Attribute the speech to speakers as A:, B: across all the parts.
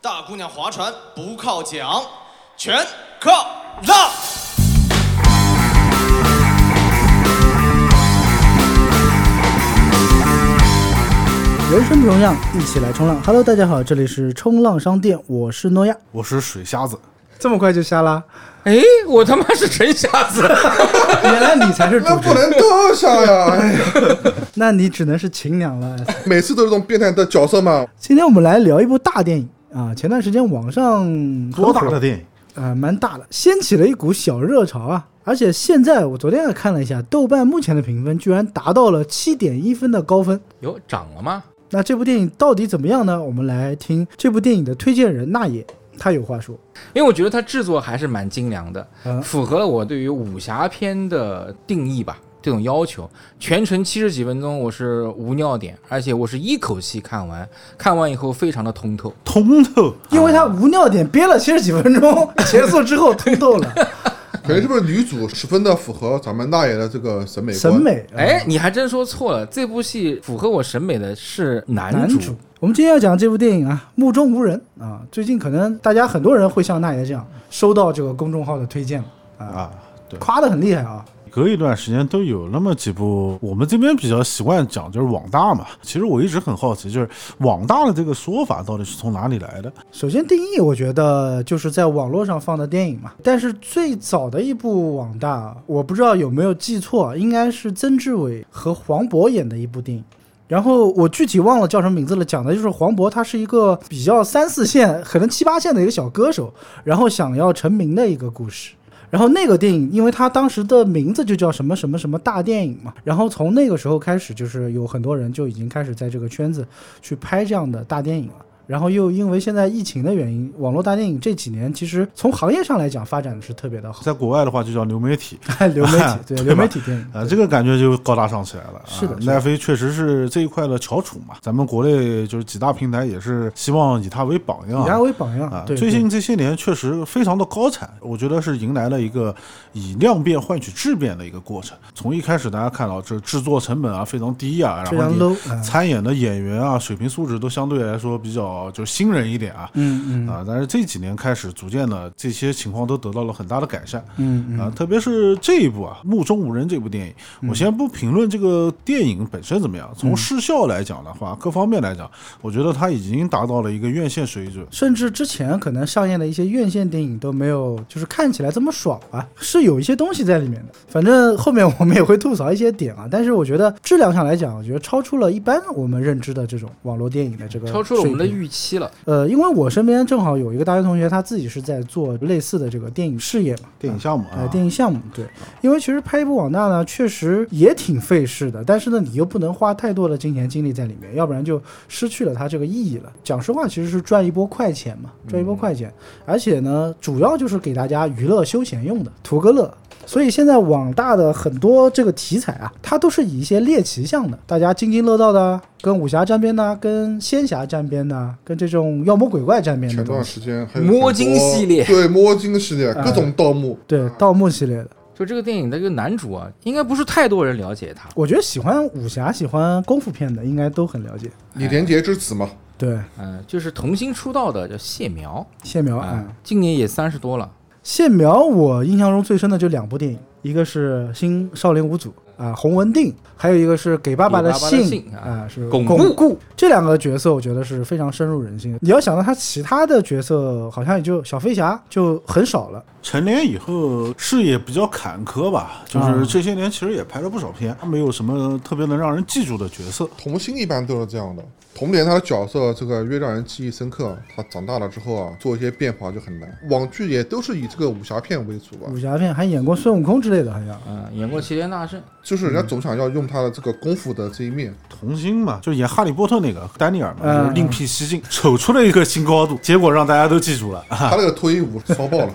A: 大姑娘划船不靠桨，全靠浪。
B: 人生不重样，一起来冲浪。Hello，大家好，这里是冲浪商店，我是诺亚。
C: 我是水瞎子，
B: 这么快就瞎啦？
D: 哎，我他妈是陈瞎 子，
B: 原来你才是主
E: 那
B: 持
E: 不
B: 人，
E: 能都下呀！哎呀，
B: 那你只能是琴娘了。
E: 每次都是这种变态的角色嘛。
B: 今天我们来聊一部大电影啊，前段时间网上
C: 多大
B: 很火
C: 的电影？
B: 啊、蛮大的，掀起了一股小热潮啊！而且现在我昨天也看了一下，豆瓣目前的评分居然达到了七点一分的高分。
D: 哟，涨了吗？
B: 那这部电影到底怎么样呢？我们来听这部电影的推荐人那也，他有话说。
D: 因为我觉得它制作还是蛮精良的，
B: 嗯
D: 符合了我对于武侠片的定义吧，这种要求。全程七十几分钟，我是无尿点，而且我是一口气看完，看完以后非常的通透。
C: 通透。
B: 因为他无尿点憋了七十几分钟，结束之后通透了，
E: 可能是不是女主十分的符合咱们大爷的这个审美观？
B: 审美。
D: 哎，你还真说错了，这部戏符合我审美的是男主。
B: 男主，我们今天要讲这部电影啊，《目中无人》啊，最近可能大家很多人会像那爷这样收到这个公众号的推荐了啊，
C: 啊，对，
B: 夸的很厉害啊，
C: 隔一段时间都有那么几部，我们这边比较习惯讲就是网大嘛。其实我一直很好奇，就是网大的这个说法到底是从哪里来的？
B: 首先定义，我觉得就是在网络上放的电影嘛。但是最早的一部网大，我不知道有没有记错，应该是曾志伟和黄渤演的一部电影。然后我具体忘了叫什么名字了，讲的就是黄渤，他是一个比较三四线，可能七八线的一个小歌手，然后想要成名的一个故事。然后那个电影，因为它当时的名字就叫什么什么什么大电影嘛，然后从那个时候开始，就是有很多人就已经开始在这个圈子去拍这样的大电影了。然后又因为现在疫情的原因，网络大电影这几年其实从行业上来讲发展的是特别的好，
C: 在国外的话就叫流媒体。
B: 流媒体对
C: 对吧
B: 流媒体电影
C: 啊，这个感觉就高大上起来了。
B: 是的
C: 啊
B: 是的
C: 奈飞确实是这一块的翘楚嘛。咱们国内就是几大平台也是希望以它为榜样
B: 以
C: 啊，
B: 他为榜样
C: 啊，
B: 对
C: 最
B: 对
C: 近这些年确实非常的高产，我觉得是迎来了一个以量变换取质变的一个过程。从一开始大家看到这制作成本啊非常低啊，
B: 非
C: 然后
B: 常
C: 你
B: low，嗯
C: 参演的演员啊水平素质都相对来说比较就是新人一点啊。
B: 嗯嗯
C: 啊，但是这几年开始，逐渐的这些情况都得到了很大的改善。
B: 嗯嗯，
C: 啊，特别是这一部啊，《目中无人》这部电影，我先不评论这个电影本身怎么样，
B: 嗯
C: 从视效来讲的话，各方面来讲，我觉得它已经达到了一个院线水准。
B: 甚至之前可能上映的一些院线电影都没有，就是看起来这么爽啊，是有一些东西在里面的。反正后面我们也会吐槽一些点啊，但是我觉得质量上来讲，我觉得超出了一般我们认知的这种网络电影的这个
D: 超出了我们的
B: 水平
D: 预期了，
B: 呃，因为我身边正好有一个大学同学，他自己是在做类似的这个电影事业嘛，
C: 电影项目
B: 呃
C: 啊，
B: 电影项目对，因为其实拍一部网大呢，确实也挺费事的，但是呢，你又不能花太多的金钱精力在里面，要不然就失去了它这个意义了。讲实话，其实是赚一波快钱嘛，
C: 嗯
B: 赚一波快钱，而且呢，主要就是给大家娱乐休闲用的，图个乐。所以现在网大的很多这个题材啊，它都是以一些猎奇向的，大家津津乐道的啊，跟武侠沾边的啊，跟仙侠沾边的啊，跟这种妖魔鬼怪沾边的
E: 前
B: 东
E: 段
B: 西。
E: 时间还有很多
D: 摸金系列哎
E: 对摸金系列各种盗墓，
B: 对，
C: 啊
B: 盗墓系列的。
D: 就这个电影的一个男主啊，应该不是太多人了解他。
B: 我觉得喜欢武侠、喜欢功夫片的，应该都很了解。
E: 李连杰之子嘛，
B: 对，
D: 嗯、就是童星出道的叫谢苗，
B: 谢苗
D: 啊、
B: 啊、嗯
D: 今年也三十多了。
B: 谢苗，我印象中最深的就两部电影，一个是《新少林五祖》啊，《洪文定》，还有一个是《给爸爸的
D: 给爸爸的信
B: 啊，是
D: 巩固
B: 固这两个角色，我觉得是非常深入人心的。你要想到他其他的角色，好像也就小飞侠就很少了。
C: 成年以后事业比较坎坷吧，就
B: 啊
C: 是这些年其实也拍了不少片，没有什么特别能让人记住的角色。
E: 童星一般都是这样的。童年他的角色这个越让人记忆深刻，他长大了之后啊，做一些变化就很难。网剧也都是以这个武侠片为主吧，
B: 武侠片还演过孙悟空之类的，好像
D: 嗯、演过《齐天大圣》，
E: 就是人家总想要用他的这个功夫的这一面。
C: 童星嘛，就演《哈利波特》那个丹尼尔嘛，
B: 嗯
C: 就是另辟蹊径，走出了一个新高度，结果让大家都记住
D: 嗯
C: 了。
E: 他那个脱衣舞骚爆了，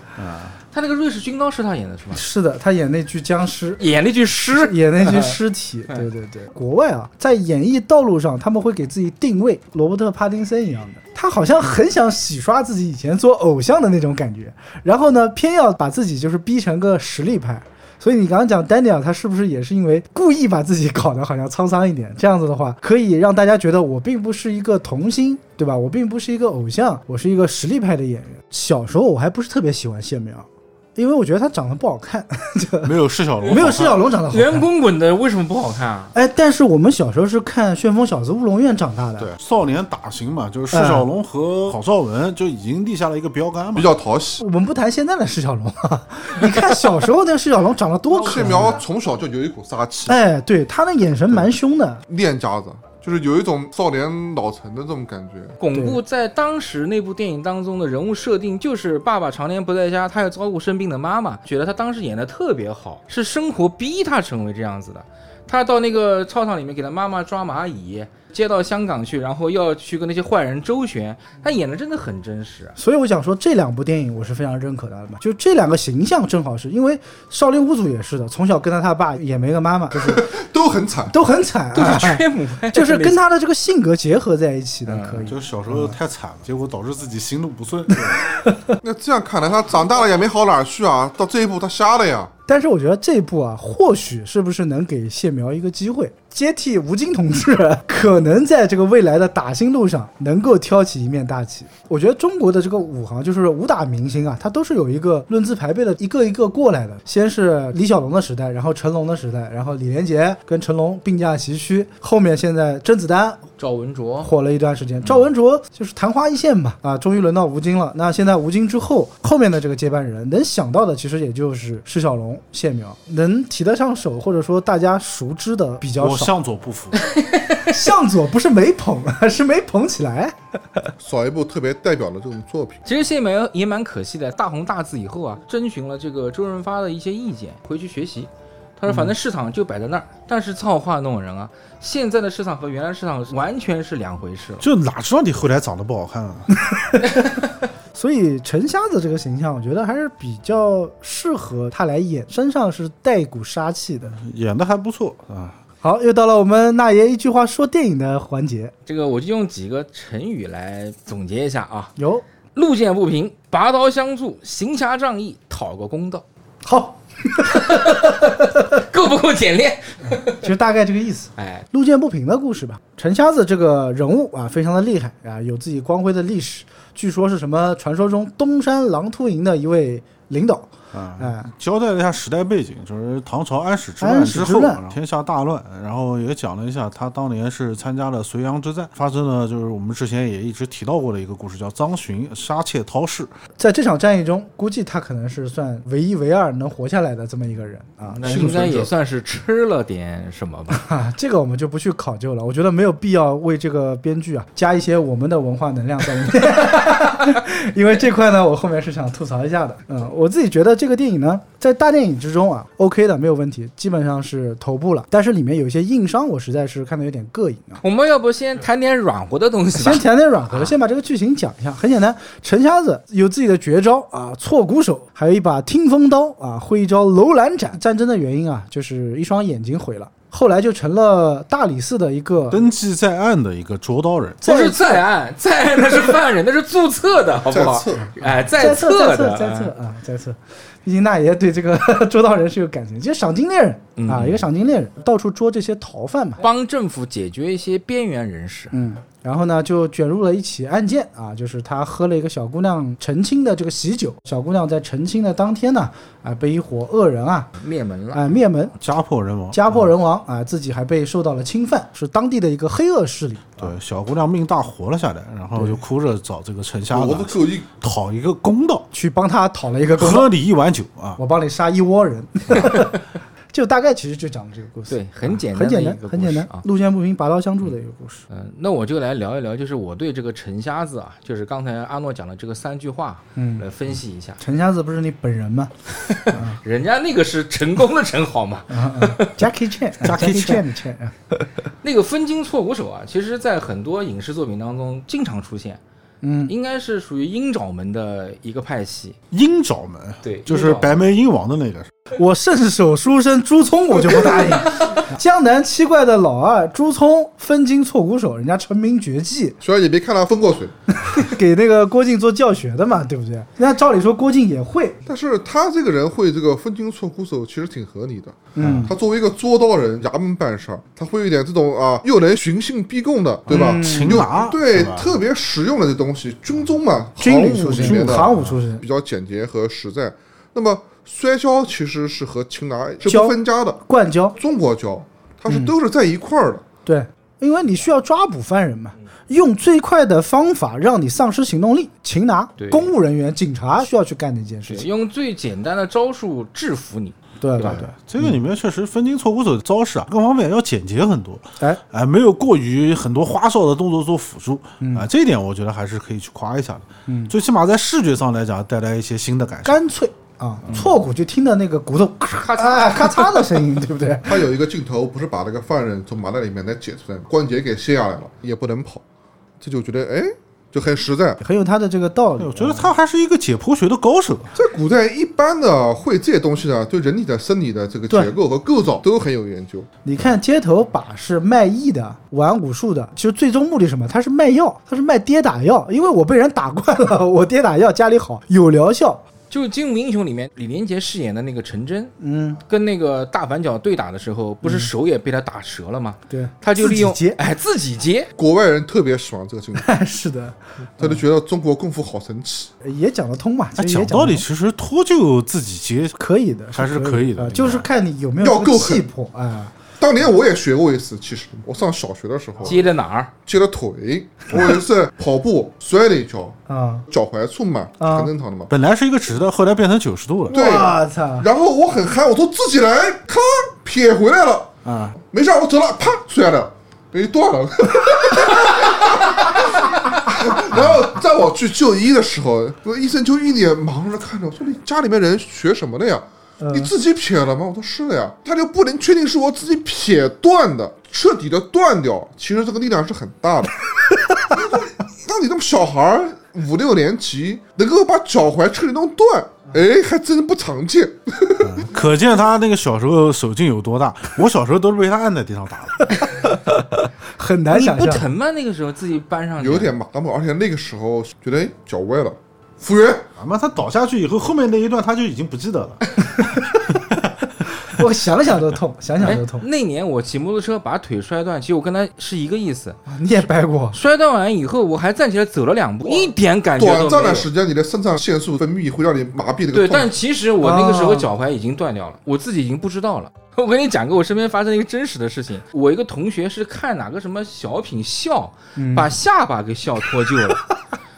D: 他那个瑞士军刀是他演的是吗？
B: 是的，他演那具僵尸。
D: 演了一句诗，
B: 演那些尸体，对对对，国外啊，在演艺道路上，他们会给自己定位，罗伯特·帕丁森一样的，他好像很想洗刷自己以前做偶像的那种感觉，然后呢，偏要把自己就是逼成个实力派，所以你刚刚讲丹尼尔，他是不是也是因为故意把自己搞得好像沧桑一点？这样子的话，可以让大家觉得我并不是一个童星，对吧？我并不是一个偶像，我是一个实力派的演员。小时候我还不是特别喜欢谢苗，因为我觉得他长得不好看，
C: 没有释小龙好看，
B: 没有释小龙长得好
D: 圆
B: 看。
D: 滚滚的为什么不好看啊？
B: 哎，但是我们小时候是看《旋风小子乌龙院》长大的，
C: 对少年打型嘛，就是释小龙和郝邵文就已经立下了一个标杆嘛
E: 比。较讨喜。
B: 我们不谈现在的释小龙啊，你看小时候那释小龙长得
D: 嗯
B: 多可
E: 谢
B: 爱
E: 苗
B: 啊，
E: 从小就有一股杀气，
B: 哎，对他那眼神蛮凶的，
E: 练家子，就是有一种少年老成的这种感觉。
D: 巩固在当时那部电影当中的人物设定，就是爸爸常年不在家，他要照顾生病的妈妈，觉得他当时演的特别好，是生活逼他成为这样子的。他到那个操场里面给他妈妈抓蚂蚁，接到香港去，然后要去跟那些坏人周旋，他演的真的很真实。啊
B: 所以我想说，这两部电影我是非常认可他的嘛，就这两个形象正好是因为少林五祖也是的，从小跟着他爸也没个妈妈，就是。
E: 都很惨
B: 都很惨、
D: 都是
B: 啊，
D: 缺嗯母爱，
B: 就是跟他的这个性格结合在一起的，可以。
C: 就是小时候太惨了，结果导致自己行路不顺。
E: 那这样看来，他长大了也没好哪儿去啊，到这一步他瞎了呀。
B: 但是我觉得这一部啊，或许是不是能给谢苗一个机会，接替吴京同志，可能在这个未来的打星路上能够挑起一面大旗。我觉得中国的这个武行，就是武打明星啊，他都是有一个论资排辈的，一个一个过来的。先是李小龙的时代，然后成龙的时代，然后李连杰跟成龙并驾齐驱，后面现在甄子丹
D: 赵文卓
B: 火了一段时间。赵文卓就是昙花一现吧，啊，终于轮到吴京了。那现在吴京之后，后面的这个接班人能想到的，其实也就是释小龙、谢苗，能提得上手或者说大家熟知的比较
C: 我
B: 少。
C: 向左不服，
B: 向佐不是没捧， 是没捧起来。
E: 少一部特别代表的这种作品。
D: 其实谢苗也蛮可惜的，大红大紫以后啊，征询了这个周润发的一些意见，回去学习。他说：“反正市场就摆在那儿，但是造化弄人啊！现在的市场和原来市场完全是两回事了。
C: 就哪知道你后来长得不好看啊？
B: 所以陈瞎子这个形象，我觉得还是比较适合他来演，身上是带一股杀气的。
C: 演的还不错啊，
B: 好，又到了我们那爷一句话说电影的环节。
D: 这个我就用几个成语来总结一下啊：
B: 有，
D: 路见不平，拔刀相助，行侠仗义，讨个公道，
B: 好，
D: 够不够简 练？
B: 就大概这个意思。
D: 哎，
B: 路见不平的故事吧。陈瞎子这个人物啊，非常的厉害啊，有自己光辉的历史。据说是什么传说中东山狼秃营的一位领导
C: 啊。
B: 啊，
C: 交代了一下时代背景，就是唐朝安史之乱
B: 安史
C: 之
B: 之
C: 后，
B: 乱啊
C: 然后天下大乱，然后也讲了一下他当年是参加了隋炀之战，发生了就是我们之前也一直提到过的一个故事，叫张巡杀妾掏室。
B: 在这场战役中，估计他可能是算唯一唯二能活下来的这么一个人啊。
D: 那应该也算是吃了点什么吧？
B: 啊， 这个我们就不去考究了，我觉得没有必要为这个编剧啊加一些我们的文化能量在里面， 因为这块呢，我后面是想吐槽一下的。嗯，我自己觉得这个电影呢，在大电影之中啊，OK 的，没有问题，基本上是头部了。但是里面有一些硬伤，我实在是看的有点膈应啊。
D: 我们要不先谈点软和的东西吧
B: 先？谈谈软核，先把这个剧情讲一下。很简单，陈瞎子有自己的绝招啊，错骨手，还有一把听风刀啊，会一招楼兰斩。战争的原因啊，就是一双眼睛毁了，后来就成了大理寺的一个
C: 登记在案的一个捉刀人，
D: 不是在案，在案那是犯人，那是注册的，好不好
E: 在册？
D: 哎，在
B: 在
D: 册
B: 册
D: 的，
B: 在册啊，在册。毕竟大爷对这个 捉盗人是有感情，就是赏金猎
D: 嗯
B: 人啊，一个赏金猎人，到处捉这些逃犯嘛。
D: 帮政府解决一些边缘人士。
B: 嗯，然后呢，就卷入了一起案件啊，就是他喝了一个小姑娘成亲的这个喜酒，小姑娘在成亲的当天呢，啊，被一伙恶人啊，
D: 灭门了。
B: 啊灭门，
C: 家破人亡。
B: 家破人亡啊，自己还被受到了侵犯，是当地的一个黑恶势力。
C: 对，小姑娘命大活了下来，然后就哭着找这个陈瞎
E: 脖子
C: 子
E: 够硬，
C: 讨一个公道，
B: 去帮他讨了一个公 道，
C: 喝你一碗酒啊！
B: 我帮你杀一窝人，就大概其实就讲了这个故事。
D: 对，很简单，
B: 很简单，
D: 个
B: 很
D: 故
B: 简
D: 事
B: 单
D: 啊，。
B: 路见不平，拔刀相助的一个故事。
D: 嗯，那我就来聊一聊，就是我对这个陈瞎子啊，就是刚才阿诺讲的这个三句话，
B: 嗯
D: 来分析一下。
B: 陈瞎子不是你本人 吗
D: 人家那个是成功的成，好吗？
B: 啊？Jackie Chan，Jackie Chan 的 Chan，啊
D: 那个分金错骨手啊，其实在很多影视作品当中经常出现，
B: 嗯，
D: 应该是属于鹰爪门的一个派系。
C: 鹰爪门，
D: 对
C: 就是白眉鹰王的那个，
B: 我圣手书生朱聪，我就不答应。 江南七怪的老二朱聪分金错骨手，人家成名绝技，
E: 虽然也没看他分过水，
B: 给那个郭靖做教学的嘛，对不对？那照理说郭靖也会，
E: 但是他这个人会这个分金错骨手，其实挺合理的。
B: 嗯，
E: 他作为一个捉刀人，衙门办事儿，他会有一点这种啊，又能寻衅逼供的，对
B: 嗯
E: 吧？
C: 擒
E: 又
C: 拿
E: 对
C: 是吧
E: 特别实用的这东西，军中嘛，
B: 军旅
E: 行
B: 出
E: 伍里面
B: 身，
E: 的
B: 行伍出身，
E: 比较简洁和实在。那么摔跤其实是和擒拿是
B: 跤
E: 不分家的，
B: 灌教
E: 中国跤它是都是在一块儿的。
B: 对，因为你需要抓捕犯人嘛，用最快的方法让你丧失行动力，擒拿
D: 对
B: 公务人员、警察需要去干的一件事
D: 对，
B: 情。
D: 用最简单的招数制服你。
B: 对对
D: 吧
B: 对，
C: 这个里面确实分金错骨手的招式啊，各方面要简洁很多，
B: 哎，
C: 哎，没有过于很多花哨的动作做辅助
B: 嗯
C: 啊，这一点我觉得还是可以去夸一下的。嗯，最起码在视觉上来讲，带来一些新的感受。
B: 干脆啊，错骨就听到那个骨头咔嚓咔嚓的声音，对不对？
E: 他有一个镜头，不是把那个犯人从麻袋里面给解出来，关节给卸下来了，也不能跑，这就觉得哎，就很实在。
B: 很有他的这个道理啊
C: 对，我。觉得他还是一个解剖学的高手。啊
E: 在古代，一般的会这些东西呢，对人体的生理的这个
B: 对
E: 结构和构造都很有研究。
B: 你看街头把式卖艺的、玩武术的，其实最终目的是什么？他是卖药，他是卖跌打药。因为我被人打惯了，我跌打药家里好有疗效。
D: 就《精武英雄》里面，李连杰饰演的那个陈真，
B: 嗯，
D: 跟那个大反角对打的时候，不是手也被他打折了吗？
B: 对，
D: 他就利用
B: 自己接
D: 哎自己接，
E: 国外人特别喜欢这个镜头，
B: 是的，
E: 他就觉得中国功夫好神奇。
B: 也讲得通嘛。
C: 哎，
B: 其实也
C: 讲
B: 讲
C: 道理，
B: 是
C: 其实脱臼自己接
B: 可以的，
C: 还是
B: 可
C: 可以
B: 以啊
C: 的应该
B: 就是看你有没有这
E: 要
B: 个
E: 够狠
B: 气魄啊。
E: 当年我也学过一次，其实我上小学的时候啊
D: 接的哪儿？
E: 接了腿，我有一次跑步摔了一跤，
B: 啊！
E: 脚踝处嘛，
B: 啊
E: 很正常的嘛。
C: 本来是一个直的，后来变成九十度了。
E: 对
B: 我操！
E: 然后我很嗨，我说自己来，咔撇回来了，
C: 啊、
E: 没事儿，我走了，啪摔了，给断了。 然后在我去就医的时候，我医生就一脸茫然地看着我说：“你家里面人学什么的呀？你自己撇了吗？”我说：“是的呀。”他就不能确定是我自己撇断的，彻底的断掉。其实这个力量是很大的。 当你这么小孩儿五六年级，能够把脚踝彻底弄断，哎，还真不常见。
C: 可见他那个小时候手劲有多大。我小时候都是被他按在地上打的。
B: 很难
D: 你
B: 想
D: 不
B: 象。
D: 疼吗？那个时候自己搬上去，
E: 有点麻木，而且那个时候觉得哎脚歪了。服务员，
C: 啊妈，他倒下去以后，后面那一段他就已经不记得了。
B: 我想想都痛，想想
D: 哎
B: 都，痛。
D: 那年我骑摩托车把腿摔断，其实我跟他是一个意思。
B: 啊你也掰过，
D: 摔断完以后，我还站起来走了两步，一点感觉
E: 短
D: 都
E: 暂
D: 没
E: 的
D: 有。
E: 时间，你的肾上腺素分泌会让你麻痹那个
D: 对，
E: 痛。。
D: 但其实我那个时候
B: 啊
D: 脚踝已经断掉了，我自己已经不知道了。 我跟你讲个我身边发生一个真实的事情，我一个同学是看哪个什么小品笑，把下巴给笑脱臼了。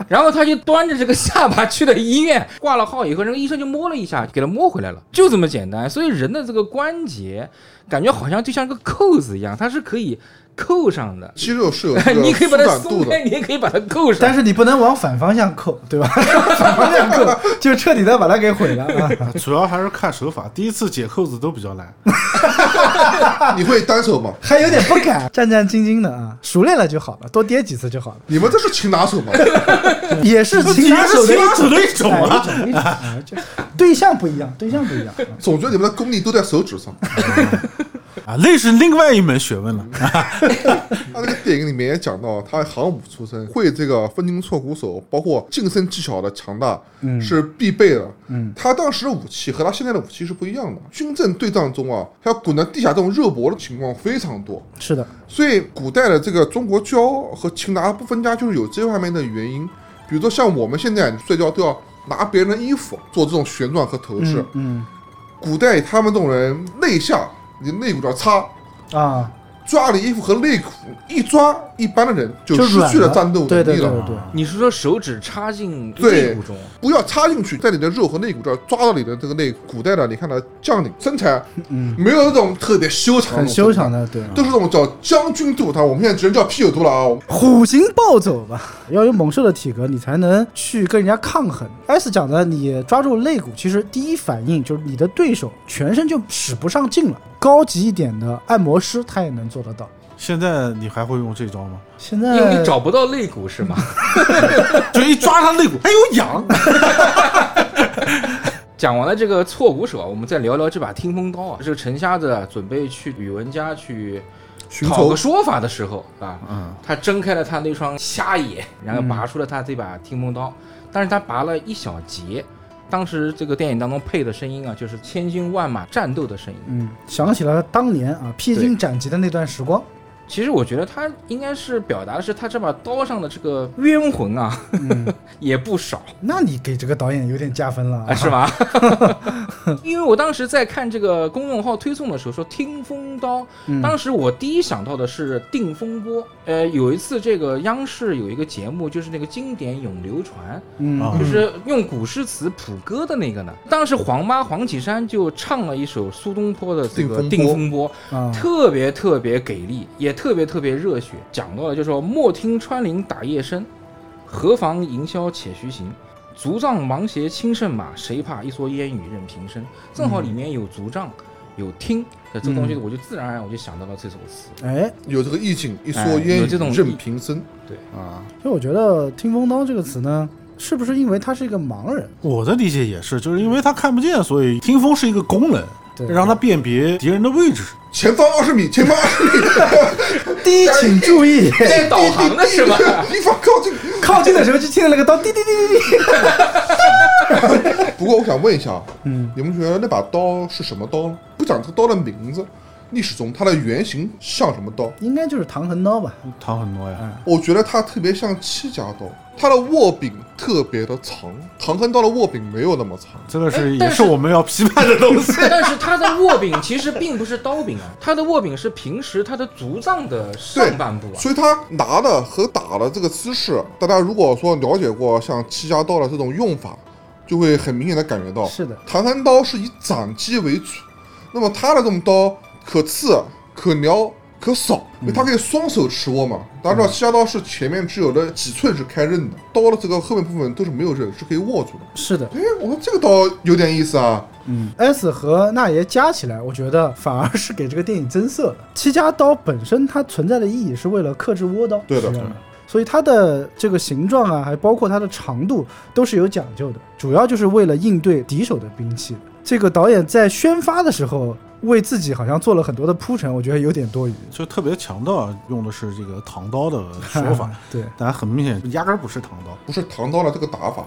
D: 然后他就端着这个下巴去了医院，挂了号以后，那个医生就摸了一下，给他摸回来了，就这么简单。所以人的这个关节，感觉好像就像一个扣子一样，它是可以扣上的
E: 肌肉是有 这个
D: 你可以把它
E: 舒展
D: 松
E: 度
D: 开，
E: 的。
D: 你也可以把它扣上。
B: 但是你不能往反方向扣，对吧？ 反方向扣就彻底的把它给毁了啊！
C: 主要还是看手法，第一次解扣子都比较难。
E: 你会单手吗？
B: 还有点不敢， 战战兢兢的啊，熟练了就好了，多跌几次就好了。
E: 你们这是擒拿手吗？
B: 也是擒拿手的一
C: 也是擒拿手
B: 种，
C: 的一种啊
B: 哎一种一种哎就对象不一样，对象不一样。嗯
E: 总觉得你们的功力都在手指上。
C: 啊，那是另外一门学问了。
E: 他那个电影里面也讲到，他行武出身，会这个分筋错骨手，包括近身技巧的强大，是必备的。嗯，他当时的武器和他现在的武器是不一样的。军阵对战中啊，他要滚到地下这种肉搏的情况非常多。
B: 是的，
E: 所以古代的这个中国跤和擒拿不分家，就是有这方面的原因。比如说像我们现在摔跤都要拿别人的衣服做这种旋转和投掷，
B: 嗯
E: 古代他们这种人内下，你肋骨要擦，
B: 啊，
E: 抓你衣服和肋骨一抓，一般的人就
B: 就
E: 失
B: 软
E: 去了战斗
B: 对
E: 能
B: 对
E: 力
B: 对
E: 了。
B: 对对，
D: 你是说手指插进
E: 对
D: 肋骨中？
E: 不要插进去，在你的肉和肋骨这儿抓到你的这个肋骨。古代的你看到将领身材，没有那种特别修长，
B: 嗯很修长，的，对。
E: 都是那种叫将军肚。他我们现在只能叫啤酒肚了啊、
B: 虎行暴走吧，要有猛兽的体格，你才能去跟人家抗衡。S 讲的，你抓住肋骨，其实第一反应就是你的对手全身就使不上劲了。高级一点的按摩师他也能做得到。
C: 现在你还会用这招吗？
B: 现
D: 因
B: 在
D: 为你找不到肋 骨是吗？
C: 就一抓他肋骨，哎呦痒！
D: 讲完了这个错五手啊，我们再聊聊这把听风刀啊。这个陈瞎子啊，准备去宇文家去
C: 寻
D: 讨
C: 仇
D: 个，说法的时候啊，
C: 嗯，
D: 他睁开了他那双瞎眼，然后拔出了他这把听风刀，但是他拔了一小截。当时这个电影当中配的声音啊，就是千军万马战斗的声音。
B: 嗯，想起了当年啊披荆斩棘的那段时光。
D: 其实我觉得他应该是表达的是他这把刀上的这个 冤魂啊，
B: 嗯，
D: 也不少。
B: 那你给这个导演有点加分了
D: 啊，
B: 啊，
D: 是吧？ 因为我当时在看这个公众号推送的时候说“听风刀”，
B: 嗯
D: 当时我第一想到的是定风波。呃，有一次这个央视有一个节目，就是那个经典咏流传，
B: 嗯，
C: 啊
B: 嗯
D: 就是用古诗词谱歌的那个呢。当时黄妈黄绮珊就唱了一首苏东坡的这个《
E: 定
D: 定
E: 风
D: 风波》，
B: 啊，
D: 特别特别给力，也特别特别热血，讲到了就是说莫听穿林打叶声，何妨吟啸且徐行。竹杖芒鞋轻胜马，谁怕一蓑烟雨任平生。正好里面有竹杖，有听的这东西，我就自然而然我就想到了这首词。
B: 哎，
E: 有这个意境，一
D: 哎
E: 蓑烟
D: 有
E: 雨
D: 这种
E: 任平生。
D: 对
E: 啊，
B: 所以我觉得“听风刀”这个词呢，是不是因为他是一个盲人？
C: 我的理解也是，就是因为他看不见，所以听风是一个功能，
B: 对
C: 让他辨别敌人的位置。
E: 前方二十米，前方二十 米，
B: 第一，请注意，
D: 在导航呢是吧？
E: 一方靠近。
B: 靠近的时候就听到那个刀滴滴滴滴滴。
E: 不过我想问一下，啊
B: 嗯，
E: 你们觉得那把刀是什么刀呢？不讲这个刀的名字，历史中它的原型像什么刀？
B: 应该就是唐横刀吧？
C: 唐很多
B: 嗯
C: 呀，
E: 我觉得它特别像戚家刀，它的握柄特别的长，唐横刀的握柄没有那么长。
C: 这个
D: 哎
C: 是也
D: 但
C: 是
D: 是
C: 我们要批判的
B: 哎
C: 东西。
D: 但是它的握柄其实并不是刀柄啊，它的握柄是平时它的竹杖的上半部啊。
E: 所以他拿的和打的这个姿势，大家如果说了解过像戚家刀的这种用法，就会很明显的感觉到，
B: 是的
E: 唐三刀是以斩击为主，那么他的这种刀可刺、可撩、可扫，因为它可以双手持握嘛。大家知道戚家刀是前面只有的几寸是开刃的，刀的这个后面部分都是没有刃，是可以握住的。
B: 是的
E: 哎，我说这个刀有点意思啊，
B: 嗯，S 和那爷加起来，我觉得反而是给这个电影增色的。戚家刀本身它存在的意义是为了克制倭刀，
E: 对的
B: 是这样
E: 对的
B: 所以它的这个形状啊，还包括它的长度都是有讲究的，主要就是为了应对敌手的兵器。这个导演在宣发的时候，为自己好像做了很多的铺陈，我觉得有点多余。
C: 就特别强调用的是这个唐刀的说 法，
B: 对
C: 但很明显压根儿不是唐刀。
E: 不是唐刀的这个打法，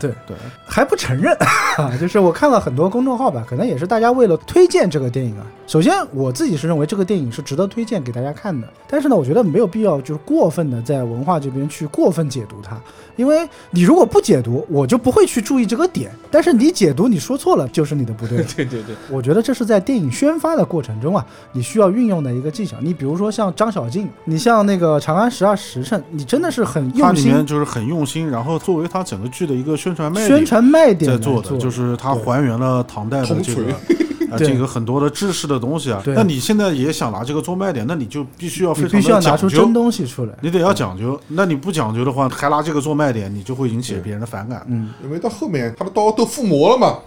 B: 对，
C: 对，
B: 还不承认， 就是我看了很多公众号吧，可能也是大家为了推荐这个电影啊。首先，我自己是认为这个电影是值得推荐给大家看的，但是呢，我觉得没有必要就是过分的在文化这边去过分解读它，因为你如果不解读，我就不会去注意这个点。但是你解读，你说错了，就是你的不对 了。
D: 对对对，
B: 我觉得这是在电影宣发的过程中啊，你需要运用的一个技巧。你比如说像张小静，你像那个《长安十二时辰》，你真的是很
C: 它
B: 用
C: 里
B: 心
C: 面就是很用心，然后作为它整个剧的一个宣传卖点
B: 宣传卖点
C: 在
B: 来
C: 做的，就是它还原了唐代的这个。啊，
B: 对
C: 这个很多的知识的东西啊，
B: 对
C: 那你现在也想拿这个做卖点，那你就必须要
B: 你
C: 哦非常
B: 必须要
C: 的
B: 拿出
C: 讲
B: 真
C: 究，
B: 东西出来。
C: 你得要讲究。那你不讲究的话，还拿这个做卖点，你就会引起别人的反感。
B: 嗯，
E: 因为到后面他的刀都附魔了嘛，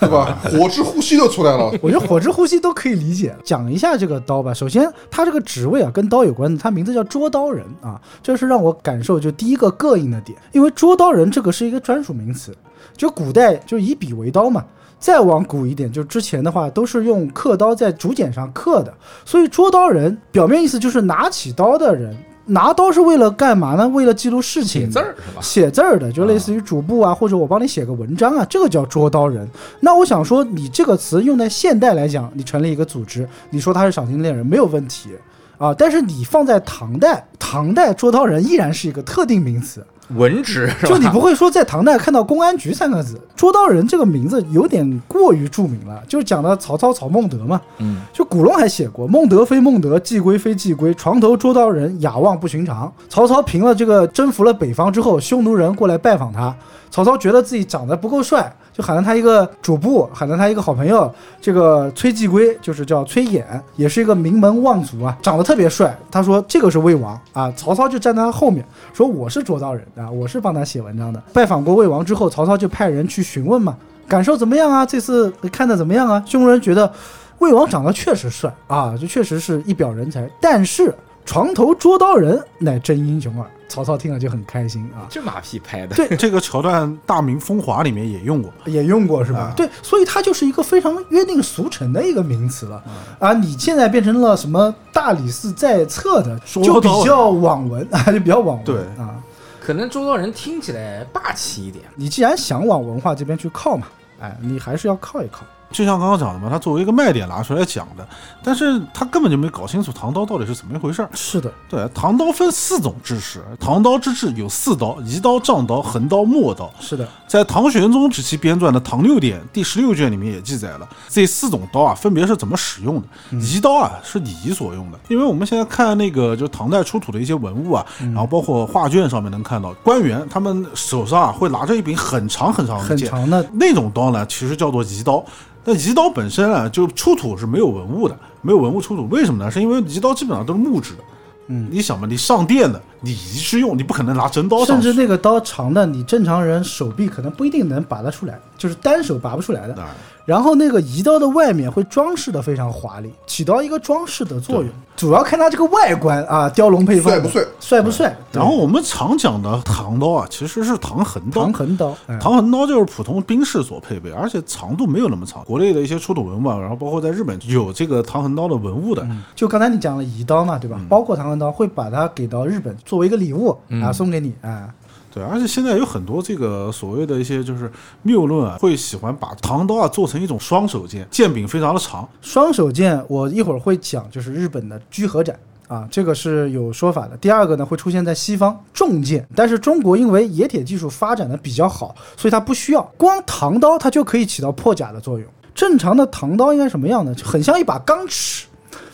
E: 对吧？ 火之呼吸都出来了，
B: 我觉得火之呼吸都可以理解。讲一下这个刀吧，首先它这个职位啊，跟刀有关的，它名字叫捉刀人啊，这是让我感受就第一个膈应的点，因为捉刀人这个是一个专属名词，就古代就以笔为刀嘛。再往古一点，就之前的话都是用刻刀在竹简上刻的，所以捉刀人表面意思就是拿起刀的人，拿刀是为了干嘛呢？为了记录事情
D: 写
B: 的，
D: 字儿是吧？
B: 写字儿的，就类似于主簿啊，或者我帮你写个文章啊，这个叫捉刀人。那我想说，你这个词用在现代来讲，你成立一个组织，你说他是赏金猎人没有问题啊，但是你放在唐代，唐代捉刀人依然是一个特定名词，
D: 文职是吧？
B: 就你不会说在唐代看到公安局三个字，捉刀人这个名字有点过于著名了，就是讲的曹操曹孟德嘛。
D: 嗯，
B: 就古龙还写过“孟德非孟德，季归非季归，床头捉刀人，雅望不寻常”。曹操平了这个征服了北方之后，匈奴人过来拜访他，曹操觉得自己长得不够帅，就喊了他一个主簿，喊了他一个好朋友，这个崔季归就是叫崔琰，也是一个名门望族啊，长得特别帅。他说这个是魏王啊，曹操就站在他后面说我是捉刀人啊，我是帮他写文章的。拜访过魏王之后，曹操就派人去询问嘛，感受怎么样啊？这次看的怎么样啊？匈奴人觉得魏王长得确实帅啊，就确实是一表人才，但是床头捉刀人乃真英雄耳。曹操听了就很开心啊，
D: 这马屁拍的，
C: 这个桥段，《大明风华》里面也用过。
B: 也用过是啊吧？对，所以它就是一个非常约定俗成的一个名词了啊！你现在变成了什么大理寺在册的，
C: 说
B: 就比
C: 到
B: 较网文 啊，就比较网文
C: 对
B: 啊。
D: 可能周遭人听起来霸气一点。
B: 你既然想往文化这边去靠嘛，哎，你还是要靠一靠。
C: 就像刚刚讲的嘛，他作为一个卖点拿出来讲的，但是他根本就没搞清楚唐刀到底是怎么一回事儿。
B: 是的，
C: 对，唐刀分四种制式，唐刀之制有四刀：移刀、丈刀、横刀、陌刀。
B: 是的，
C: 在唐玄宗时期编撰的《唐六典》第十六卷里面也记载了这四种刀啊，分别是怎么使用的。
B: 嗯
C: 移刀啊是礼仪所用的，因为我们现在看那个就是唐代出土的一些文物啊，
B: 嗯
C: 然后包括画卷上面能看到，官员他们手上啊会拿着一柄很长很长的
B: 很
C: 剑，
B: 长的
C: 那种刀呢，其实叫做移刀。但移刀本身啊，就出土是没有文物的，没有文物出土，为什么呢？是因为移刀基本上都是木质的。嗯，你想嘛，你上殿的，你仪式用，你不可能拿真刀
B: 甚
C: 上去。
B: 至那个刀长的，你正常人手臂可能不一定能拔得出来，就是单手拔不出来的。
C: 啊
B: 然后那个移刀的外面会装饰的非常华丽，起到一个装饰的作用。主要看它这个外观啊，雕龙配凤的，
E: 帅不帅
B: 帅
C: 嗯
B: 不帅？
C: 然后我们常讲的唐刀啊，其实是唐横刀。
B: 唐横刀，哎
C: 唐横刀就是普通兵士所配备，而且长度没有那么长。国内的一些出土文物啊，然后包括在日本有这个唐横刀的文物的，
B: 就刚才你讲了移刀嘛，对
C: 嗯
B: 吧？包括唐横刀会把它给到日本作为一个礼物啊，送给你啊。
C: 对，而且现在有很多这个所谓的一些就是谬论啊，会喜欢把唐刀啊做成一种双手剑，剑柄非常的长。
B: 双手剑，我一会儿会讲，就是日本的居合斩啊，这个是有说法的。第二个呢，会出现在西方重剑，但是中国因为冶铁技术发展的比较好，所以它不需要光唐刀，它就可以起到破甲的作用。正常的唐刀应该什么样呢？就很像一把钢尺，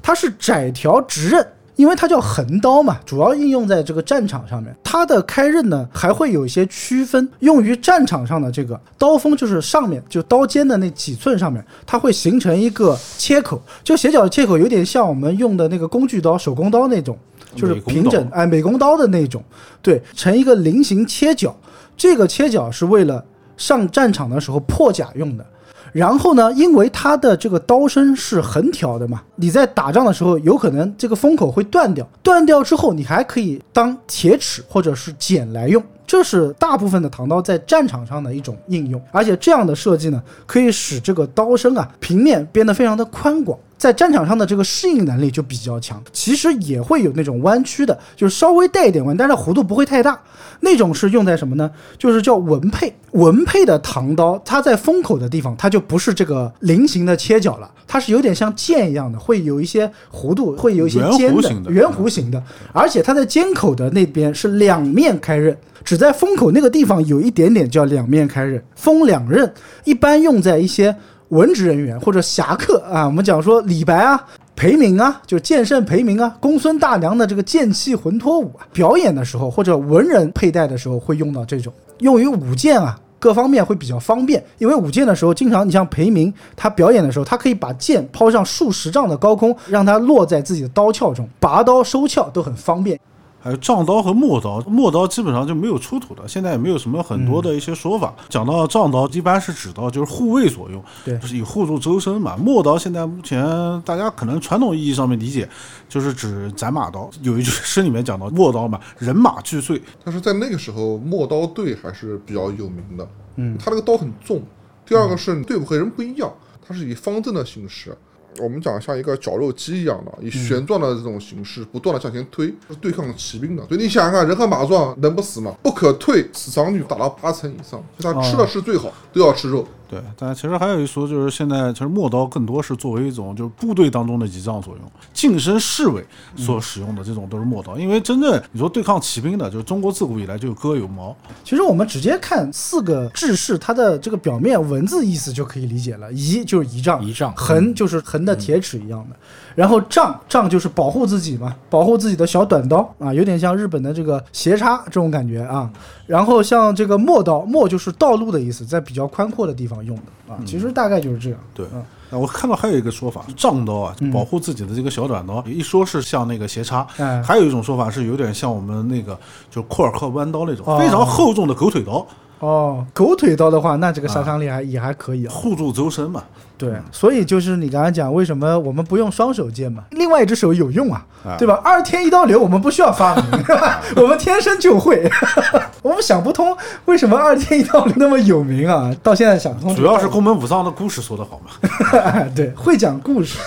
B: 它是窄条直刃，因为它叫横刀嘛，主要应用在这个战场上面。它的开刃呢，还会有一些区分，用于战场上的这个刀锋，就是上面就刀尖的那几寸上面，它会形成一个切口，就斜角的切口，有点像我们用的那个工具刀、手工刀那种，就是
C: 嗯美工
B: 平整
C: 刀
B: 哎美工刀的那种，对，成一个菱形切角。这个切角是为了上战场的时候破甲用的。然后呢，因为它的这个刀身是横条的嘛，你在打仗的时候有可能这个风口会断掉，断掉之后你还可以当铁尺或者是剪来用。这是大部分的唐刀在战场上的一种应用，而且这样的设计呢，可以使这个刀身啊平面变得非常的宽广，在战场上的这个适应能力就比较强。其实也会有那种弯曲的，就是稍微带一点弯，但是弧度不会太大。那种是用在什么呢？就是叫文配，文配的唐刀，它在封口的地方，它就不是这个菱形的切角了，它是有点像剑一样的，会有一些弧度，会有一些
C: 圆弧
B: 尖的
C: 形的
B: 圆弧形的，而且它在尖口的那边是两面开刃，只在封口那个地方有一点点叫两面开刃，封两刃，一般用在一些文职人员或者侠客啊，我们讲说李白啊。裴明啊，就是剑圣裴明啊，公孙大娘的这个剑气魂脱舞啊，表演的时候或者文人佩戴的时候会用到这种，用于舞剑啊，各方面会比较方便，因为舞剑的时候，经常你像裴明他表演的时候，他可以把剑抛上数十丈的高空，让它落在自己的刀鞘中，拔刀收鞘都很方便。
C: 还有丈刀和陌刀，陌刀基本上就没有出土的，现在也没有什么很多的一些说法。讲到丈刀，一般是指到就是护卫所用，
B: 对
C: 就是以护住周身嘛。陌刀现在目前大家可能传统意义上面理解，就是指斩马刀。有一句 诗里面讲到陌刀嘛，人马俱碎，
E: 但是在那个时候，陌刀队还是比较有名的。嗯，他那个刀很重。第二个是队伍和人不一样，它是以方阵的形式。我们讲像一个绞肉机一样的，以旋转的这种形式不断的向前推，是对抗骑兵的。所以你想想看，人和马撞，能不死吗？不可退，死伤率达到八成以上。所以他吃了是最好，都要吃肉。
C: 对，但其实还有一说，就是现在其实陌刀更多是作为一种就是部队当中的仪仗所用，晋升侍卫所使用的这种都是陌刀，因为真正你说对抗骑兵的，就是中国自古以来就有戈有矛，
B: 其实我们直接看四个制式，它的这个表面文字意思就可以理解了。仪就是仪仗，
D: 仪仗嗯
B: 横就是横的铁尺一样的，然后杖杖就是保护自己嘛，保护自己的小短刀啊，有点像日本的这个斜插这种感觉啊。然后像这个陌刀，陌就是道路的意思，在比较宽阔的地方用的啊。其实大概就是这样。
C: 对
B: 嗯，
C: 那我看到还有一个说法，丈刀啊，保护自己的这个小短刀，一说是像那个斜插
B: 哎，
C: 还有一种说法是有点像我们那个就库尔克弯刀那种
B: 哦
C: 非常厚重的狗腿刀。
B: 哦，狗腿刀的话，那这
D: 啊
B: 个杀伤力还、也还可以啊。
C: 护住周身嘛。嗯
B: 对，所以就是你刚才讲，为什么我们不用双手剑嘛？另外一只手有用啊，
C: 啊
B: 对吧？二天一刀流，我们不需要发 明，是吧？我们天生就会。 我们想不通为什么二天一刀流那么有名啊，到现在想不通这
C: 主
B: 个道
C: 要
B: 理。
C: 是宫本武藏的故事说得好嘛。
B: 对会讲故事。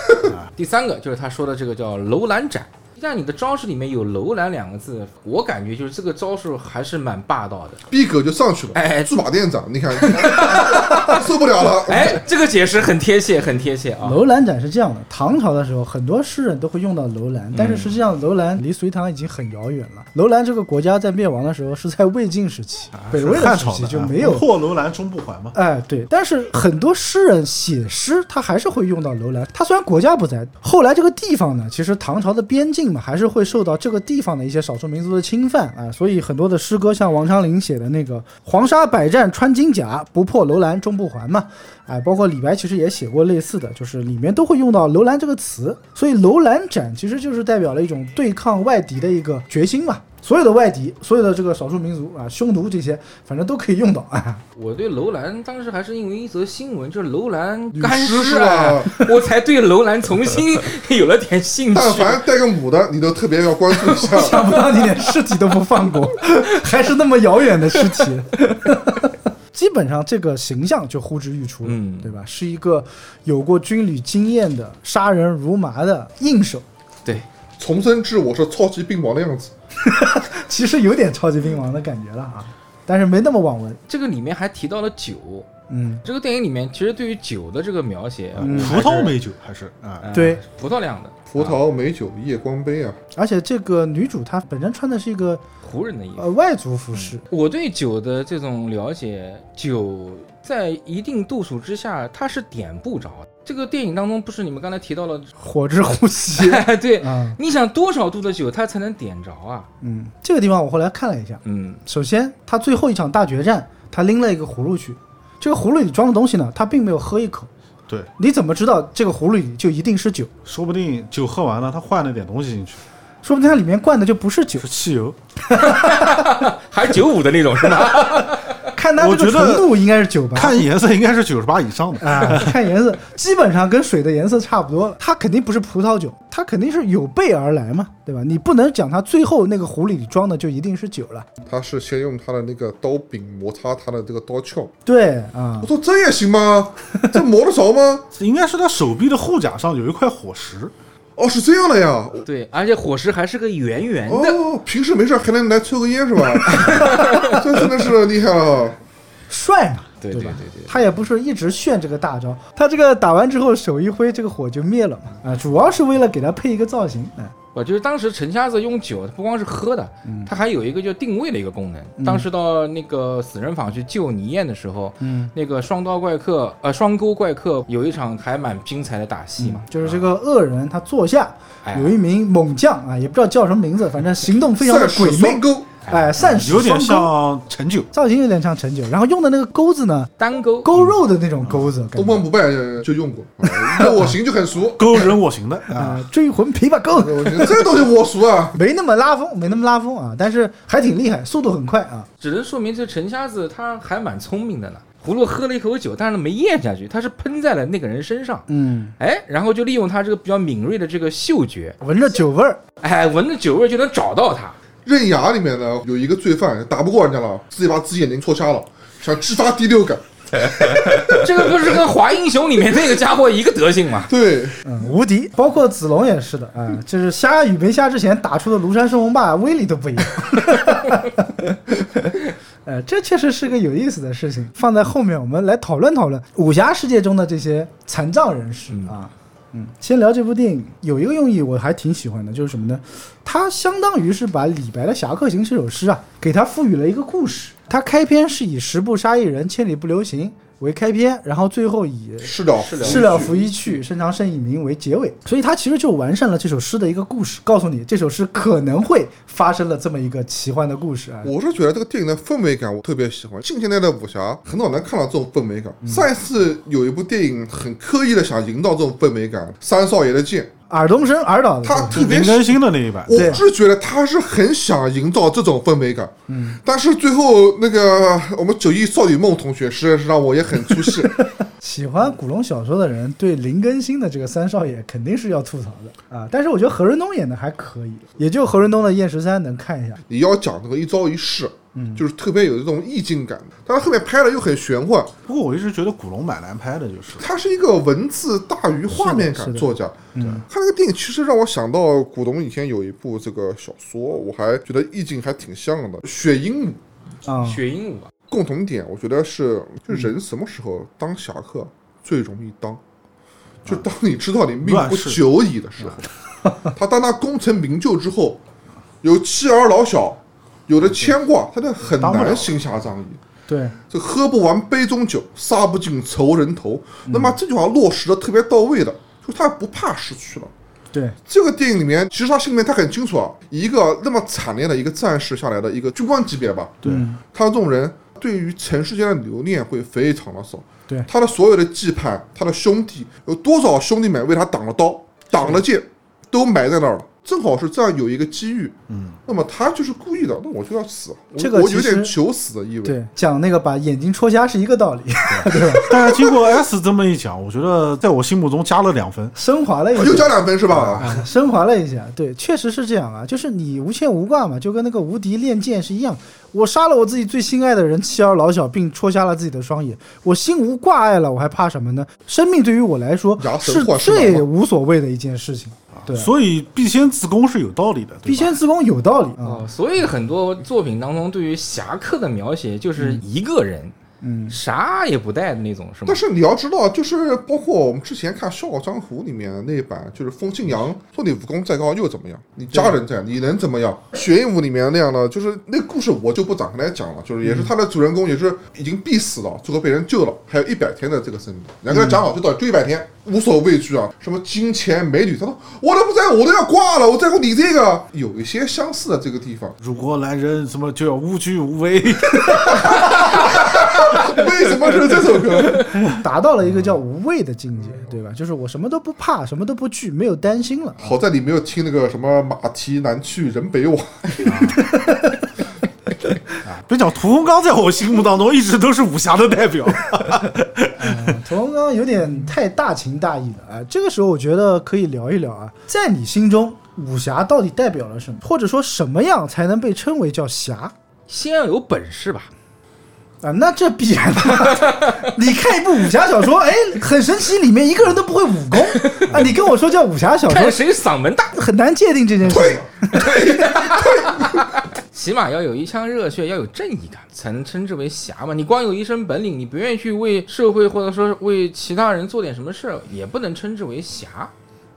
D: 第三个就是他说的这个叫楼兰斩。一旦你的招式里面有楼兰两个字，我感觉就是这个招数还是蛮霸道的。
E: 逼格就上去了。
D: 哎
E: 驻马店长，你看 受不了了。
D: 哎，这个解释很贴切，很贴切啊。
B: 楼兰斩是这样的，唐朝的时候，很多诗人都会用到楼兰，
C: 嗯
B: 但是实际上楼兰离隋唐已经很遥远了。楼兰这个国家在灭亡的时候是在魏晋时期， 北魏
C: 是汉
B: 的时
C: 朝
B: 期
C: 的
B: 就
C: 啊
B: 没有
C: 不破楼兰终不还嘛。
B: 哎，对，但是很多诗人写诗，他还是会用到楼兰。他虽然国家不在，后来这个地方呢，其实唐朝的边境嘛，还是会受到这个地方的一些少数民族的侵犯啊、所以很多的诗歌，像王昌龄写的那个“黄沙百战穿金甲，不破楼兰终不还”嘛，哎、包括李白其实也写过类似的，就是里面都会用到楼兰这个词。所以楼兰斩其实就是代表了一种对抗外敌的一个决心嘛。所有的外敌，所有的这个少数民族啊，匈奴这些，反正都可以用到啊。
D: 我对楼兰当时还是因为一则新闻，就是楼兰
E: 女
D: 干
E: 尸啊
D: 尸
E: 是吧
D: 案，我才对楼兰重新 有了点兴趣。
E: 但凡带个母的，你都特别要关注 一下。
B: 想不到你连尸体都不放过，还是那么遥远的尸体。基本上这个形象就呼之欲出了，
D: 嗯
B: 对吧？是一个有过军旅经验的杀人如麻的硬手，
D: 对，
E: 重生至我是超级病王的样子，
B: 其实有点超级兵王的感觉了啊，但是没那么网文。
D: 这个里面还提到了酒，
B: 嗯，
D: 这个电影里面其实对于酒的这个描写，我
C: 葡
D: 还是
C: 萄嗯美酒还是啊，
D: 哎
B: 对
D: 葡萄酿的
E: 嗯葡
D: 啊
E: 萄美酒夜光杯啊，
B: 而且这个女主她本身穿的是一个
D: 胡人的意思。
B: 呃外族服饰，
D: 我对酒的这种了解，酒在一定度数之下，它是点不着的。这个电影当中不是你们刚才提到了，
B: 火之呼吸
D: 对，
B: 啊，
D: 你想多少度的酒它才能点着啊？
B: 嗯，这个地方我后来看了一下，
D: 嗯，
B: 首先，他最后一场大决战，他拎了一个葫芦去，这个葫芦里装的东西呢，他并没有喝一口。
C: 对，
B: 你怎么知道这个葫芦里就一定是酒？
C: 说不定酒喝完了，他换了点东西进去，
B: 说不定它里面灌的就不是酒
C: 是。汽油。
D: 还是九五的那种是吗？
B: 看它这个
C: 我觉得
B: 纯度应该是酒吧。
C: 看颜色应该是九十八以上的。
B: 啊，看颜色，基本上跟水的颜色差不多了。它肯定不是葡萄酒，它肯定是有备而来嘛，对吧？你不能讲它最后那个壶里装的就一定是酒了。
E: 他是先用他的那个刀柄摩擦他的这个刀鞘。
B: 对啊
E: 我，说这也行吗？这磨得着吗？
C: 应该是他手臂的护甲上有一块火石，
E: 哦，是这样的呀。
D: 对，而且火石还是个圆圆的。
E: 哦，平时没事还能来抽个烟是吧？ 这真的是厉害了。
B: 帅嘛，
D: 对
B: 吧？
D: 对对对，
B: 他也不是一直炫这个大招，他这个打完之后手一挥，这个火就灭了嘛。啊、主要是为了给他配一个造型。哎、
D: 我就是当时陈瞎子用酒，它不光是喝的，它还有一个叫定位的一个功能。当时到那个死人坊去救倪燕的时候，
B: 嗯，
D: 那个双刀怪客，呃，双钩怪客有一场还蛮精彩的打戏嘛，
B: 就是这个恶人，他座下
D: 哎
B: 有一名猛将啊，也不知道叫什么名字，反正行动 非常的
E: 赛事
B: 鬼
E: 双
B: 魅，
E: 钩，
B: 哎，善使
C: 有点
B: 双钩，
C: 像陈酒。
B: 造型有点像陈九，然后用的那个钩子呢，
D: 单钩
B: 勾肉的那种钩子，
E: 东
B: 感觉
E: 方不败就用过，啊那我行就很熟。
C: 勾人我行的啊，
B: 啊，追魂琵琶钩，
E: 我觉得这东西我熟啊。
B: 没那么拉风，没那么拉风啊，但是还挺厉害，速度很快啊。
D: 只能说明这陈瞎子他还蛮聪明的呢。葫芦喝了一口酒，但是没咽下去，他是喷在了那个人身上。
B: 嗯，
D: 哎，然后就利用他这个比较敏锐的这个嗅觉，
B: 闻着酒味儿，
D: 哎，闻着酒味就能找到他。
E: 刃牙里面呢有一个罪犯打不过人家了，自己把自己眼睛戳瞎了，想激发第六感。
D: 这个不是跟《华英雄》里面那个家伙一个德行吗？
E: 对，
B: 嗯，无敌。包括子龙也是的啊，就是瞎与没瞎之前打出的庐山升龙霸威力都不一样。呃，这确实是个有意思的事情，放在后面我们来讨论讨论武侠世界中的这些残障人士啊。嗯，先聊这部电影有一个用意我还挺喜欢的，就是什么呢？它相当于是把李白的《侠客行》这首诗啊，给它赋予了一个故事。它开篇是以“十步杀一人，千里不留行”为开篇，然后最后以
E: 是的，
B: 事了拂衣去，深藏身以明为结尾，所以它其实就完善了这首诗的一个故事，告诉你这首诗可能会发生了这么一个奇幻的故事啊。
E: 我是觉得这个电影的氛围感我特别喜欢。近现代的武侠很少能看到这种氛围感。上一次有一部电影很刻意的想营造这种氛围感，《三少爷的剑》
B: 尔冬升尔导的
E: 他
B: 对
E: 特别
C: 林更新的那一版，
E: 我是觉得他是很想营造这种氛围感，嗯，但是最后那个我们九一少女梦同学实在是让我也很出 戏，
B: 喜欢古龙小说的人对林更新的这个三少爷肯定是要吐槽的啊。但是我觉得何润东演的还可以，也就何润东的《燕十三》能看一下。
E: 你要讲那个一招一式，嗯，就是特别有这种意境感，但是后面拍了又很玄幻，
C: 不过我一直觉得古龙蛮难拍的，就是
E: 他是一个文字大于画面
B: 是
E: 感
B: 的
E: 作家。对，他那个电影其实让我想到古董以前有一部这个小说，我还觉得意境还挺像的，《雪鹦鹉》。
B: 啊、
D: 雪鹦鹉啊，
E: 共同点，我觉得是，就人什么时候当侠客最容易当，就当你知道你命
C: 乱
E: 不
C: 世
E: 久矣的时候。他当他功成名就之后，有妻儿老小，有了牵挂，他就很
C: 当不了
E: 难行侠仗义。
B: 对，
E: 这喝不完杯中酒，杀不尽仇人头。
B: 嗯
E: 那么这句话落实的特别到位的，就他不怕失去了。
B: 对，
E: 这个电影里面，其实他心里面他很清楚啊，一个那么惨烈的一个战士下来的一个军官级别吧，
C: 对
E: 他这种人对于尘世间的留恋会非常的少。
B: 对
E: 他的所有的羁绊，他的兄弟有多少兄弟们为他挡了刀、挡了剑，都埋在那儿了。正好是这样有一个机遇，嗯，那么他就是故意的，那我就要死，我
B: 这个
E: 我
B: 其
E: 有点
B: 实
E: 求死的意味。
B: 对，讲那个把眼睛戳瞎是一个道理，
C: 但是经过 S 这么一讲，我觉得在我心目中加了两分。
B: 升华了一
E: 我哎又
B: 下
E: 加。两分是吧？
B: 啊升华了一下，对，确实是这样啊，就是你无牵无挂嘛，就跟那个无敌练剑是一样。我杀了我自己最心爱的人，妻儿老小，并戳瞎了自己的双眼，我心无挂碍了，我还怕什么呢？生命对于我来说
E: 牙神
B: 是
E: 话是吧
B: 最无所谓的一件事情。对，啊
C: 所以必先自宫是有道理的，对吧
B: 必先自宫有道理啊
D: 哦，，所以很多作品当中对于侠客的描写就是一个人，
B: 嗯，
D: 啥也不带的那种，是吗
E: 但？是你要知道，就是包括我们之前看《笑傲江湖》里面的那一版，就是风清扬说你武功再高又怎么样？你家人在，你能怎么样？《雪鹦鹉》里面那样的，就是那故事我就不展开来讲了，就是也是他的主人公也是已经必死了，最后被人救了，还有一百天的这个生命，两个人讲好就到就一百天，无所畏惧啊！什么金钱美女，他说我都不在乎，我都要挂了，我在乎你这个，有一些相似的这个地方，
C: 如果男人什么就要无惧无畏，
E: 为什么是这首歌？
B: 啊达到了一个叫无畏的境界，对吧？就是我什么都不怕，什么都不惧，没有担心了。
E: 好在你没有听那个什么马蹄南去人北往。
C: 别讲屠洪刚，在我心目当中一直都是武侠的代表。
B: 屠洪刚有点太大情大义了啊！这个时候我觉得可以聊一聊啊，在你心中武侠到底代表了什么，或者说什么样才能被称为叫侠
D: 先要有本事吧。
B: 啊？那这必然的。 你看一部武侠小说，哎，很神奇，里面一个人都不会武功啊！你跟我说叫武侠小
D: 看
B: 说，
D: 谁嗓门大，
B: 很难界定这件事情。
D: 起码要有一腔热血，要有正义感，才能称之为侠嘛。你光有一身本领，你不愿意去为社会或者说为其他人做点什么事儿，也不能称之为侠。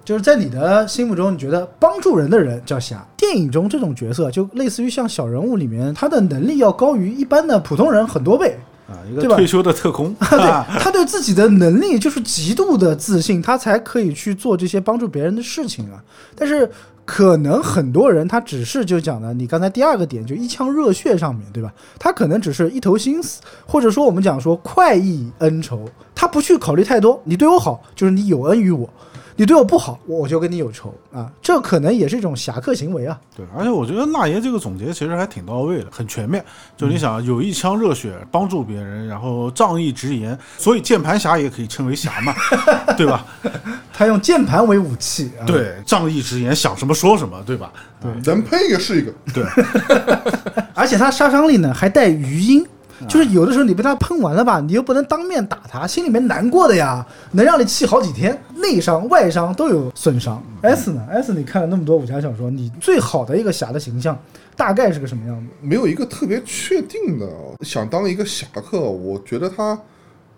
B: 就是在你的心目中，你觉得帮助人的人叫侠。电影中这种角色，就类似于像小人物里面，他的能力要高于一般的普通人很多倍。
C: 啊，一个
B: 对吧
C: 退休的特工，
B: 他 对他对自己的能力就是极度的自信，他才可以去做这些帮助别人的事情啊。但是可能很多人他只是就讲的你刚才第二个点，就一腔热血上面对吧？他可能只是一头心思，或者说我们讲说快意恩仇，他不去考虑太多。你对我好，就是你有恩于我。你对我不好，我我就跟你有仇啊！这可能也是一种侠客行为啊。
C: 对，而且我觉得辣爷这个总结其实还挺到位的，很全面。就你想，有一腔热血，帮助别人，然后仗义直言，所以键盘侠也可以称为侠嘛，对吧？
B: 他用键盘为武器啊。，
C: 对，仗义直言，想什么说什么，对吧？
E: 能喷一个是一个，
C: 对，
B: 而且他杀伤力呢还带余音，就是有的时候你被他喷完了吧，你又不能当面打他，心里面难过的呀，能让你气好几天，内伤外伤都有损伤。S
E: 嗯
B: 呢？S 你看了那么多武侠小说，你最好的一个侠的形象大概是个什么样子？
E: 没有一个特别确定的。想当一个侠客，我觉得他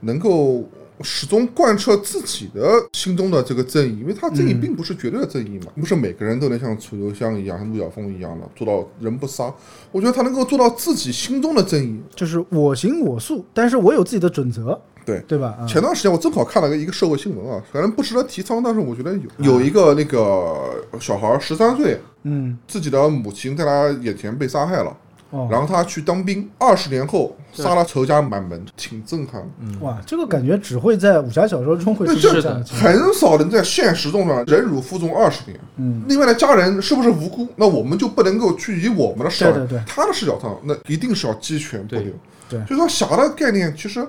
E: 能够始终贯彻自己的心中的这个正义，因为他正义并不是绝对的正义嘛，不是每个人都能像楚留香一样、像陆小凤一样的做到人不杀。我觉得他能够做到自己心中的正义。
B: 就是我行我素，但是我有自己的准则，
E: 对。
B: 对吧？啊、
E: 前段时间我正好看了个一个社会新闻啊，反正不值得提倡，但是我觉得有有一个那个小孩十三岁，
B: 嗯，
E: 自己的母亲在他眼前被杀害了，
B: 哦
E: 然后他去当兵，二十年后
D: 对
E: 杀了仇家满门，挺震撼的。
B: 哇，这个感觉只会在武侠小说中会
E: 对
B: 出现
E: 这
B: 这样的情况。
E: 很少能在现实中呢忍辱负重二十年。
B: 嗯，
E: 另外呢，家人是不是无辜？那我们就不能够去以我们的视角，
B: 对对对
E: 他的视角上，那一定是要鸡犬不留。
B: 对对
E: 所以说侠的概念其实。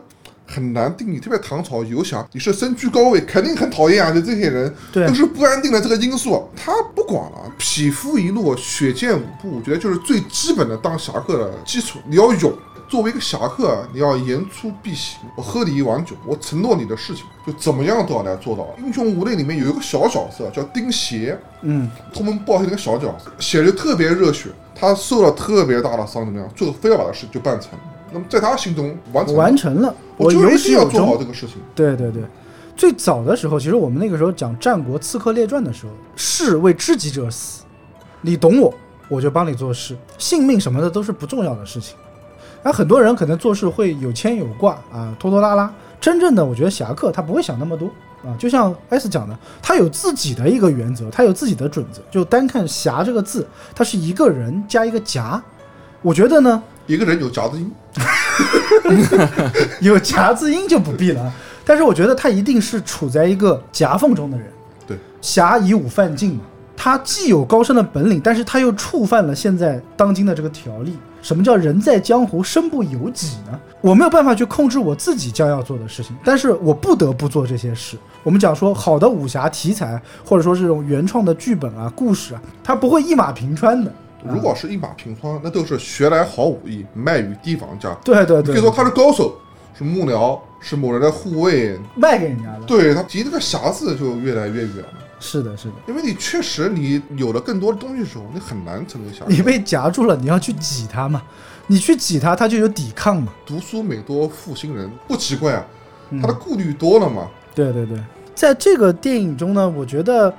E: 很难定义，特别唐朝游侠，你是身居高位，肯定很讨厌啊！就这些人，
B: 对
E: 都是不安定的这个因素，啊他不管了，匹夫一怒，血溅五步，我觉得就是最基本的当侠客的基础，你要勇。作为一个侠客，你要言出必行。我喝你一碗酒，我承诺你的事情，就怎么样都要来做到。英雄无泪里面有一个小角色叫丁邪，
B: 嗯，
E: 同盟报信那个小角色，血就特别热血，他受了特别大的伤，怎么样，最后非要把这事就办成。那么在他心中
B: 我
E: 完成了，
B: 完成了，
E: 我就
B: 有
E: 一
B: 始
E: 定要
B: 有
E: 做好
B: 终。
E: 这个事情。
B: 对对对，最早的时候，其实我们那个时候讲战国刺客列传的时候，士为知己者死，你懂我，我就帮你做事，性命什么的都是不重要的事情。那很多人可能做事会有牵有挂啊，拖拖拉拉。真正的我觉得侠客他不会想那么多啊，就像 S 讲的，他有自己的一个原则，他有自己的准则。就单看“侠”这个字，它是一个人加一个“夹”，我觉得呢，
E: 一个人有夹子音，
B: 有夹字音就不必了。但是我觉得他一定是处在一个夹缝中的人。
E: 对，
B: 侠以武犯禁嘛，他既有高深的本领，但是他又触犯了现在当今的这个条例。什么叫人在江湖身不由己呢？我没有办法去控制我自己将要做的事情，但是我不得不做这些事。我们讲说，好的武侠题材，或者说是这种原创的剧本啊、故事啊，它不会一马平川的。啊
E: 如果是一马平川，那都是学来好武艺，卖与提防家。
B: 对对
E: 可
B: 对，
E: 以说他是高手，是幕僚，是某人的护卫。
B: 卖给人家了。
E: 对他离这个匣子就越来越远了，
B: 是的，是的。
E: 因为你确实你有了更多的东西的时候，你很难成为侠
B: 你
E: 客。
B: 被夹住了，你要去挤它嘛，你去挤它，它就有抵抗嘛。
E: 读书美多负心人，不奇怪啊，
B: 嗯
E: 他的顾虑多了嘛。
B: 对对对，在这个电影中呢，我觉得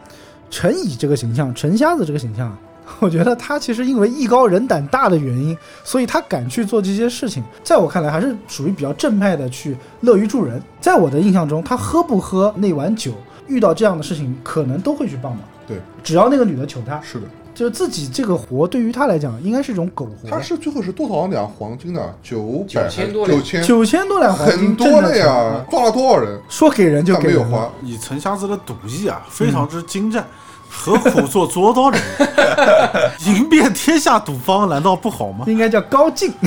B: 陈乙这个形象，陈瞎子这个形象啊， 我觉得他其实因为艺高人胆大的原因，所以他敢去做这些事情。在我看来，还是属于比较正派的，去乐于助人。在我的印象中，他喝不喝那碗酒，遇到这样的事情，可能都会去帮忙。
E: 对，
B: 只要那个女的求他，
E: 是的，
B: 就自己这个活对于他来讲，应该是一种苟活。
E: 他是最后是多少两黄金的？九百
D: 9000多两
E: 九千，
B: 九千多两黄金，
E: 很多
B: 挣
E: 了
B: 啊得
E: 呀
B: 着，
E: 花了多少人？
B: 说给人就
E: 但
B: 给
E: 没有
B: 人了
E: 花。
C: 以陈瞎子的赌艺啊，非常之精湛，何苦做捉刀 人？赢遍天下赌坊，难道不好吗？
B: 应该叫高进。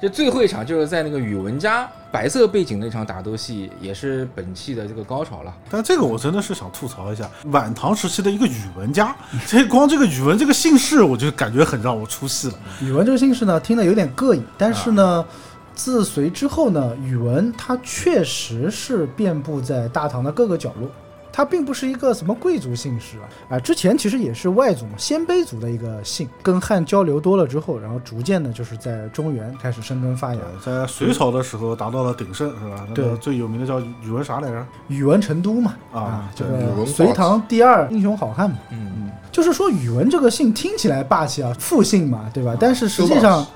D: 就最后一场就是在那个宇文家白色背景那场打斗戏，也是本期的这个高潮了。
C: 但这个我真的是想吐槽一下，晚唐时期的一个宇文家， 这光这个宇文这个姓氏，我就感觉很让我出戏了。
B: 语文这个姓氏呢，听得有点膈应，但是呢，自隋之后呢，语文它确实是遍布在大唐的各个角落。它并不是一个什么贵族姓氏啊，啊，之前其实也是外族嘛，鲜卑族的一个姓，跟汉交流多了之后，然后逐渐的就是在中原开始生根发芽。
C: 呃在隋朝的时候达到了鼎盛，是吧？那
B: 对
C: 个最有名的叫宇文啥来着？
B: 宇文成都嘛，
C: 啊
B: 啊，这
C: 对
E: 宇
B: 个
E: 文
B: 隋
E: 化
B: 唐第二英雄好汉嘛，
D: 嗯，
B: 就是说宇文这个姓听起来霸气啊，复姓嘛，对吧？但是实际
E: 都霸
B: 上，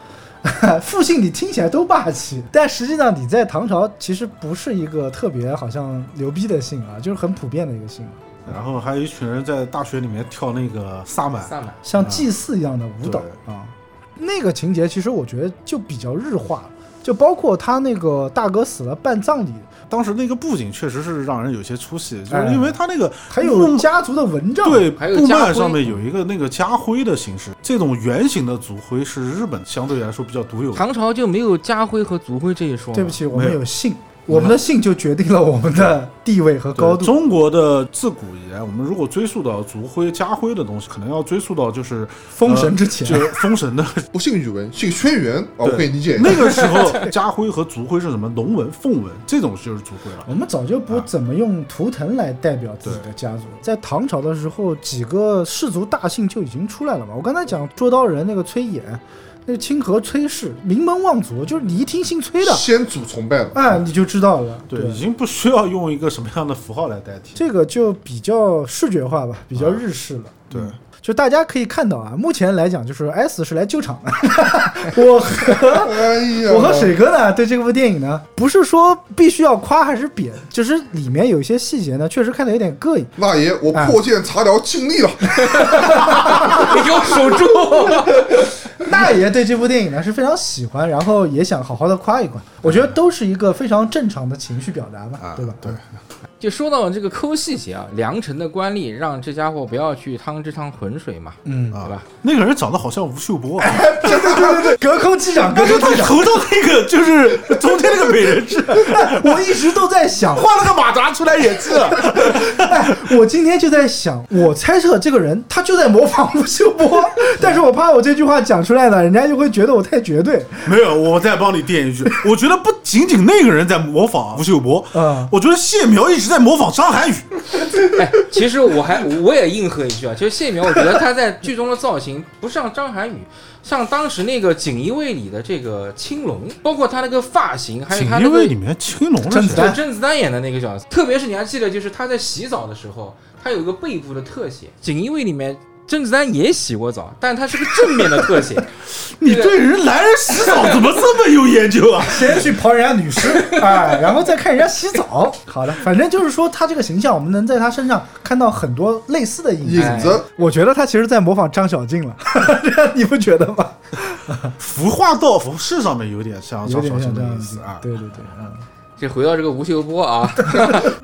B: 复姓你听起来都霸气，但实际上你在唐朝其实不是一个特别好像牛逼的姓啊，就是很普遍的一个姓，啊
C: 然后还有一群人在大学里面跳那个萨
B: 嗯
C: 满，
D: 萨满
B: 像祭祀一样的舞蹈
C: 对
B: 啊。那个情节其实我觉得就比较日化了，就包括他那个大哥死了办葬礼，
C: 当时那个布景确实是让人有些出戏，就
B: 哎
C: 是因为他那个
B: 还
C: 布
B: 有家族的文章，
C: 对
D: 还有
C: 布
D: 家
C: 幔
D: 徽
C: 上面有一个那个家徽的形式，这种圆形的族徽是日本相对来说比较独有的。
D: 唐朝就没有家徽和族徽这一说吗。
B: 对不起，我们
C: 没有
B: 有姓，我们的姓就决定了我们的地位和高
C: 对
B: 度。
C: 中国的自古以来，我们如果追溯到族徽、家徽的东西，可能要追溯到就是呃
B: 封神之前
C: 就是封神 的
E: 不姓宇文，姓轩辕啊，我
C: 对
E: 可以理解。
C: 那个时候，家徽和族徽是什么？龙纹、凤纹这种就是族徽了。
B: 我们早就
C: 啊
B: 不怎么用图腾来代表自己的家族，在唐朝的时候，几个氏族大姓就已经出来了嘛。我刚才讲捉刀人那个崔琰，那个清河崔氏，名门望族，就是你一听姓崔的，
E: 先祖崇拜了，
B: 哎，你就知道了。
C: 对，已经不需要用一个什么样的符号来代替。
B: 这个就比较视觉化吧，比较日式了。嗯
C: 对，
B: 就大家可以看到啊，目前来讲，就是 S 是来救场 的， 我和
E: 哎呀，
B: 我和水哥呢，对这部电影呢，不是说必须要夸还是贬，就是里面有一些细节呢，确实看得有点膈应。
E: 大爷，我破剑茶寮尽力了。
D: 你给我守住！
B: 大爷对这部电影呢是非常喜欢，然后也想好好的夸一夸。我觉得都是一个非常正常的情绪表达吧，对吧？ 对，
D: 就说到这个抠细节啊，良辰的官吏让这家伙不要去趟这趟浑水嘛，
B: 嗯，
D: 对吧？
C: 那个人长得好像吴秀波、啊，
B: 隔空击掌，隔
C: 就
B: 空
C: 他
B: 击掌。
C: 头上那个就是中间那个美人 痣，
B: 我一直都在想，
C: 画了个马扎出来演技了。
B: 哎，我今天就在想，我猜测这个人他就在模仿吴秀波， 但是我怕我这句话讲出来呢，人家就会觉得我太绝对。
C: 没有，我再帮你垫一句，我觉得不仅仅那个人在模仿吴秀波，
B: 嗯
C: 我觉得谢苗一直在模仿张涵予。
D: 哎， 其实我还我也应和一句啊，其实谢苗，我觉得他在剧中的造型不像张涵予，像当时那个锦衣卫里的这个青龙，包括他那个发型，还有
C: 锦
D: 他
C: 衣
D: 那个
C: 卫里面青龙
B: 甄
C: 是
B: 子
C: 谁
B: 丹
D: 对甄子丹演的那个角色，特别是你还记得，就是他在洗澡的时候，他有一个背部的特写，《锦衣卫》里面甄子丹也洗过澡，但他是个正面的特写，
C: 你
D: 对
C: 对人男人洗澡怎么这么有 研究啊？
B: 先去刨人家女 尸，哎，然后再看人家洗澡。好的，反正就是说他这个形象，我们能在他身上看到很多类似的影
E: 影
B: 子。
E: 子
B: 我觉得他其实在模仿张小 静了，你不觉得吗？
C: 服化道服饰上面有点像
B: 有
C: 张
B: 点
C: 小
B: 像
C: 青
B: 这
C: 的
B: 样
C: 意
B: 子
C: 思啊。
B: 对对对，嗯，
D: 这回到这个吴秀波 啊，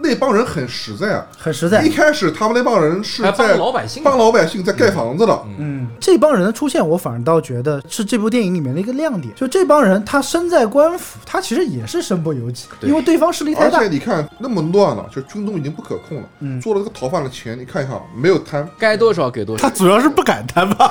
E: 那帮人很实在啊。
B: 很实在
E: 一。开始他们那帮人是
D: 还帮
E: 在
D: 老百姓
E: 帮老百姓在盖房子的，
B: 嗯，这帮人的出现，我反而倒觉得是这部电影里面的一个亮点。就这帮人，他身在官府，他其实也是身不由己，
D: 对
B: 因为对方势力太
E: 而
B: 大
E: 且。你看那么乱了，就军中已经不可控了。
B: 嗯
E: 做了这个逃犯的钱，你看一下没有贪，
D: 该多少给多
C: 他
D: 少。
C: 主要是不敢担吧，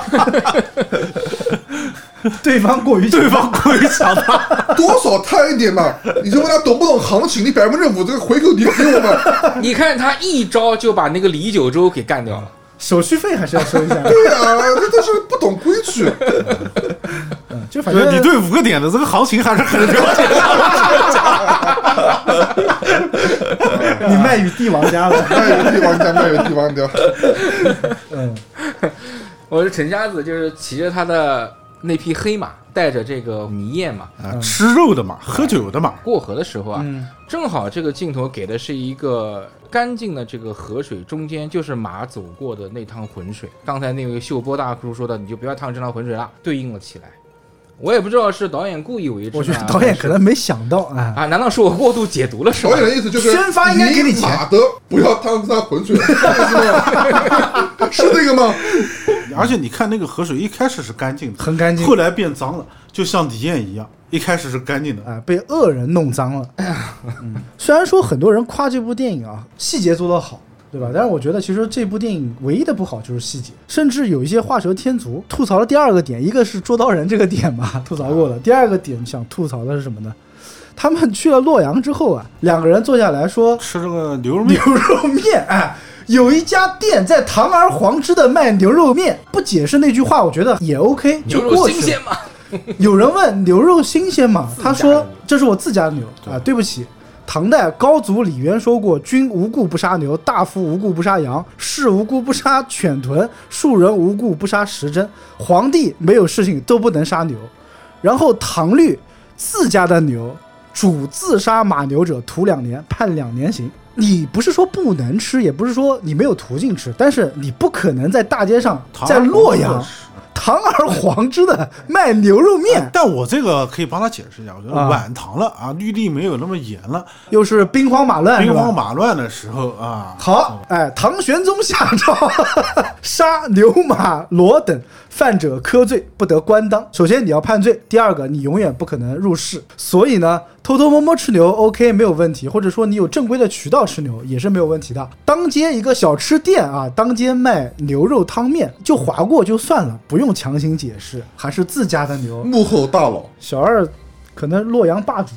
B: 对方过于
C: 对方过 于强大。
E: 多少贪一点嘛。你就问他懂不懂行情，你百分之五这个回扣你给我们，
D: 你看他一招就把那个李九州给干掉了，
B: 手续费还是要 收一下的，
E: 对啊，这都是不懂规矩。
B: 嗯就反正
C: 对你对五个点的这个行情还是很了解。
B: 你卖与帝王家了，
E: 卖有地方掉，卖有地方掉。
B: 嗯，
D: 我是陈瞎子，就是骑着他的那匹黑马，带着这个泥燕嘛。
C: 啊吃肉的嘛，喝酒的嘛，
D: 过河的时候啊，
B: 嗯
D: 正好这个镜头给的是一个干净的这个河水，中间就是马走过的那趟浑水。刚才那位秀波大叔说的，你就不要趟这趟浑水了，对应了起来。我也不知道是导演故意为之呢，
B: 我觉得导演
D: 还是
B: 可能没想到啊，
D: 啊，难道是我过度解 读了是
E: 导
D: 吧？
E: 演的意思就是，
B: 宣发应该给你钱
E: 马的不要趟这趟浑水，是吗 是这个吗？
C: 而且你看那个河水一开始是干净的，
B: 很干净
C: 后来变脏了，就像李艳一样，一开始是干净的，哎
B: 啊，被恶人弄脏 了。嗯虽然说很多人夸这部电影啊，细节做得好，对吧？但是我觉得其实这部电影唯一的不好就是细节，甚至有一些画蛇添足。吐槽的第二个点，一个是捉刀人这个点嘛，吐槽过
D: 啊
B: 了。第二个点想吐槽的是什么呢？他们去了洛阳之后啊，两个人坐下来 说
C: 吃这个牛肉面
B: 牛。肉面，哎，有一家店在堂而皇之的卖牛肉面，不解释那句话，我觉得也 OK，就
D: 牛肉
B: 过
D: 新
B: 去了
D: 鲜。嘛，
B: 有人问牛肉新鲜吗？他
D: 自家
B: 说
D: 的牛
B: 这是我自家的牛啊，对不起。唐代高祖李渊说过：“君无故不杀牛，大夫无故不杀羊，士无故不杀犬豚，庶人无故不杀时珍。皇帝没有事情都不能杀牛。”然后唐律自家的牛，主自杀马牛者，徒两年，判两年刑。你不是说不能吃，也不是说你没有途径吃，但是你不可能在大街上，
C: 堂而
B: 在
C: 皇之
B: 洛
C: 的
B: 阳
C: 吃
B: 堂而皇之的卖牛肉面，
C: 但我这个可以帮他解释一下，我觉得
B: 啊
C: 晚唐了啊，律例没有那么严了，
B: 又是兵荒马乱，
C: 兵荒
B: 是吧。
C: 马乱的时候啊，
B: 好，哎，唐玄宗下诏， 杀牛马骡等犯者科罪，不得官当。首先你要判罪，第二个你永远不可能入仕。所以呢，偷偷摸摸吃牛，OK 没有问题，或者说你有正规的渠道吃牛也是没有问题的。当街一个小吃店啊，当街卖牛肉汤面就划过就算了，不用强行解释，还是自家的牛。
E: 幕后大佬，
B: 小二可能洛阳霸主，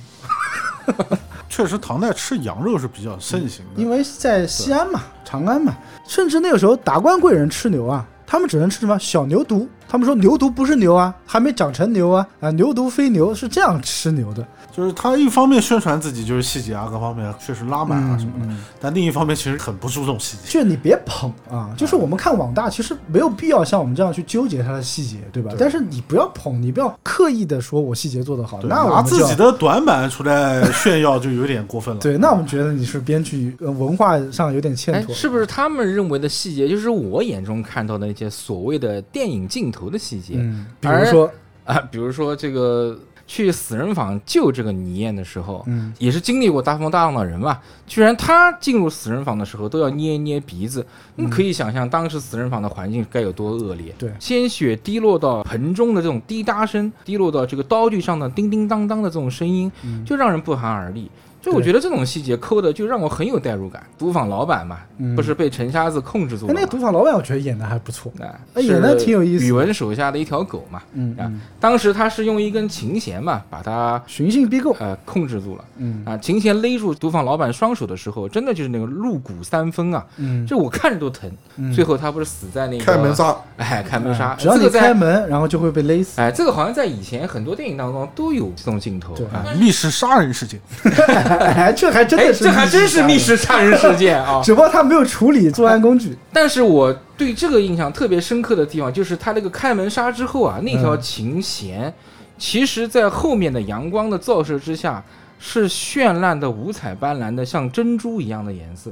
C: 确实唐代吃羊肉是比较盛行的
B: 嗯因。为在西安嘛、长安嘛，甚至那个时候达官贵人吃牛啊，他们只能吃什么小牛犊。他们说牛犊不是牛啊，还没长成牛啊，啊，牛犊非牛是这样吃牛的。
C: 就是他一方面宣传自己就是细节啊，各方面确实拉满
B: 嗯
C: 啊什么的，但另一方面其实很不注重细节。
B: 就你别捧啊，就是我们看网大，其实没有必要像我们这样去纠结它的细节，对吧？但是你不要捧，你不要刻意的说我细节做得好，
C: 对
B: 那我
C: 拿
B: 们就
C: 自己的短板出来炫耀就有点过分了。
B: 对，那我们觉得你是编剧呃文化上有点欠
D: 哎，
B: 妥。
D: 是不是他们认为的细节，就是我眼中看到的那些所谓的电影镜头的细节，
B: 嗯，比
D: 而
B: 如说，
D: 啊，比如说这个去死人坊救这个倪燕的时候，
B: 嗯，
D: 也是经历过大风大浪的人嘛，居然他进入死人坊的时候都要捏一捏鼻子，你可以想象当时死人坊的环境该有多恶劣。
B: 嗯对
D: 鲜血滴落到盆中的这种滴答声，滴落到这个刀具上的叮叮当当的这种声音，就让人不寒而栗。所以我
B: 嗯对
D: 觉得这种细节抠的就让我很有代入感。赌坊老板嘛，
B: 嗯
D: 不是被陈瞎子控制住
B: 哎
D: 了嘛？
B: 那个赌坊老板我觉得演的还不错，
D: 啊
B: 哎演得挺有意思的
D: 宇文手下的一条狗嘛，
B: 嗯
D: 啊
B: 嗯，
D: 当时他是用一根琴弦嘛，把他
B: 寻衅逼购，
D: 呃控制住了。
B: 嗯
D: 啊，琴弦勒住赌坊老板双手的时候，真的就是那个入骨三分啊！
B: 嗯，
D: 这我看着都疼。
B: 嗯
D: 最后他不是死在那个
E: 开门杀，
D: 哎，开门杀。
B: 只要
D: 这
B: 你
D: 个
B: 开
D: 在
B: 门，然后就会被勒死。
D: 哎，这个好像在以前很多电影当中都有这种镜头
B: 对
D: 啊。
C: 密室杀人事件，
B: 哎，这还真
D: 哎，
B: 的是，
D: 这还真是密，室杀人事件啊！
B: 只不过他没有处理作案工 具。
D: 但是我对这个印象特别深刻的地方，就是他那个开门杀之后啊，那条琴弦，其实在后面的阳光的照射之下，是绚烂的、五彩斑斓的，像珍珠一样的颜色。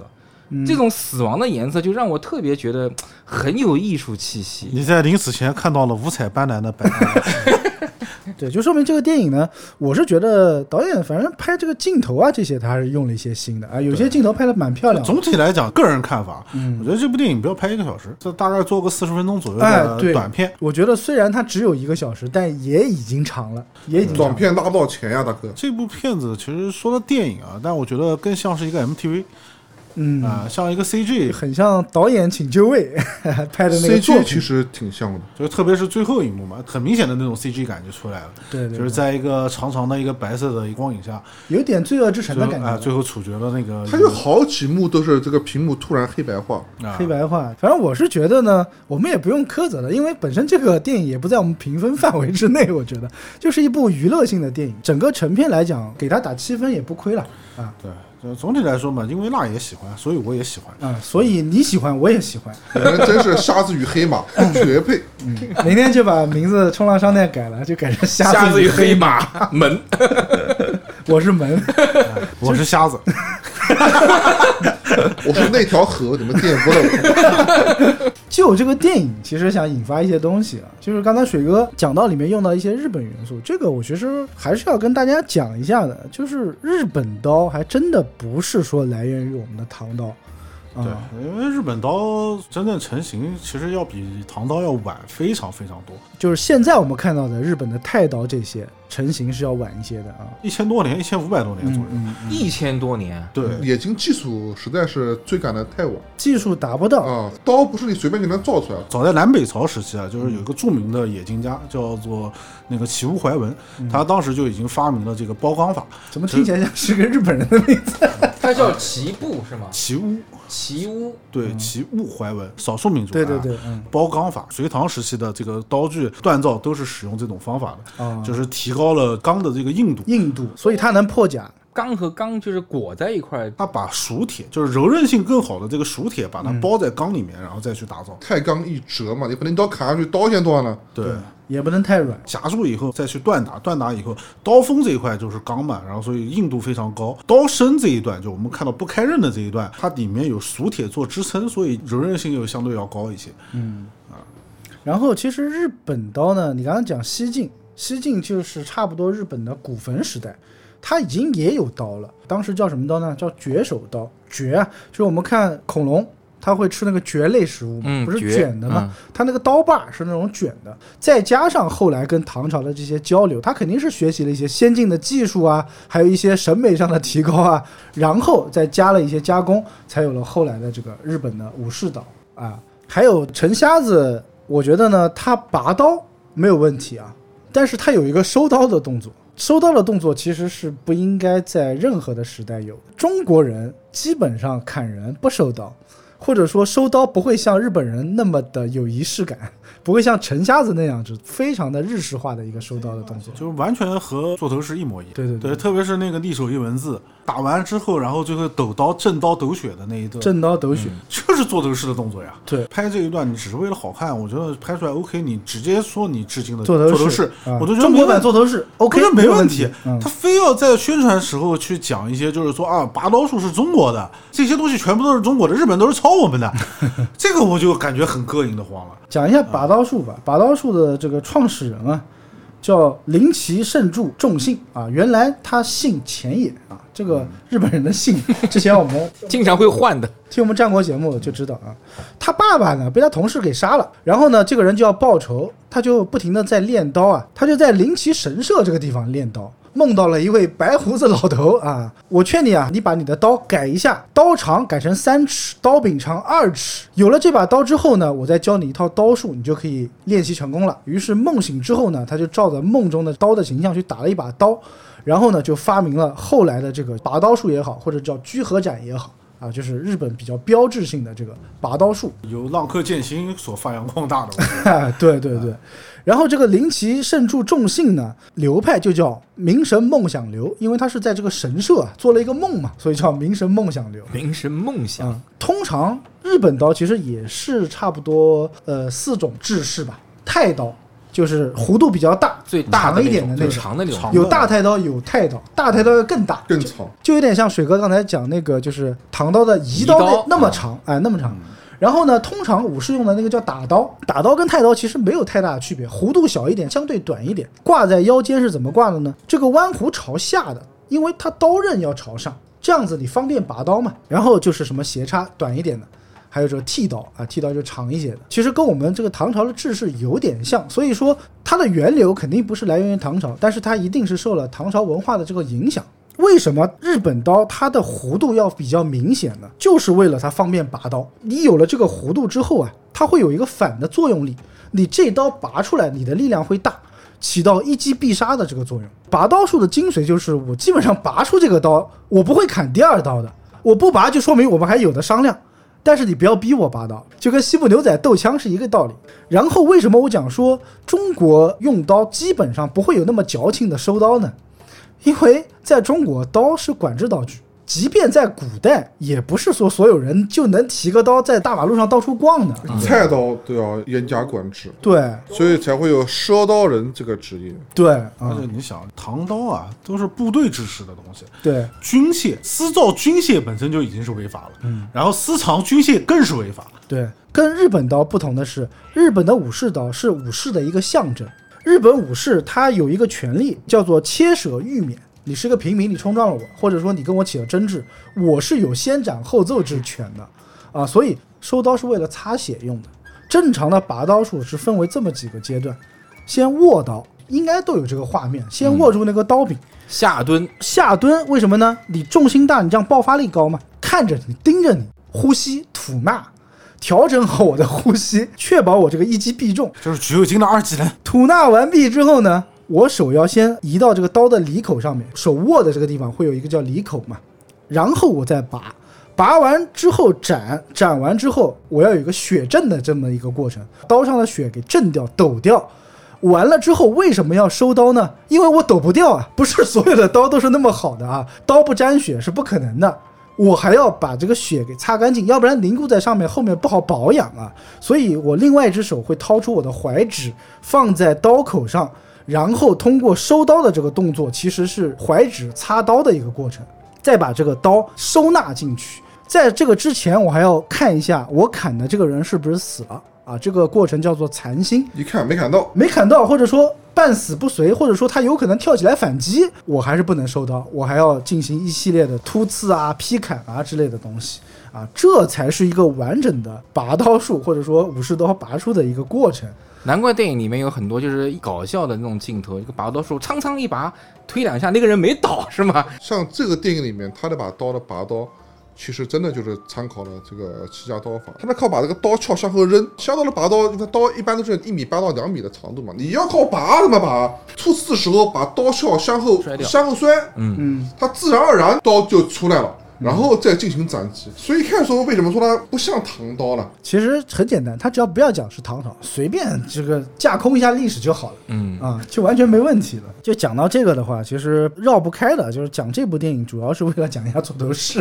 B: 嗯
D: 这种死亡的颜色，就让我特别觉得很有艺术气息。
C: 你在临死前看到了五彩斑斓 的白鸽，
B: 对，就说明这个电影呢，我是觉得导演反正拍这个镜头啊这些，他还是用了一些新的啊，有些镜头拍的蛮漂亮的。
C: 总体来讲，个人看法，
B: 嗯
C: 我觉得这部电影不要拍一个小时，这大概做个四十分钟左右
B: 哎，
C: 的
B: 对，
C: 短片。
B: 我觉得虽然它只有一个小时，但也已经长了，也已经长
E: 短
B: 了。
E: 片拉不到钱呀，大哥。
C: 这部片子其实说到电影啊，但我觉得更像是一个 MTV
B: 嗯，
C: 啊、像一个 CG，
B: 很像导演请就位 拍的那个作
E: CG 其
B: 品。
E: 实挺像的，
C: 就是特别是最后一幕嘛，很明显的那种 CG 感就出来了，
B: 对对
C: 就是在一个长长的一个白色的光影下，
B: 有点罪恶之城
C: 最
B: 的
C: 后
B: 感
C: 啊、
B: 觉
C: 最
B: 了。
C: 后处决了那个
E: 它有好几幕都是这个屏幕突然黑白化。
C: 啊
B: 黑白化，反正我是觉得呢，我们也不用苛责了，因为本身这个电影也不在我们评分范围之内。我觉得就是一部娱乐性的电影，整个成片来讲，给它打七分也不亏了啊
C: 对，就总体来说嘛，因为辣也喜欢，所以我也喜欢。
B: 啊！所以你喜欢，我也喜 欢。
E: 你们真是瞎子与黑马绝配，
B: 明天就把名字冲浪商店改了，就改成瞎
D: 瞎
B: 子
D: 子与
B: 与
D: 黑马门，
B: 我是门。
C: 我是瞎子，
E: 我是那条河，你们玷污了
B: 就这个电影，其实想引发一些东西啊，就是刚才水哥讲到里面用到一些日本元素，这个我其实还是要跟大家讲一下的，就是日本刀还真的不是说来源于我们的唐刀，啊、
C: 对，因为日本刀真正成型其实要比唐刀要晚非常非常多，
B: 就是现在我们看到的日本的太刀这些成型是要晚一些的啊，
C: 一千多年，一千五百多
B: 嗯
C: 年左右。
D: 一千多年。
C: 对，
E: 眼睛技术实在是追赶的太晚
B: 技术达不到，
E: 啊！刀不是你随便就能造出来的，
C: 早在南北朝时期啊，就是有一个著名的冶金家叫做那个齐物怀文，
B: 嗯
C: 他当时就已经发明了这个包钢法。
B: 怎么听起来像是个日本人的名字？
D: 它叫齐步是吗？
C: 齐物
D: 齐屋。
C: 对齐物怀文，少数民族、
B: 嗯
C: 啊、
B: 对对对嗯
C: 包钢法，隋唐时期的这个刀具锻造都是使用这种方法的，
B: 啊
C: 就是提高了钢的这个硬度。
B: 印度，所以它能破甲，
D: 钢和钢就是裹在一块儿，
C: 他把熟铁，就是柔韧性更好的这个熟铁，把它
B: 嗯
C: 包在钢里面，然后再去打造。
E: 太钢一折嘛，你把那刀砍下去，刀先断了。
C: 对，
B: 也不能太软。
C: 夹住以后再去锻打，锻打以后，刀锋这一块就是钢嘛，然后所以硬度非常高。刀身这一段，就我们看到不开刃的这一段，它里面有熟铁做支撑，所以柔韧性又相对要高一些。
B: 嗯然后其实日本刀呢，你刚刚讲西晋，西晋就是差不多日本的古坟时代，它已经也有刀了。当时叫什么刀呢？叫绝手刀。蕨啊，就是我们看恐龙，它会吃那个蕨类食物嘛，
D: 嗯
B: 不是
D: 蕨
B: 卷的嘛？它那个刀把是那种卷的，再加上后来跟唐朝的这些交流，它肯定是学习了一些先进的技术啊，还有一些审美上的提高啊，然后再加了一些加工，才有了后来的这个日本的武士刀啊。还有陈瞎子，我觉得呢，他拔刀没有问题啊，但是他有一个收刀的动作，收刀的动作其实是不应该在任何的时代有。中国人基本上砍人不收刀，或者说收刀不会像日本人那么的有仪式感， 不会像陈瞎子那样子非常的日式化的一个收刀的动作。
C: 就是完全和座头市一模一样，
B: 对对对
C: 特别是那个利手一文字打完之后，然后最后抖刀、正刀抖血的那一段，
B: 正刀抖血，
C: 就就是做这个事的动作呀。
B: 对
C: 拍这一段你只是为了好看，我觉得拍出来 OK，你直接说你致敬的
B: 座
C: 头
B: 头
C: 饰，
B: 啊
C: 我都觉得
B: 中国
C: 没问
B: 版座头市
C: 我觉
B: ，OK，
C: 得没问题。
B: 嗯
C: 他非要在宣传时候去讲一些，就是说啊，拔刀术是中国的，这些东西全部都是中国的，日本都是抄 我们的，这个我就感觉很膈应的慌了。
B: 讲一下拔刀术吧。拔刀术的这个创始人啊，叫林崎胜助重信啊，原来他姓前野啊，这个日本人的姓， 之前我们
D: 经常会换的。
B: 听我们战国节目就知道啊。他爸爸呢被他同事给杀了，然后呢这个人就要报仇，他就不停的在练刀啊，他就在灵奇神社这个地方练刀。梦到了一位白胡子老头啊！我劝你啊，你把你的刀改一下，刀长改成三尺，刀柄长二尺。有了这把刀之后呢，我再教你一套刀术，你就可以练习成功了。于是梦醒之后呢，他就照着梦中的刀的形象去打了一把刀，然后呢就发明了后来的这个拔刀术也好，或者叫居合斩也好。啊，就是日本比较标志性的这个拔刀术。
C: 由浪客剑心所发扬光大的，
B: 对对对。然后这个灵崎胜助重信呢，流派就叫明神梦想流，因为他是在这个神社、啊、做了一个梦嘛，所以叫明神梦想流。
D: 名神梦想，
B: 嗯，通常日本刀其实也是差不多呃四种制式吧，太刀就是弧度比较大，
D: 最大的
B: 长一
D: 那
B: 点的
D: 种，最
B: 那
D: 长的那种
C: 长，
B: 有大太刀，有太刀，大太刀要更大，
E: 更糙。
B: 就有点像水哥刚才讲那个，就是唐刀的移刀
D: 移刀
B: 那那么长，哎，那么长。然后呢，通常武士用的那个叫打刀，打刀跟太刀其实没有太大的区别，弧度小一点，相对短一点。挂在腰间是怎么挂的呢？这个弯弧朝下的，因为它刀刃要朝上，这样子你方便拔刀嘛。然后就是什么斜插短一点的，还有这个剃刀啊，剃刀就长一些的，其实跟我们这个唐朝的制式有点像，所以说它的源流肯定不是来源于唐朝，但是它一定是受了唐朝文化的这个影响。为什么日本刀它的弧度要比较明显呢？就是为了它方便拔刀。你有了这个弧度之后啊，它会有一个反的作用力，你这刀拔出来，你的力量会大，起到一击必杀的这个作用。拔刀术的精髓就是，我基本上拔出这个刀，我不会砍第二刀的，我不拔就说明我们还有的商量。但是你不要逼我拔刀，就跟西部牛仔斗枪是一个道理。然后为什么我讲说中国用刀基本上不会有那么矫情的收刀呢？因为在中国，刀是管制刀具，即便在古代，也不是说所有人就能提个刀在大马路上到处逛的。
E: 菜刀都要严加管制，
B: 对
E: 所以才会有赊刀人这个职业。
B: 对 啊、
C: 而且你想，唐刀啊都是部队制式的东西，
B: 对啊
C: 军械私造军械本身就已经是违法了，
B: 嗯
C: 然后私藏军械更是违法。
B: 对。跟日本刀不同的是，日本的武士刀是武士的一个象征。日本武士他有一个权利叫做切舍御免。你是个平民，你冲撞了我，或者说你跟我起了争执，我是有先斩后奏之权的啊。所以收刀是为了擦血用的。正常的拔刀术是分为这么几个阶段：先握刀，应该都有这个画面，先握住那个刀柄。
D: 下蹲，
B: 下蹲为什么呢？你重心大，你这样爆发力高嘛？看着你，盯着你，呼吸吐纳，调整好我的呼吸，确保我这个一击必中。
C: 就是橘右京的二技能，
B: 吐纳完毕之后呢，我手要先移到这个刀的里口上面，手握的这个地方会有一个叫里口嘛，然后我再拔，拔完之后斩，斩完之后我要有一个血震的这么一个过程，刀上的血给震掉、抖掉。完了之后为什么要收刀呢？因为我抖不掉啊，不是所有的刀都是那么好的啊，刀不沾血是不可能的。我还要把这个血给擦干净，要不然凝固在上面，后面不好保养啊。所以我另外一只手会掏出我的怀指，放在刀口上，然后通过收刀的这个动作，其实是怀指擦刀的一个过程，再把这个刀收纳进去。在这个之前，我还要看一下我砍的这个人是不是死了啊？这个过程叫做残心。
E: 一看没砍到，
B: 没砍到，或者说半死不遂，或者说他有可能跳起来反击，我还是不能收刀，我还要进行一系列的突刺啊、劈砍啊之类的东西啊，这才是一个完整的拔刀术，或者说武士刀拔出的一个过程。
D: 难怪电影里面有很多就是搞笑的那种镜头，一个拔刀术，苍苍一拔，推两下，那个人没倒是吗？
E: 像这个电影里面，他那把刀的拔刀，其实真的就是参考了这个戚家刀法。他们靠把这个刀鞘向后扔，下刀的拔刀，它刀一般都是一米八到两米的长度嘛。你要靠拔怎么拔？出刺的时候把刀鞘向后
D: 摔掉
E: 向后摔，
D: 嗯
B: 嗯，
E: 它自然而然刀就出来了。然后再进行斩击。所以看说为什么说它不像唐刀了，
B: 其实很简单，他只要不要讲是唐朝，随便这个架空一下历史就好了。
D: 嗯
B: 啊，就完全没问题了。就讲到这个的话，其实绕不开的，就是讲这部电影主要是为了讲一下座头市。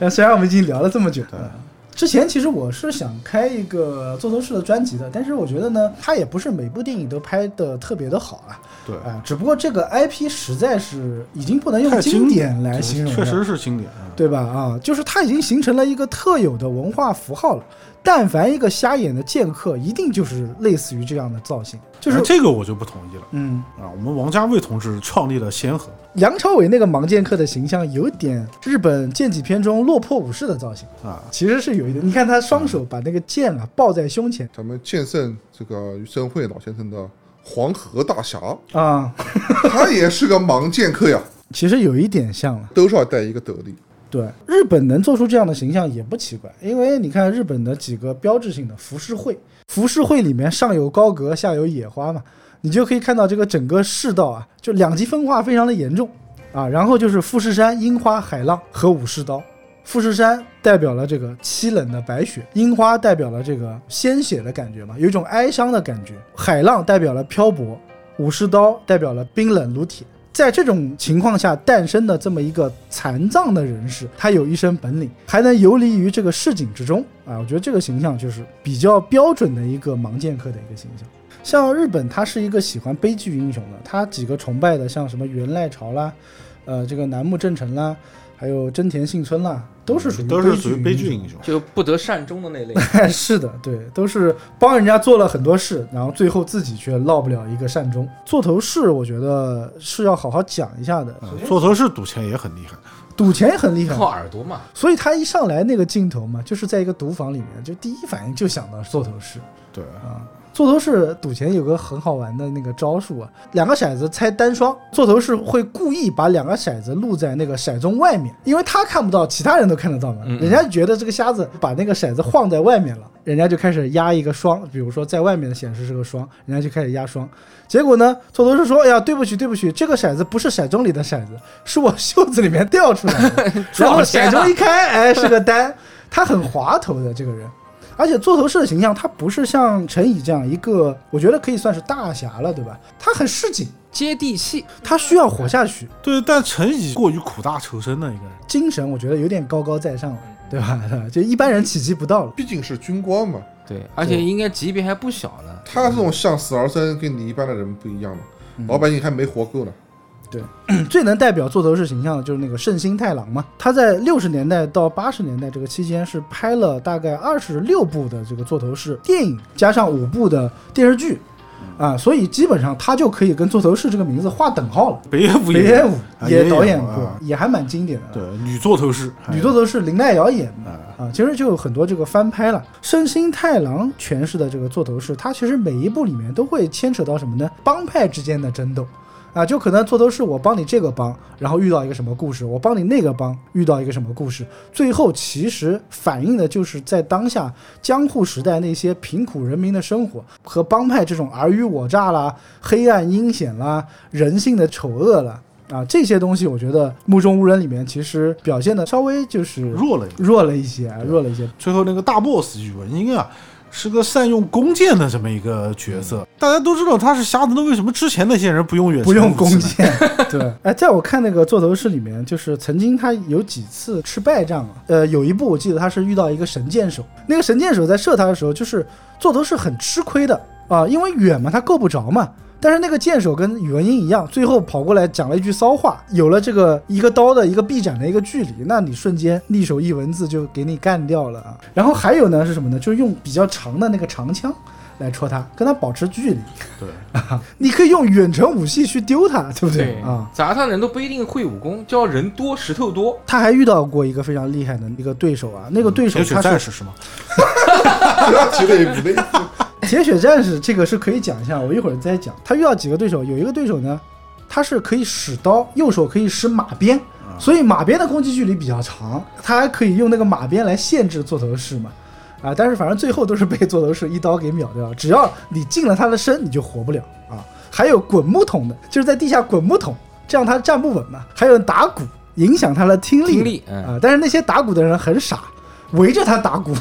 B: 呃 虽然我们已经聊了这么久了。之前其实我是想开一个座头市的专辑的，但是我觉得呢，它也不是每部电影都拍的特别的好啊，
C: 对
B: 啊、只不过这个 IP 实在是已经不能用
C: 太
B: 经
C: 经
B: 典来形容了，
C: 确实是经典。嗯
B: 对吧？啊，就是它已经形成了一个特有的文化符号了。但凡一个瞎眼的剑客，一定就是类似于这样的造型，就是
C: 哎这个我就不同意了
B: 嗯，
C: 啊！我们王家卫同志创立了先河
B: 梁朝伟那个盲剑客的形象有点日本剑戟片中落魄武士的造型，
C: 啊，
B: 其实是有一点。你看他双手把那个剑啊抱在胸前
E: 咱们剑圣这个于生惠老先生的黄河大侠，
B: 啊、
E: 他也是个盲剑客呀，
B: 其实有一点像了。
E: 都是要带一个斗笠。
B: 对，日本能做出这样的形象也不奇怪，因为你看日本的几个标志性的浮世绘，浮世绘里面上有高阁，下有野花嘛，你就可以看到这个整个世道啊，就两极分化非常的严重啊。然后就是富士山、樱花、海浪和武士刀。富士山代表了这个凄冷的白雪，樱花代表了这个鲜血的感觉嘛，有一种哀伤的感觉。海浪代表了漂泊，武士刀代表了冰冷如铁。在这种情况下诞生的这么一个残障的人士，他有一身本领，还能游离于这个市井之中啊！我觉得这个形象就是比较标准的一个盲剑客的一个形象。像日本，他是一个喜欢悲剧英雄的，他几个崇拜的，像什么源赖朝啦，呃，这个楠木正成啦，还有真田幸村啦，都是属于
C: 都是属于悲剧
B: 英雄
C: 英雄。
D: 就不得善终的那类。
B: 是的，对，都是帮人家做了很多事，然后最后自己却落不了一个善终。座头市，我觉得是要好好讲一下的。
C: 嗯座头市赌钱也很厉害，
B: 赌钱也很厉害
D: 靠，耳朵嘛，
B: 所以他一上来那个镜头嘛，就是在一个赌坊里面，就第一反应就想到座头市。
C: 对，
B: 座头市赌钱有个很好玩的那个招数啊，两个骰子猜单双，座头市会故意把两个骰子露在那个骰盅外面，因为他看不到，其他人都看得到嘛。
D: 嗯嗯
B: 人家觉得这个瞎子把那个骰子晃在外面了，人家就开始压一个双，比如说在外面的显示是个双，人家就开始压双。结果呢，座头市说：“哎呀，对不起，对不起，这个骰子不是骰盅里的骰子，是我袖子里面掉出来的。”然后
D: 撞钱
B: 骰
D: 了
B: 盅一开，哎，是个单，他很滑头的这个人。而且座头市的形象，他不是像陈乙这样一个，我觉得可以算是大侠了，对吧？他很市井，
D: 接地气。
B: 他需要活下去，
C: 对，但陈乙过于苦大仇深的一个人，
B: 精神我觉得有点高高在上
C: 嗯
B: 了，对吧？就一般人企及不到了。
E: 毕竟是军官嘛，
D: 对，而且应该级别还不小呢。
E: 他这种向死而生跟你一般的人不一样嘛，老百姓还没活够 呢。
B: 最能代表座头市形象的就是那个圣心太郎嘛，他在六十年代到八十年代这个期间是拍了大概二十六部的这个座头市电影，加上五部的电视剧，
C: 嗯
B: 啊，所以基本上他就可以跟座头市这个名字划等号了。
C: 北野武
B: 北野武
C: 啊
B: 也导演
C: 过
B: 过
C: 啊，
B: 也还蛮经典的。
C: 对，女座头市，
B: 女座头是林奈瑶演的
C: 哎
B: 啊，其实就有很多这个翻拍了。深新太郎诠释的这个座头市，它其实每一部里面都会牵扯到什么呢？帮派之间的争斗啊，就可能座头市我帮你这个帮，然后遇到一个什么故事，我帮你那个帮遇到一个什么故事，最后其实反映的就是在当下江户时代那些贫苦人民的生活和帮派这种尔虞我诈啦、黑暗阴险啦、人性的丑恶啦。啊，这些东西我觉得《目中无人》里面其实表现的稍微就是
C: 弱了一点。
B: 弱了一些，啊，弱了一些。
C: 最后那个大 boss 宇文英啊，是个善用弓箭的这么一个角色。大家都知道他是瞎子，那为什么之前那些人不用远
B: 嗯不
C: 程
B: 用
C: 武器
B: 弓
C: 呢？
B: 箭， 对。哎，在我看那个座头市里面，就是曾经他有几次吃败仗啊。呃，有一部我记得他是遇到一个神箭手，那个神箭手在射他的时候，就是座头市很吃亏的啊、因为远嘛，他够不着嘛。但是那个箭手跟宇文英一样，最后跑过来讲了一句骚话，有了这个一个刀的一个臂展的一个距离，那你瞬间利手一文字就给你干掉了啊。然后还有呢是什么呢？就是用比较长的那个长枪来戳他，跟他保持距离。
C: 对，
B: 你可以用远程武器去丢它，对不对啊？
D: 砸他的人都不一定会武功，只要人多石 头多。
B: 他还遇到过一个非常厉害的一个对手啊，那个对手
C: 铁血
B: 他
C: 战
B: 是
C: 士是吗？
E: 不要提了也不累。
B: 铁血战士，这个是可以讲一下，我一会儿再讲。他遇到几个对手，有一个对手呢，他是可以使刀，右手可以使马鞭，
D: 啊
B: 所以马鞭的攻击距离比较长，他还可以用那个马鞭来限制座头市嘛。啊，但是反正最后都是被座头市一刀给秒掉，只要你进了他的身，你就活不了啊。还有滚木桶的，就是在地下滚木桶，这样他站不稳嘛。还有打鼓，影响他的听力
D: 听力嗯
B: 啊、但是那些打鼓的人很傻，围着他打鼓，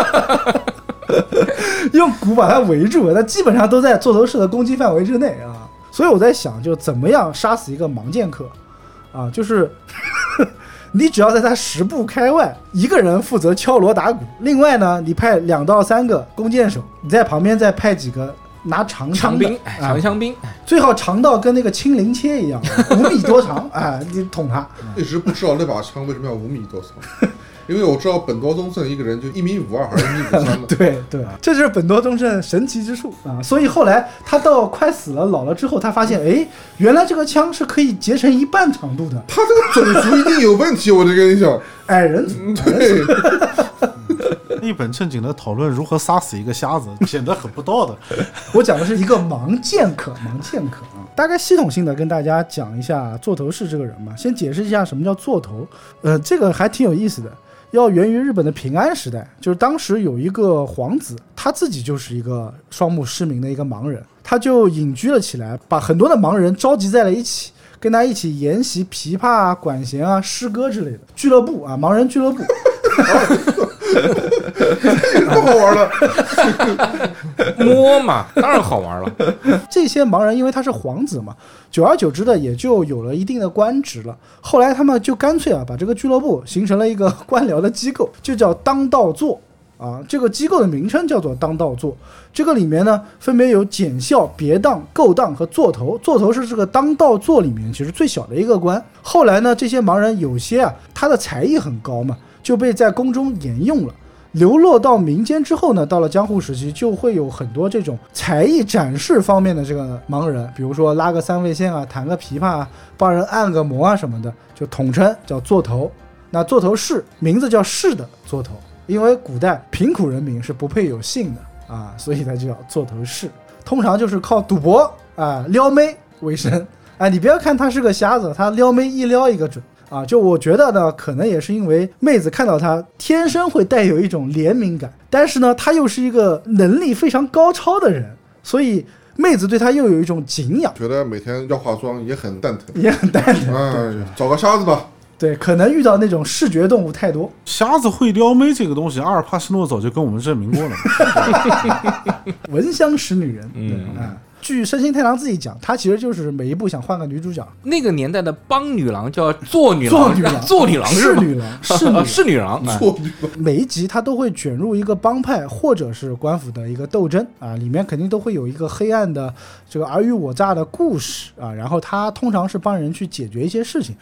B: 用鼓把他围住，他基本上都在座头市的攻击范围之内啊。所以我在想，就怎么样杀死一个盲剑客啊？就是 你只要在他十步开外，一个人负责敲锣打鼓，另外呢，你派两到三个弓箭手，你在旁边再派几个拿长枪
D: 长
B: 的
D: 兵，哎
B: 啊
D: 长枪兵，
B: 最好长到跟那个青鳞切一样，五米多长， 哎，你捅他，
E: 一直不知道那把枪为什么要五米多 长，因为我知道本多宗盛一个人就一米五二还是一米五 三的。
B: 对对，这就是本多忠胜神奇之处啊！所以后来他到快死了老了之后，他发现，哎，原来这个枪是可以截成一半长度的，
E: 他这个种族一定有问题，我就跟你 讲。
B: 矮人族
E: 嗯对，
C: 一本正经的讨论如何杀死一个瞎子， 显得很不道德。
B: 我讲的是一个盲剑客，盲剑客啊，大概系统性的跟大家讲一下座头市这个人嘛，先解释一下什么叫座头，呃，这个还挺有意思的，要源于日本的平安时代，就是当时有一个皇子，他自己就是一个双目失明的一个盲人，他就隐居了起来，把很多的盲人召集在了一起。跟他一起研习琵琶啊、管弦啊、诗歌之类的俱乐部啊，盲人俱乐部，
E: 这么好玩的，
D: 摸嘛， 当然好玩了。
B: 这些盲人因为他是皇子嘛，久而久之的也就有了一定的官职了。后来他们就干脆啊，把这个俱乐部形成了一个官僚的机构，就叫当道座啊。这个机构的名称叫做当道座。这个里面呢，分别有检校、别当、勾当和座头。座头是这个当道座里面其实最小的一个官。后来呢，这些盲人有些啊，他的才艺很高嘛，就被在宫中沿用了。流落到民间之后呢，到了江户时期，就会有很多这种才艺展示方面的这个盲人，比如说拉个三味线啊，弹个琵琶啊，帮人按个摩啊什么的，就统称叫座头。那座头市名字叫市的座头，因为古代贫苦人民是不配有姓的啊，所以它就叫座头市。通常就是靠赌博啊、撩妹为生。 哎，你不要看他是个瞎子，他撩妹一撩一个准啊！就我觉得呢，可能也是因为妹子看到他天生会带有一种怜悯感，但是呢，他又是一个能力非常高超的人，所以妹子对他又有一种敬仰，
E: 觉得每天要化妆也很蛋疼。
B: 也很蛋疼。
E: 哎，找个瞎子吧，
B: 对，可能遇到那种视觉动物太多，
C: 瞎子会撩妹这个东西，阿尔帕西诺早就跟我们证明过了。
B: 闻香识女人。对
D: 嗯
B: 啊，据深信太郎自己讲，他其实就是每一部想换个女主角，
D: 那个年代的帮女郎叫做女
B: 做
D: 郎，
B: 女郎
D: 做女郎
B: 是
D: 吧
B: 女郎，是女郎。
D: 是女郎，哎
E: 错女
B: 每一集它都会卷入一个帮派或者是官府的一个斗争啊，里面肯定都会有一个黑暗的这个尔虞我诈的故事啊，然后它通常是帮人去解决一些事情，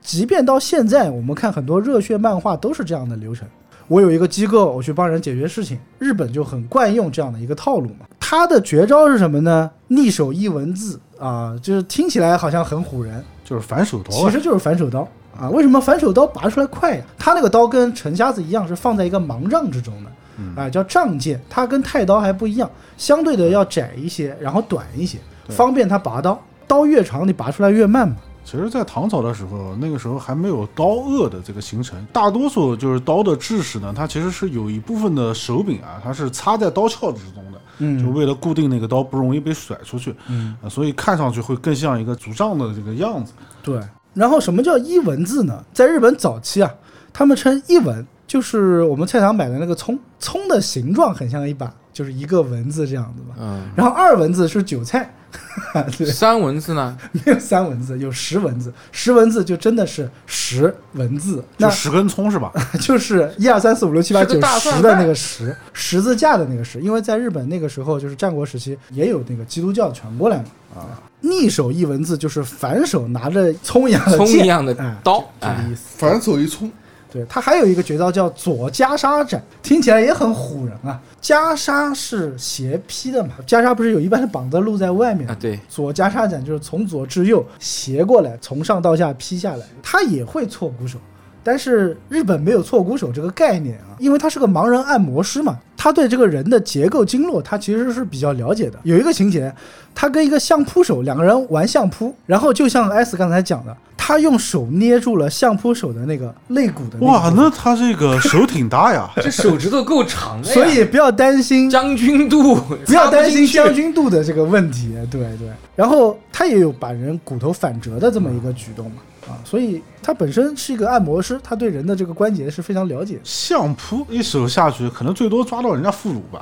B: 即便到现在我们看很多热血漫画都是这样的流程。我有一个机构，我去帮人解决事情，日本就很惯用这样的一个套路嘛。它的绝招是什么呢？逆手一文字啊，就是听起来好像很唬人，
C: 就是反手刀
B: 其
C: 啊，
B: 实就是反手刀啊。为什么反手刀拔出来快呀、它那个刀跟陈瞎子一样是放在一个盲杖之中的，啊，叫杖剑。它跟太刀还不一样，相对的要窄一些，然后短一些，方便他拔刀。刀越长，你拔出来越慢嘛。
C: 其实，在唐朝的时候，那个时候还没有刀锷的这个形成，大多数就是刀的制式呢，它其实是有一部分的手柄啊，它是插在刀鞘之中的，
B: 嗯
C: 就为了固定那个刀不容易被甩出去，
B: 嗯
C: 呃所以看上去会更像一个竹杖的这个样子。
B: 对。然后什么叫一文字呢？在日本早期啊，他们称一文就是我们菜场买的那个葱，葱的形状很像一把，就是一个文字这样子嘛。
D: 嗯，
B: 然后二文字是韭菜， 对。
D: 三文字呢？
B: 没 有三文字，有十文字。十文字就真的是十文字，
C: 就
B: 那
C: 十根葱是吧？
B: 就是一二三四五六七八
D: 是个
B: 九
D: 大
B: 十
D: 蒜
B: 的
D: 瓣
B: 那个十，十字架的那个十。因为在日本那个时候，就是战国时期，也有那个基督教传过来嘛。啊，逆手一文字就是反手拿着葱一样的
D: 葱
B: 剑
D: 一样的
B: 哎
D: 刀，
B: 这个
D: 哎，
B: 意思。
E: 反手一冲，
B: 对，它还有一个绝招叫左袈裟斩，听起来也很唬人啊。袈裟是斜劈的嘛，袈裟不是有一般是绑在露在外面的
D: 啊
B: 吗
D: 对，，
B: 左夹叉斩就是从左至右斜过来，从上到下劈下来，他也会错骨手。但是日本没有错骨手这个概念啊，因为他是个盲人按摩师嘛，他对这个人的结构经络，他其实是比较了解的。有一个情节，他跟一个相扑手两个人玩相扑，然后就像 S 刚才讲的，他用手捏住了相扑手的那个肋骨的那个
C: 哇，
B: 地方
C: 那他这个手挺大呀
D: 这手指头够长的呀，
B: 所以不要担心
D: 将军肚
B: 不要担心
D: 插
B: 将
D: 不进去
B: 军肚的这个问题，对对。然后他也有把人骨头反折的这么一个举动嘛，啊，所以他本身是一个按摩师，他对人的这个关节是非常了解的。
C: 相扑一手下去，可能最多抓到人家副乳 吧。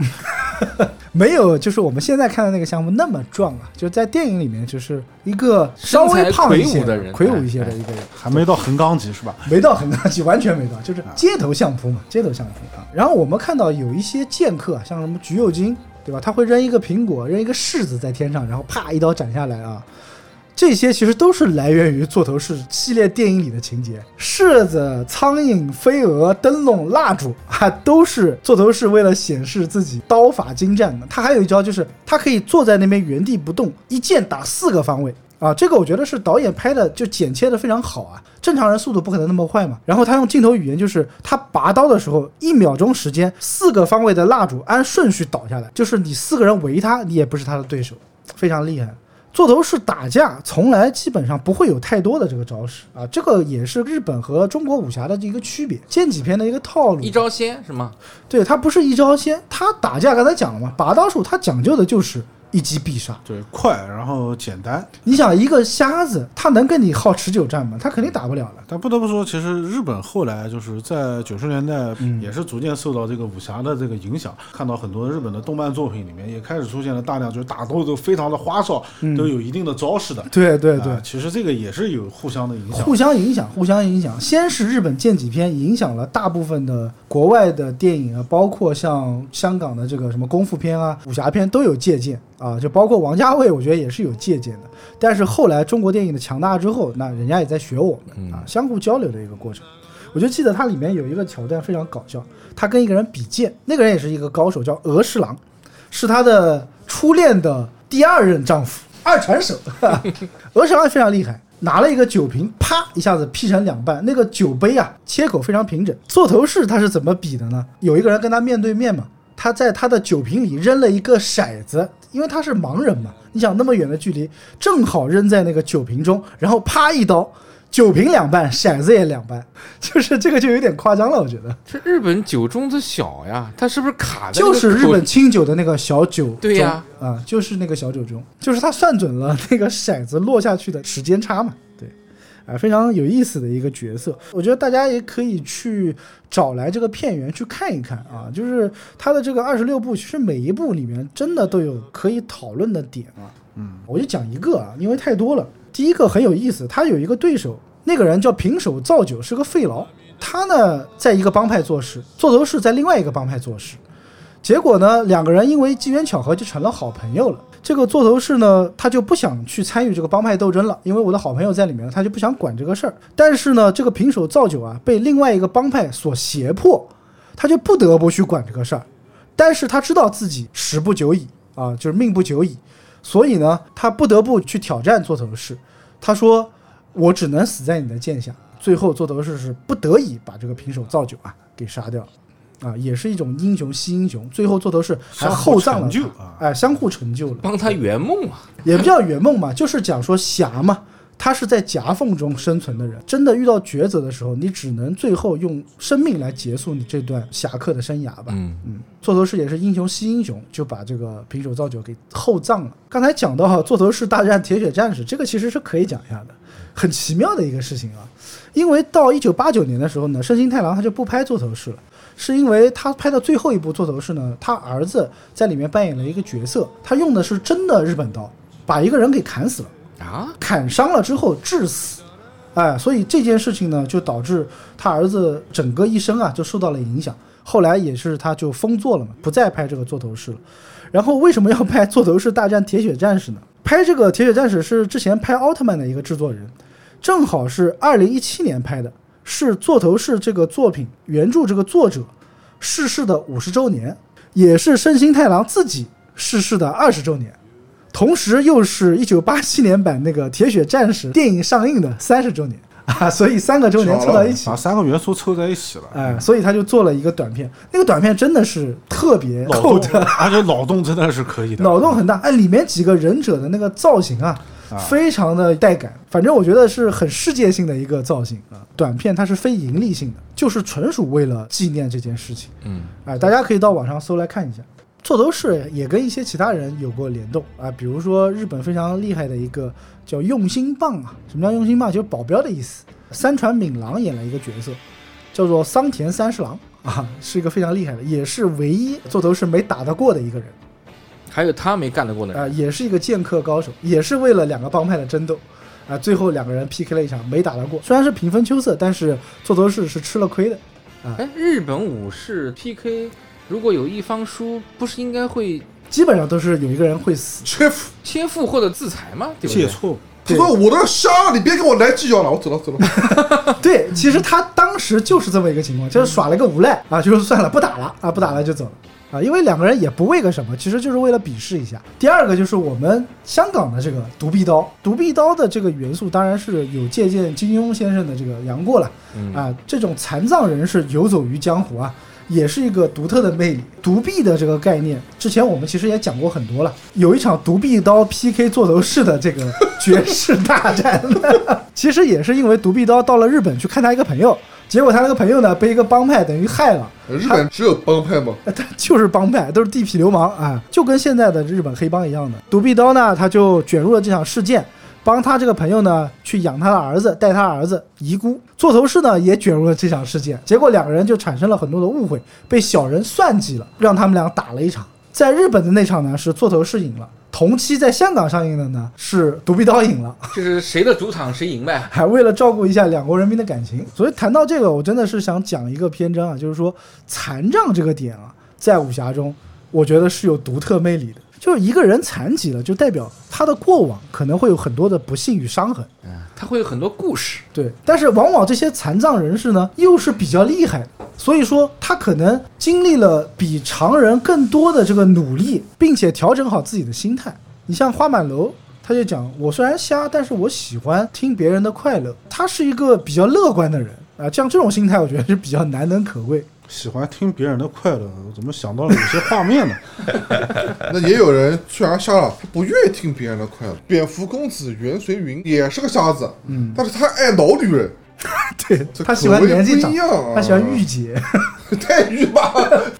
B: 没有，就是我们现在看的那个项目那么壮啊，就在电影里面就是一个稍
D: 身
B: 微
D: 材
B: 胖一
D: 魁
B: 些
D: 梧的人
B: 魁梧一些
D: 哎啊
B: 的一个人，
C: 还没到横纲级是吧？
B: 没到很大气，完全没到，就是街头相扑嘛，街头相扑啊。然后我们看到有一些剑客啊，像什么橘右京，对吧？他会扔一个苹果，扔一个柿子在天上，然后啪一刀斩下来啊。这些其实都是来源于座头市系列电影里的情节，柿子、苍蝇、飞蛾、灯笼、蜡烛啊，都是座头市为了显示自己刀法精湛的。他还有一招就是，他可以坐在那边原地不动，一剑打四个方位啊。这个我觉得是导演拍的就剪切的非常好啊，正常人速度不可能那么快嘛。然后他用镜头语言就是，他拔刀的时候一秒钟时间，四个方位的蜡烛按顺序倒下来，就是你四个人围他，你也不是他的对手，非常厉害。座头市打架从来基本上不会有太多的这个招式啊，这个也是日本和中国武侠的一个区别，剑戟片的一个套路。
D: 一招鲜是吗？
B: 对，它不是一招鲜，它打架刚才讲了嘛，拔刀术它讲究的就是一击必杀。
C: 对，快，然后简单。
B: 你想一个瞎子，他能跟你耗持久战吗？他肯定打不了的。
C: 但不得不说，其实日本后来就是在九十年代，
B: 嗯
C: 也是逐渐受到这个武侠的这个影响，看到很多日本的动漫作品里面也开始出现了大量就是打斗都非常的花哨，都有一定的招式的。
B: 嗯对对对，
C: 啊其实这个也是有互相的影响。
B: 互相影响，互相影响。先是日本剑戟片影响了大部分的国外的电影啊，包括像香港的这个什么功夫片啊、武侠片都有借鉴啊，就包括王家卫，我觉得也是有借鉴的。但是后来中国电影的强大之后，那人家也在学我们啊，相互交流的一个过程。我就记得它里面有一个桥段非常搞笑，他跟一个人比剑，那个人也是一个高手，叫俄侍郎，是他的初恋的第二任丈夫，二传 手。俄少也非常厉害，拿了一个酒瓶，啪一下子劈成两半。那个酒杯啊，切口非常平整。座头市他是怎么比的呢？有一个人跟他面对面嘛，他在他的酒瓶里扔了一个骰子，因为他是盲人嘛，你想那么远的距离，正好扔在那个酒瓶中，然后啪一刀。酒瓶两半，骰子也两半， 就是这个就有点夸张了，我觉得，
D: 这日本酒盅子小呀，它是不是卡在那
B: 就
D: 个
B: 是日
D: 口
B: 本清酒的那个小酒盅，
D: 对呀
B: 啊、就是那个小酒盅，就是他算准了那个骰子落下去的时间差嘛，对，啊，非常有意思的一个角色，我觉得大家也可以去找来这个片源去看一看啊，就是他的这个二十六部，其实每一部里面真的都有可以讨论的点啊，嗯，我就讲一个啊，因为太多了，第一个很有意思，他有一个对手，那个人叫平手造久，是个废劳。他呢，在一个帮派做事，座头市在另外一个帮派做事，结果呢，两个人因为机缘巧合就成了好朋友了。这个座头市呢，他就不想去参与这个帮派斗争了，因为我的好朋友在里面，他就不想管这个事儿。但是呢，这个平手造酒啊，被另外一个帮派所胁迫，他就不得不去管这个事儿。但是他知道自己时不久矣啊，就是命不久矣，所以呢，他不得不去挑战座头市。他说：“我只能死在你的剑下。”最后，座头市是不得已把这个平手造酒啊给杀掉了。啊，也是一种英雄惜英雄。最后座头市还厚葬了
C: 相互成
B: 他
C: 就啊，
B: 哎，相互成就了。
D: 帮他圆梦啊，
B: 也不叫圆梦嘛，就是讲说侠嘛，他是在夹缝中生存的人，真的遇到抉择的时候，你只能最后用生命来结束你这段侠客的生涯吧。
D: 嗯
B: 嗯，座头市也是英雄惜英雄，就把这个平手造酒给厚葬了。刚才讲到哈座头市大战铁血战士，这个其实是可以讲一下的，很奇妙的一个事情啊。因为到一九八九年的时候呢，深津太郎他就不拍座头市了。是因为他拍的最后一部座头市呢，他儿子在里面扮演了一个角色，他用的是真的日本刀，把一个人给砍死了。
D: 啊，
B: 砍伤了之后致死，哎，所以这件事情呢，就导致他儿子整个一生啊就受到了影响。后来也是他就封座了嘛，不再拍这个座头市了。然后为什么要拍《座头市大战铁血战士》呢？ 拍这个《铁血战士》是之前拍奥特曼的一个制作人，正好是二零一七年拍的，是座头市这个作品原著这个作者逝世的五十周年，也是深津太郎自己逝世的二十周年。同时又是一九八七年版那个《铁血战士》电影上映的三十周年 啊，所以三个周年凑到一起
C: 把，三个元素凑在一起了，
B: 哎、所以他就做了一个短片。那个短片真的是特别
C: 脑
B: 厚
C: 洞
B: 的，，
C: 而且脑洞真的是可以的，
B: 脑洞很大。哎，里面几个忍者的那个造型啊，非常的带感。反正我觉得是很世界性的一个造型啊。短片它是非盈利性的，就是纯属为了纪念这件事情。
D: 嗯，
B: 哎，大家可以到网上搜来看一下。座头市也跟一些其他人有过联动啊，比如说日本非常厉害的一个叫用心棒啊，什么叫用心棒？就是保镖的意思。三船敏郎演了一个角色，叫做桑田三十郎啊，是一个非常厉害的，也是唯一座头市没打得过的一个人
D: 还有他没干得过的人，
B: 啊、也是一个剑客高手，也是为了两个帮派的争斗啊、最后两个人 PK 了一场，没打得过。虽然是平分秋色，但是座头市是吃了亏的。
D: 哎，日本武士 PK，如果有一方输，不是应该会
B: 基本上都是有一个人会死，
E: 切腹！
D: 切腹或者自裁吗？对不
C: 借
D: 对？
C: 错误。
E: 他说我都要杀了，你别跟我来计较了，我走了走了。
B: 对，其实他当时就是这么一个情况，就是耍了个无赖啊，就是算了，不打了啊，不打了就走了啊，因为两个人也不为个什么，其实就是为了比试一下。第二个就是我们香港的这个独臂刀，独臂刀的这个元素当然是有借鉴金庸先生的这个杨过了啊，这种残障人士游走于江湖啊。也是一个独特的魅力，独臂的这个概念，之前我们其实也讲过很多了。有一场独臂刀 PK 座头市的这个绝世大战， 其实也是因为独臂刀到了日本去看他一个朋友，结果他那个朋友呢被一个帮派等于害了，
E: 日本只有帮派吗？
B: 他就是帮派，都是地痞流氓啊，就跟现在的日本黑帮一样的。独臂刀呢，他就卷入了这场事件，帮他这个朋友呢去养他的儿子，带他儿子遗孤。座头市呢也卷入了这场事件，结果两个人就产生了很多的误会，被小人算计了，让他们俩打了一场。在日本的那场呢是座头市赢了，同期在香港上映的呢是独臂刀赢了。
D: 就是谁的主场谁赢呗。
B: 还为了照顾一下两国人民的感情。所以谈到这个，我真的是想讲一个篇章啊，就是说残障这个点啊，在武侠中，我觉得是有独特魅力的。就是一个人残疾了，就代表他的过往可能会有很多的不幸与伤痕。
D: 他会有很多故事，
B: 对，但是往往这些残障人士呢，又是比较厉害的，所以说他可能经历了比常人更多的这个努力，并且调整好自己的心态。你像花满楼，他就讲：“我虽然瞎，但是我喜欢听别人的快乐。”他是一个比较乐观的人啊，像这种心态，我觉得是比较难能可贵。
C: 喜欢听别人的快乐，我怎么想到了有些画面呢？
E: 那也有人虽然瞎了，他不愿意听别人的快乐。蝙蝠公子袁随云也是个瞎子，嗯，但是他爱老女人，
B: 对
E: 这
B: 他喜欢
E: 口味
B: 年纪
E: 不一
B: 长
E: 样啊，
B: 他喜欢御姐、
E: 太 欲吧？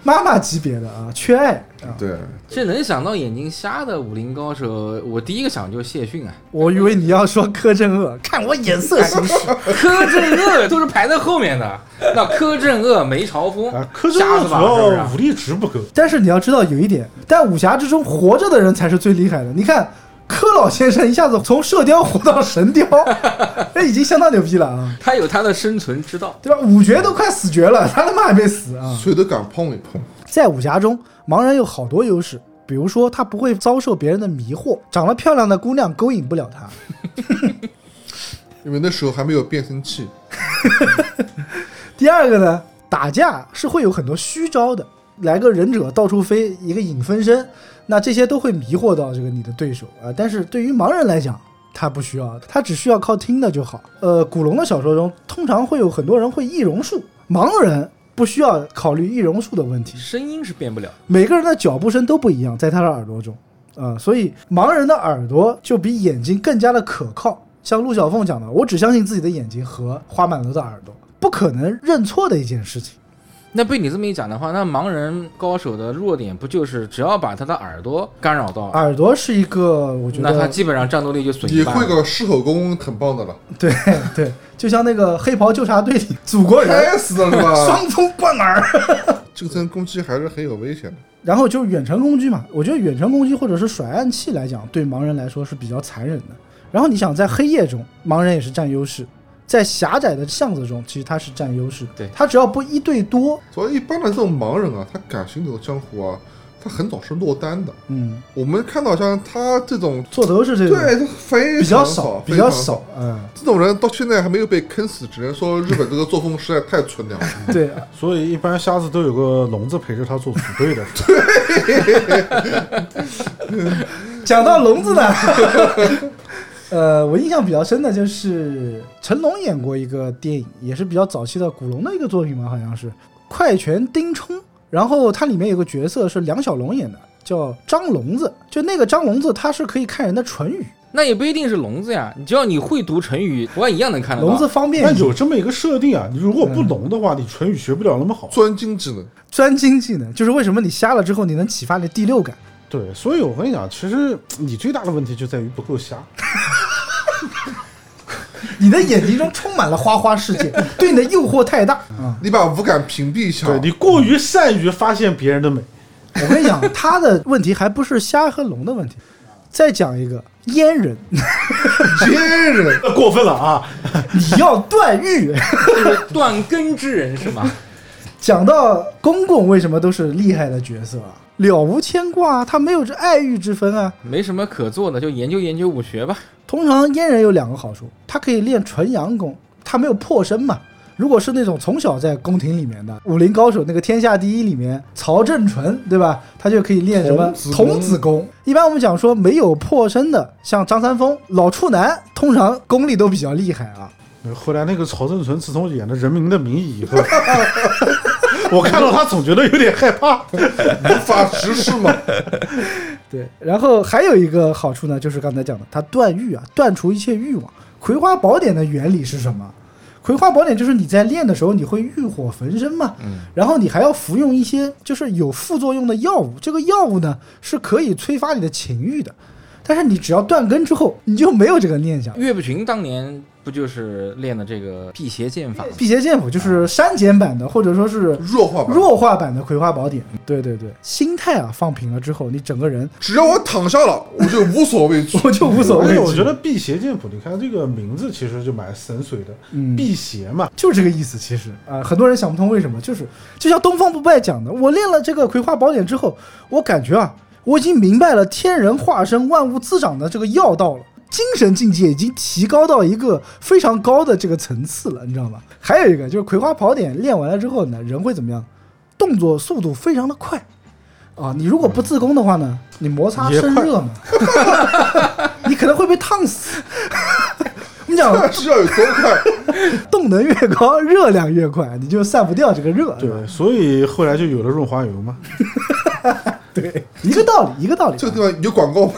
B: 妈妈级别的啊，缺爱啊。
E: 对，
D: 这能想到眼睛瞎的武林高手，我第一个想就是谢逊啊，
B: 我以为你要说柯镇恶，看我眼色行事。
D: 柯镇恶都是排在后面的。那柯镇恶、梅超 风
C: 啊，柯，震
D: 瞎
C: 东
D: 子
C: 主
D: 吧，是啊不
C: 要武
D: 是？
C: 力值不够，
B: 但是你要知道有一点，在武侠之中活着的人才是最厉害的。你看柯老先生一下子从射雕活到神雕， 那已经相当牛逼了啊，
D: 他有他的生存之道。
B: 对吧？五绝都快死绝了，他他妈还没死啊！
E: 谁都敢碰一碰。
B: 在武侠中，盲人有好多优势，比如说他不会遭受别人的迷惑，长得漂亮的姑娘勾引不了他。
E: 因为那时候还没有变声器，
B: 第二个呢，打架是会有很多虚招的，来个忍者到处飞，一个影分身，那这些都会迷惑到这个你的对手啊、但是对于盲人来讲，他不需要，他只需要靠听的就好。呃，古龙的小说中通常会有很多人会易容术，盲人不需要考虑易容术的问题。
D: 声音是变不了，
B: 每个人的脚步声都不一样，在他的耳朵中，啊、所以盲人的耳朵就比眼睛更加的可靠。像陆小凤讲的，我只相信自己的眼睛和花满楼的耳朵，不可能认错的一件事情。
D: 那被你这么一讲的话，那盲人高手的弱点不就是只要把他的耳朵干扰到，
B: 耳朵是一个，我觉
D: 啊那他
B: 得
D: 基本上战斗力就损
E: 你
D: 一半
E: 会
D: 了。
E: 个狮吼功很棒的了，
B: 对对，就像那个黑袍纠察队里祖国
D: 哎
B: 人
E: 开死了是吧？
B: 双峰贯耳，
E: 这层攻击还是很有危险的。
B: 然后就是远程攻击嘛，我觉得远程攻击或者是甩暗器来讲，对盲人来说是比较残忍的。然后你想，在黑夜中，盲人也是占优势，在狭窄的巷子中，其实他是占优势的。
D: 对
B: 他只要不一对多，
E: 所以一般的这种盲人啊，他敢行走江湖啊，他很早是落单的。
B: 嗯，
E: 我们看到像他这种，
B: 座头是这
E: 对，
B: 种
E: 他非常
B: 比较
E: 少，
B: 比较
E: 非常
B: 少。，嗯，
E: 这种人到现在还没有被坑死，只能说日本这个作风实在太 纯良了。
B: 对，
C: 所以一般瞎子都有个聋子陪着他做组队的。
B: 讲到聋子呢，呃，我印象比较深的就是成龙演过一个电影，也是比较早期的古龙的一个作品嘛，好像是《快拳丁冲》。然后它里面有个角色是梁小龙演的，叫张聋子。就那个张聋子，他是可以看人的唇语，
D: 那也不一定是聋子呀，只要你会读成语，我一样能看得到。
B: 聋子方便
C: 但有这么一个设定啊，你如果不聋的话，你唇语学不了那么好。
E: 专精技能，
B: 专精技能，就是为什么你瞎了之后你能启发你的第六感。
C: 对，所以我跟你讲，其实你最大的问题就在于不够瞎。
B: 你的眼睛中充满了花花世界，对你的诱惑太大。嗯，
E: 你把五感屏蔽一下。
C: 对你过于善于发现别人的美，
B: 我跟你讲，他的问题还不是瞎和聋的问题。再讲一个阉人，
E: 奸人，
C: 呃过分了啊！
B: 你要断欲。
D: 就是 断根之人是吗？
B: 讲到公公为什么都是厉害的角色啊，了无牵挂啊，他没有这爱欲之分啊。
D: 没什么可做的，就研究研究武学吧。
B: 通常阉人有两个好处，他可以练纯阳功，他没有破身嘛。如果是那种从小在宫廷里面的武林高手，那个天下第一里面曹正淳，对吧？他就可以练什么童子功。一般我们讲说没有破身的，像张三丰、老处男，通常功力都比较厉害啊。
C: 后来那个曹正淳自从演了《人民的名义》以后， 我看到他总觉得有点害怕。
E: 无法直视 嘛。
B: 对，然后还有一个好处呢，就是刚才讲的，它断欲啊，断除一切欲望。葵花宝典的原理是什么？葵花宝典就是你在练的时候，你会欲火焚身嘛，然后你还要服用一些就是有副作用的药物，这个药物呢是可以催发你的情欲的，但是你只要断根之后，你就没有这个念想。
D: 岳不群当年不就是练的这个辟邪剑法吗？
B: 辟邪剑谱就是删减版的，或者说是
E: 弱化版
B: 弱化版的嗯葵花宝典。对对对，心态啊放平了之后，你整个人
E: 只要我躺下了，我就无所畏惧
B: 。我就无所
C: 而
B: 谓
C: 且
B: 了。
C: 哎我觉得辟邪剑谱，你看这个名字其实就蛮神髓的，辟邪嘛，
B: 就这个意思，其实啊、很多人想不通为什么，就是就像东方不败讲的，我练了这个葵花宝典之后，我感觉啊，我已经明白了天人化身、万物滋长的这个要道了，精神境界已经提高到一个非常高的这个层次了，你知道吗？ 还有一个就是葵花宝典练完了之后呢，人会怎么样？动作速度非常的快。啊，你如果不自宫的话呢，你摩擦
C: 也
B: 生
C: 快
B: 热嘛， 你可能会被烫死。 我们讲
E: 那是要有多 快？
B: 动能越高，热量越快，你就散不掉这个热。是吧
C: 对，所以后来就有了润滑油嘛。
B: 对，一个道理，一个道理。
E: 这个地方有 广告吗？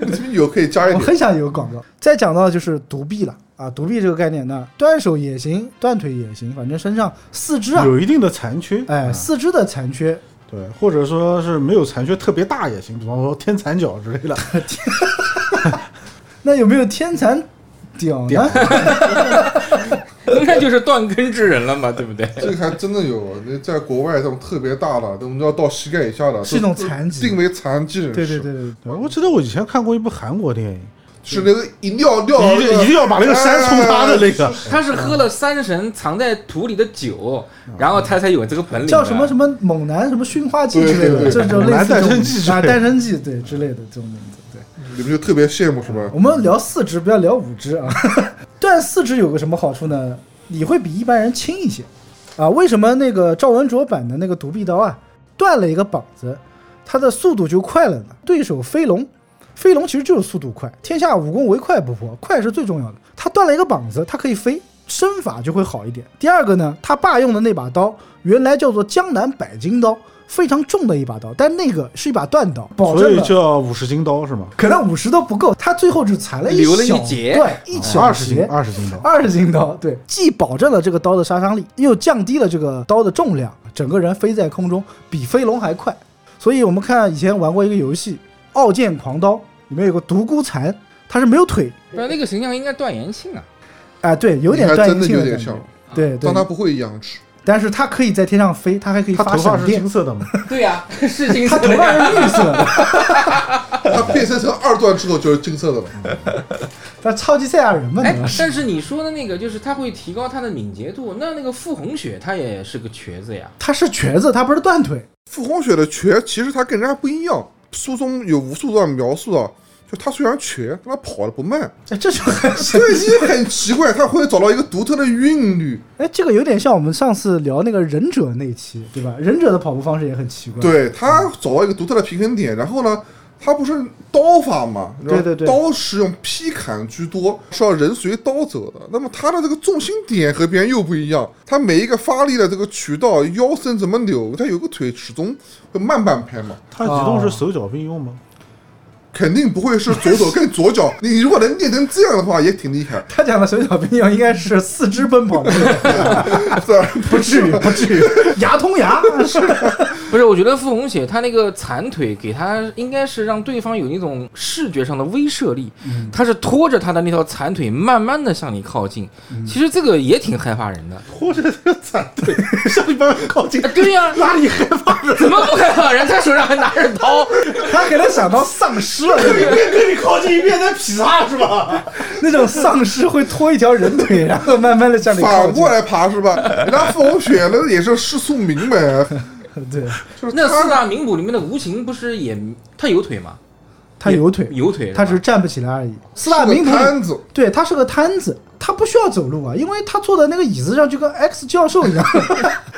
E: 你这边有可以加一
B: 我
E: 点。
B: 很想有广告。再讲到就是独臂了啊，独臂这个概念呢，断手也行，断腿也行，反正身上四肢啊，
C: 有一定的残缺，
B: 哎，
C: 嗯
B: 四肢的残缺，
C: 对，或者说是没有残缺特别大也行，比方说天残脚之类 的。
B: 那有没有天啊蚕屌呢？
D: 那就是断根之人了嘛，对不对？
E: 这个还真的有，那在国外这种特别大的，我们要到膝盖以下的，
B: 是一种残疾
E: 都定为残疾人士。
B: 对对对，对，
C: 对我记得我以前看过一部韩国电影，
E: 是那个一尿尿
B: 哦
C: 一定一定要把
E: 哎
C: 那个山冲塌的那
B: 哎
C: 个，
D: 他是喝了三神藏在土里的酒，然后他才有这个本领的。
B: 叫什么什么猛男什么驯化剂之类的，
E: 对对对
B: 这种类似这
C: 猛男诞生
B: 种
C: 剂
B: 啊，
C: 之类的
B: 诞生剂对之类的这种名字。对，
E: 你们就特别羡慕是吧？
B: 我们聊四肢，不要聊五肢啊。 断四肢有个什么好处呢？你会比一般人轻一些啊。为什么那个赵文卓版的那个独臂刀啊，断了一个膀子，他的速度就快了呢？对手飞龙，飞龙其实就是速度快，天下武功唯快不破，快是最重要的。他断了一个膀子，他可以飞。身法就会好一点。第二个呢，他爸用的那把刀原来叫做江南百斤刀，非常重的一把刀，但那个是一把断刀，保
C: 所
B: 证
C: 以
B: 了
C: 叫五十斤刀是吗？
B: 可能五十都不够，他最后只裁了一
D: 留了一
B: 小
D: 截
B: 段，一小
C: 二十斤，
B: 截，
C: 二十斤刀。
B: 二十斤刀，对，既保证了这个刀的杀伤力，又降低了这个刀的重量，整个人飞在空中比飞龙还快。所以我们看以前玩过一个游戏《傲剑狂刀》，里面有个独孤残，他是没有腿，
D: 不是那个形象应该段延庆啊，
B: 哎、对，有点
E: 你还
B: 断
E: 真
B: 阴
E: 的
B: 性
E: 有
B: 感
E: 点
B: 觉
E: 像。，
B: 对对
E: 但，他不会养殖，
B: 但是他可以在天上飞，他还可以
C: 他
B: 发
C: 头发
B: 闪
C: 是
B: 电
C: 金，色 的吗？
D: 对呀、 是金
B: 他
D: 色
B: 头
D: 的
B: 发
D: 呀。
B: 是绿色的，
E: 他变身成二段之后就是金色的了。
B: 他超级赛亚人嘛，
D: 哎
B: 你知道吗，
D: 但是你说的那个就是他会提高他的敏捷度，那那个傅红雪他也是个瘸子呀，
B: 他是瘸子，他不是断腿，
E: 傅红雪的瘸，其实他跟人家不一样。书中有无数段描述啊，就他虽然瘸，但他跑的不慢，
B: 哎这就很神
E: 这已经很奇怪，他会找到一个独特的韵律。
B: 哎，这个有点像我们上次聊那个忍者那期，对吧？忍者的跑步方式也很奇怪。，
E: 对他找到一个独特的平衡点，然后呢，他不是刀法嘛，然
B: 对
E: 后
B: 对对
E: 刀是用劈砍居多，是要人随刀走的。那么他的这个重心点和别人又不一样，他每一个发力的这个渠道，腰身怎么扭，他有个腿始终会慢半拍嘛。
C: 他移动是手脚并用吗？
E: 肯定不会是 左手跟左脚。你如果能练成这样的话，也挺厉害。
B: 他讲的手脚并用应该是四肢奔跑，
E: 虽然
B: 不至于，不至于， 牙通牙是
D: 不是，我觉得傅红雪她那个残腿给她应该是让对方有那种视觉上的威慑力，
C: 嗯
D: 她是拖着她的那条残腿慢慢的向你靠近，其实这个也挺害怕人的。
C: 嗯拖着这个残腿 向一般人靠近
D: 啊，对呀、
C: 哪里害怕人？啊
D: 怎么不害怕人？他手上还拿着刀，
B: 他可能想到丧尸了，
C: 一边跟你靠近，一边在劈叉是吧？
B: 那种丧尸会拖一条人腿，然后慢慢的向你靠
E: 反
B: 近
E: 过。来爬是吧？ 人家傅红雪那也是世俗明呗，
B: 对，
E: 就是
D: 那
E: 他
D: 四大名捕里面的无情不是也他有腿吗？
B: 他有腿，
D: 有腿吧，
B: 他只是站不起来而已。四大名捕
E: 是个摊子，
B: 对，他是个摊子，他不需要走路啊，因为他坐在那个椅子上就跟 X 教授一 样，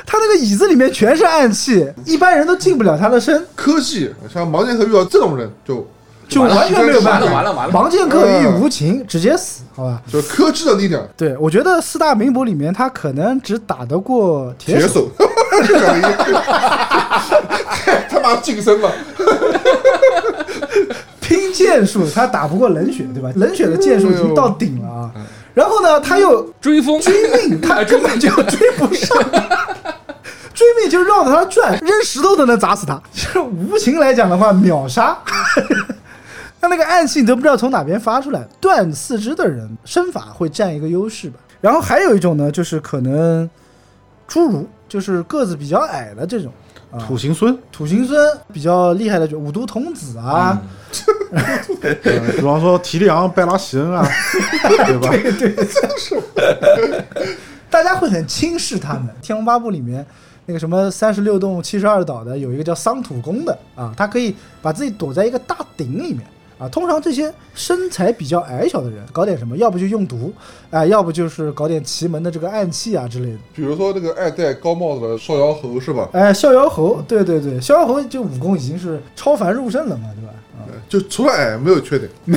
B: 他那个椅子里面全是暗器，一般人都近不了他的身，
E: 科技，像毛剑客遇到这种人就
B: 就
D: 完了
B: 完全没有办法。
D: 完了完了完了
B: 王剑客与无情直接死，好吧？
E: 就是科技的 力量，
B: 对，我觉得四大名捕里面，他可能只打得过铁
E: 铁
B: 手，
E: 手，太 他妈晋升了，
B: 拼剑术他打不过冷血，对吧？冷血的剑术已经到顶了啊。
D: 嗯
B: 然后呢，他又
D: 追风，啊
B: 啊追 命，他根本就追不上。 追命就绕着他转，扔石头都能砸死他。就是无情来讲的话，秒杀。 他那个暗器你都不知道从哪边发出来，断四肢的人身法会占一个优势吧。然后还有一种呢，就是可能侏儒，就是个子比较矮的这种。啊，
C: 土行 孙，
B: 土行孙比较厉害的，就五毒童子啊，
C: 呃比方说提利昂、拜拉席 恩啊，对吧？
B: 大家会很轻视他们。 《天龙八部》里面那个什么三十六洞七十二岛的，有一个叫桑土公的啊，他可以把自己躲在一个大鼎里面啊。通常这些身材比较矮小的人，搞点什么，要不就用毒啊，要不就是搞点奇门的这个暗器啊之类的。
E: 比如说那个爱戴高帽子的逍遥侯是吧？
B: 哎，逍遥侯，对对对，逍遥侯就武功已经是超凡入圣了嘛，对吧？啊，
E: 就除了矮没有缺点，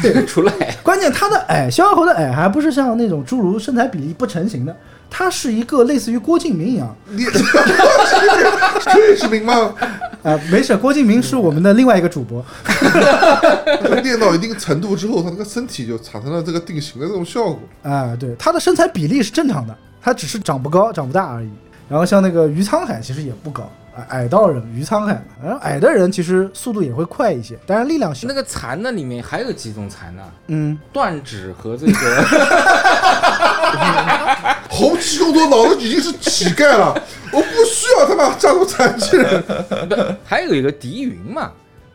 B: 对，
D: 出来，
B: 关键他的矮，逍遥侯的矮还不是像那种侏儒身材比例不成型的，他是一个类似于郭敬明一样，
E: 你这是明吗？
B: 啊，没事，郭敬明是我们的另外一个主播，
E: 练到一定程度之后，他那个身体就产生了这个定型的这种效果。
B: 啊，对，他的身材比例是正常的，他只是长不高、长不大而已。然后像那个于沧海其实也不高，啊矮到人于沧海，然后矮的人其实速度也会快一些，但是力量小
D: 那。个蚕的里面还有几种蚕呢？
B: 嗯，
D: 断指和这个，
E: 洪七公主脑子已经是乞丐了， 我不需要他妈加入残疾人。
D: 不 还有一个狄云嘛，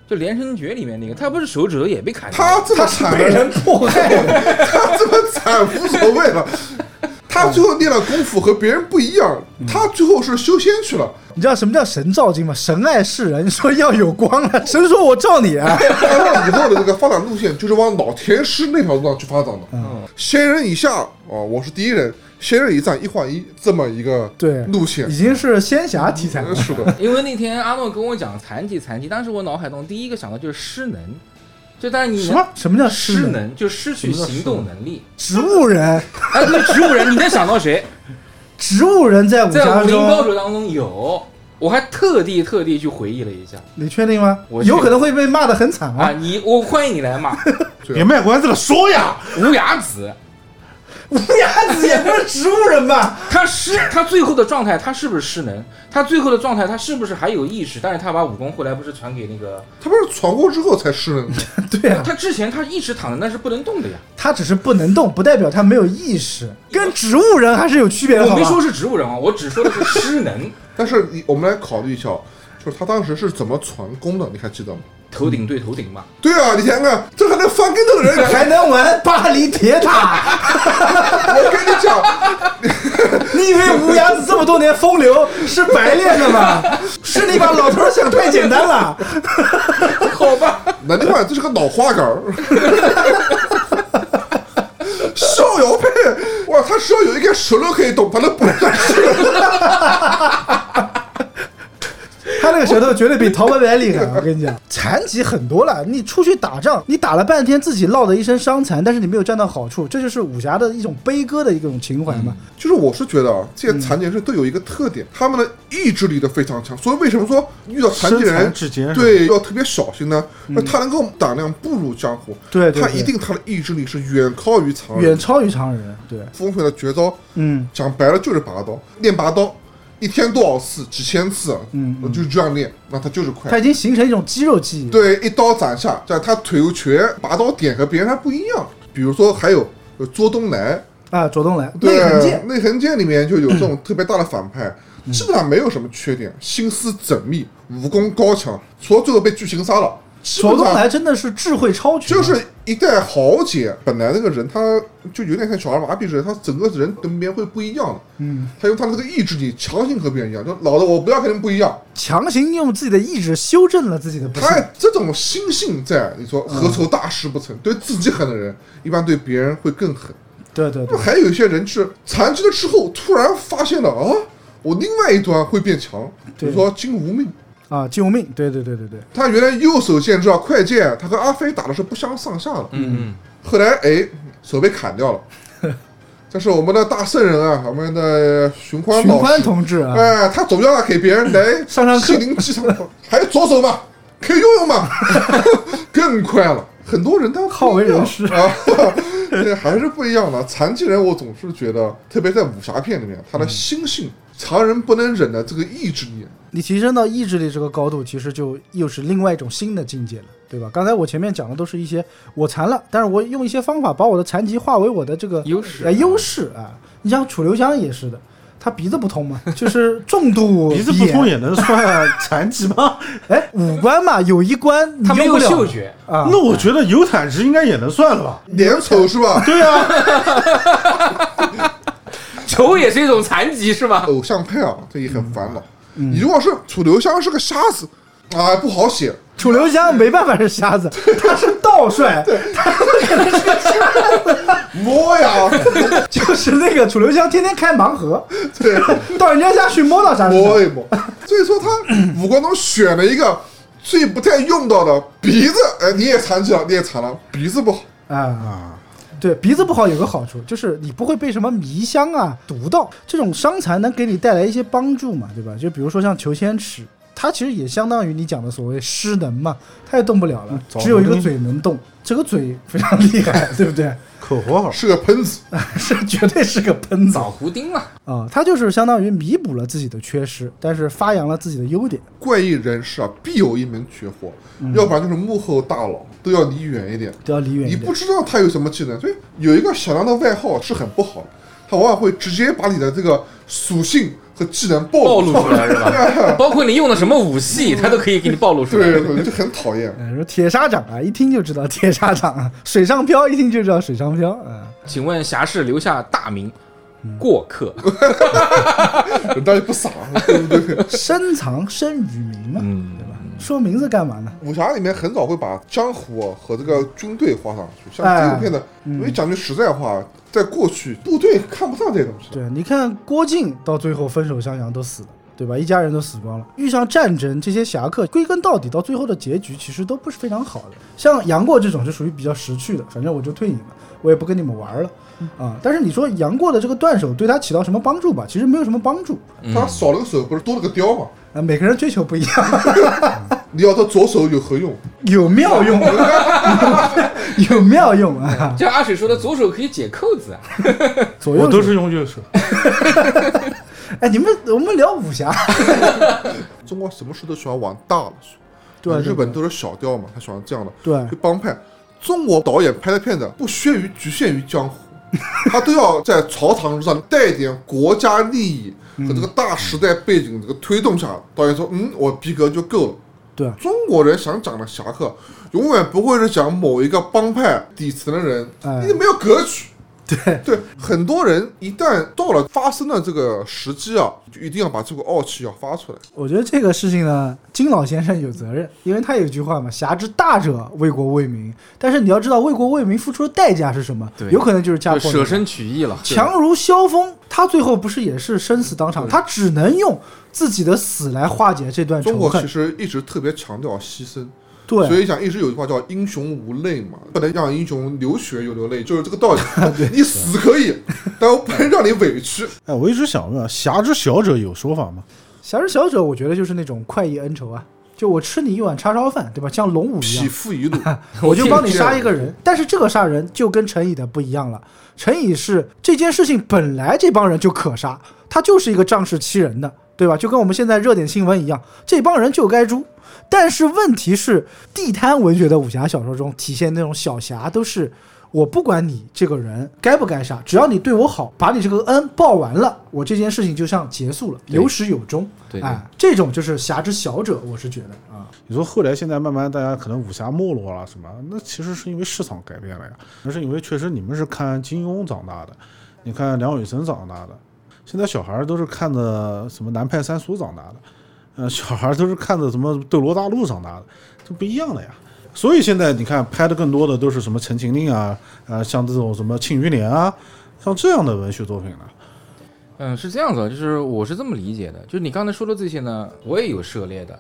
D: 就《连城诀》里面那个，他不是手指头也被砍掉
E: 他
D: 了？
E: 这么惨的人，
B: 迫害的，
E: 他这么惨无所谓了。 他最后练了功夫和别人不一样，他最后是修仙去了。
B: 你知道什么叫神照镜吗？神爱世人，说要有光了，神说我照你啊。
E: 按照以后的这个发展路线，就是往老田师那条路上去发展的。仙人以下啊、我是第一人；仙人以上一换一，这么一个
B: 对，
E: 路线
B: 已。经是仙侠题材了。
E: 是的，
D: 因为那天阿诺跟我讲残疾残疾，当时我脑海中第一个想到就是失能，就但是你
B: 什么什么叫失
D: 失
B: 能？
D: 能，就失去行动能力。
B: 植物人，
D: 哎，那植物人，你能想 到谁？
B: 植物人在武
D: 在
B: 侠
D: 武林高
B: 中，
D: 手当中有，我还特地特地去回忆了一下
B: 你确定吗
D: 我？
B: 有
D: 确
B: 可能会被骂得很惨
D: 啊，
B: 啊！
D: 你我欢迎 你来骂啊
C: 别卖关子了，说呀！
D: 无崖子，
B: 乌鸦子也不是植物人吧？
D: 他失他最后的状态，他是不是失能？他最后的状态，他是不是还有意识？但是他把武功后来不是传给那个
E: 他不是闯过之后才失能，
B: 对啊，
D: 他之前他一直躺着，那是不能动的呀。
B: 他只是不能动，不代表他没有意识，跟植物人还是有区别的。
D: 我没
B: 哎好吧
D: 说是植物人啊，我只说的是失能，
E: 但是你我们来考虑一下，就是他当时是怎么传功的，你还记得吗？
D: 头顶对头顶嘛。
E: 对啊，你想想看，这还能翻跟头的 人，
B: 还能玩巴黎铁塔？
E: 我跟你讲，
B: 你以为乌鸦子这么多年风流是白练的 吗？是你把老头儿想太简单了。嗯
E: 南京话这是个脑花杆儿。 逍遥派，哇，他只要有一根舌头可以动，把他补上去。
B: 他那个舌头绝对比陶白白厉害。我跟你讲，残疾很多了。你出去打仗，你打了半天，自己落得一身伤残，但是你没有占到好处，这就是武侠的一种悲歌的一种情怀嘛。
E: 就是我是觉得啊，这些残疾人士都有一个特点，他们的意志力都非常强，所以为什么说遇到残疾
C: 身
E: 人
C: 残志坚
E: 对要特别小心呢？那他能够胆量步入江湖，
B: 嗯对对
E: 他
B: 对
E: 一定他的意志力是远高于常
B: 远
E: 人。
B: 超于常人，对，
E: 风水的绝招，
B: 嗯，
E: 讲白了就是拔刀，练拔刀。一天多少次？几千次，啊
B: 嗯嗯
E: 就是这样练，那他就是快
B: 他。已经形成一种肌肉记忆。，
E: 对，一刀斩下，这样他腿有瘸，拔刀点和别人还不一样。比如说还有有左东来，
B: 啊，左东来
E: 对
B: 内横剑，嗯
E: 内横剑里面就有 这种特别大的反派，基本上没有什么缺点，心思缜密，武功高强，除了最后被剧情杀了，基
B: 左
E: 本
B: 东来
E: 上
B: 真的是智慧超群啊，
E: 就是一代豪杰。本来那个人他就有点像小儿麻痹似的，他整个人跟别人会不一样的。嗯，他用他的这个意志力强行和别人一样，就老子我不要跟你们不一样。
B: 强行用自己的意志修正了自己的不
E: 他
B: 幸。
E: 这种心性在，你说何愁大事不成？对自己狠的人，一般对别人会更狠。
B: 对对
E: 那
B: 对
E: 么，还有一些人是残疾了之后，突然发现了啊，我另外一端会变强，比
B: 对
E: 如说金无命，
B: 啊，救命！对对对对对，
E: 他原来右手剑知道快剑，他和阿飞打的是不相上下的，
D: 嗯，
E: 后来哎手被砍掉了。 这是我们的大圣人啊，我们的寻欢
B: 寻
E: 老
B: 欢
E: 师，
B: 同志啊，
E: 哎，他总要给别人来
B: 上上课
E: 心灵鸡汤，还有左手嘛，可以用 用嘛，更快了。很多人他不一样
B: 好为人师
E: 啊，这还是不一样的。残疾人我总是觉得，特别在武侠片里面，他的心性，常人不能忍的这个意志力，
B: 你提升到意志力这个高度，其实就又是另外一种新的境界了，对吧？刚才我前面讲的都是一些我残了，但是我用一些方法把我的残疾化为我的这个
D: 优势
B: 呃优势啊。你像楚留香也是的，他鼻子不通嘛，就是重 度
C: 鼻子不通
B: 炎，
C: 也能算残疾吗？
B: 哎，五官嘛有一关你
D: 他没
B: 用不
D: 有
B: 了
D: 嗅觉，
B: 啊，
C: 那我觉得有产值应该也能算了吧？
B: 嗯
E: 脸丑是吧？
C: 对啊，
D: 丑也是一种残疾是吗？
E: 偶像派啊，这也很烦恼。
B: 嗯
E: 你如果是楚留香是个瞎子，啊，不好写。
B: 楚留香没办法是瞎子，他是道帅，
E: 摸呀，
B: 就是那个楚留香天天开盲盒，
E: 对，
B: 到人家家去摸到啥是啥
E: 摸一摸。所以说他 五官中选了一个最不太用到的鼻子，哎，你也残疾了，你也残了，鼻子不好。
B: 啊。对，鼻子不好有个好处，就是你不会被什么迷香啊、毒到，这种伤残能给你带来一些帮助嘛，对吧？就比如说像裘千尺，他其实也相当于你讲的所谓失能嘛，他也动不了了，
C: 早
B: 只有一个
C: 能
B: 嘴能动，这个嘴非常厉害，对不对？
C: 口活好，
E: 是个喷子，
B: 是绝对是个喷子
D: 脑
B: 啊、
D: 胡 丁嘛，
B: 他就是相当于弥补了自己的缺失，但是发扬了自己的优点。
E: 怪异人士啊，必有一门绝活，要不然就是幕后大佬，都要离远一点。
B: 都要离远一
E: 你
B: 点
E: 不。知道他有什么技能，所以有一个小亮的外号是很不好的，他往往会直接把你的这个属性和技能
D: 暴
E: 暴
D: 露
E: 露
D: 出
E: 出来。
D: 来是吧？包括你用的什么武器，他都可以给你暴露出来。
E: 对，对，就很讨厌。
B: 嗯，说铁砂掌啊，一听就知道 铁砂掌啊，水上漂一听就知道水上漂啊。
D: 请问侠士留下大名，过客。
B: 嗯
E: 人家也不傻，对不对？
B: 深藏身与名嘛，
D: 嗯，
B: 说名字干嘛呢？
E: 武侠里面很少会把江湖和这个军队画上去，像这部片
B: 哎
E: 的，
B: 嗯
E: 因为讲句实在话，在过去部队看不上这些东西。
B: 对，你看郭靖到最后分手襄阳都死了，对吧？一家人都死光了。遇上战争，这些侠客归根到底到最后的结局其实都不是非常好的。像杨过这种就属于比较识趣的，反正我就退隐了，我也不跟你们玩了啊。但是你说杨过的这个断手对他起到什么帮助吧？其实没有什么帮助
E: 他少了个手，不是多了个雕吗？
B: 啊。每个人追求不一样，
E: 你要他左手有何用？
B: 有妙用， 有妙用啊。
D: 就像阿水说的，左手可以解扣子啊。
B: 左右
C: 我都
B: 手
C: 是用右手。
B: 哎，你们我们聊武侠，
E: 中国什么事都喜欢往大了说，啊
B: 对对
E: 日本都是小调嘛，他喜欢这样的，
B: 对
E: 就帮派。中国导演拍的片子不限于局限于江湖，他都要在朝堂上带一点国家利益和
B: 嗯
E: 这个大时代背景这个推动下，导演说，嗯，我逼格就够了。
B: 对啊
E: 中国人想讲的侠客，永远不会是讲某一个帮派底层的人，
B: 哎
E: 你没有格局，
B: 对，
E: 对，很多人一旦到了发生的这个时机啊，就一定要把这股傲气要发出来。
B: 我觉得这个事情呢，金老先生有责任，因为他有一句话嘛，“侠之大者，为国为民”。但是你要知道，为国为民付出的代价是什么？
D: 对
B: 有可能就是家
D: 就
B: 破
D: 舍
B: 人亡。
D: 身取义了。
B: 强如萧峰，他最后不是也是生死当场？他只能用自己的死来化解这段
E: 中
B: 仇
E: 国其
B: 恨。
E: 实一直特别强调牺牲，所
B: 对，
E: 以讲一直有一句话叫“英雄无泪”嘛，不能让英雄流血又流泪，就是这个 道理。你死可以，但我不能让你委屈。
C: 哎，我一直想问，啊，侠之小者有说法吗？
B: 侠之小者，我觉得就是那种快意恩仇啊，就我吃你一碗叉烧饭，对吧？像龙武一样
E: 匹，夫一 怒，
B: 我就帮你杀一个人。但是这个杀人就跟陈乙的不一样了，陈乙是这件事情本来这帮人就可杀，他就是一个仗势欺人的，对吧？就跟我们现在热点新闻一样，这帮人就该诛。但是问题是，地摊文学的武侠小说中体现那种小侠都是。我不管你这个人该不该杀，只要你对我好，把你这个恩报完了，我这件事情就像结束了，
D: 对
B: 有始有终。
D: 对对
B: 哎，这种就是侠之小者，我是觉得啊。
C: 你说后来现在慢慢大家可能武侠没落了什么，那其实是因为市场改变了呀，那是因为确实你们是看金庸长大的，你看梁羽生长大的，现在小孩儿都是看着什么南派三叔长大的，呃，小孩儿都是看着什么斗罗大陆长大的，这不一样的呀。所以现在你看拍的更多的都是什么《陈情令》啊，呃，像这种什么《庆余年》啊，像这样的文学作品呢、
D: 嗯，是这样子啊，就是我是这么理解的，就是你刚才说的这些呢，我也有涉猎的，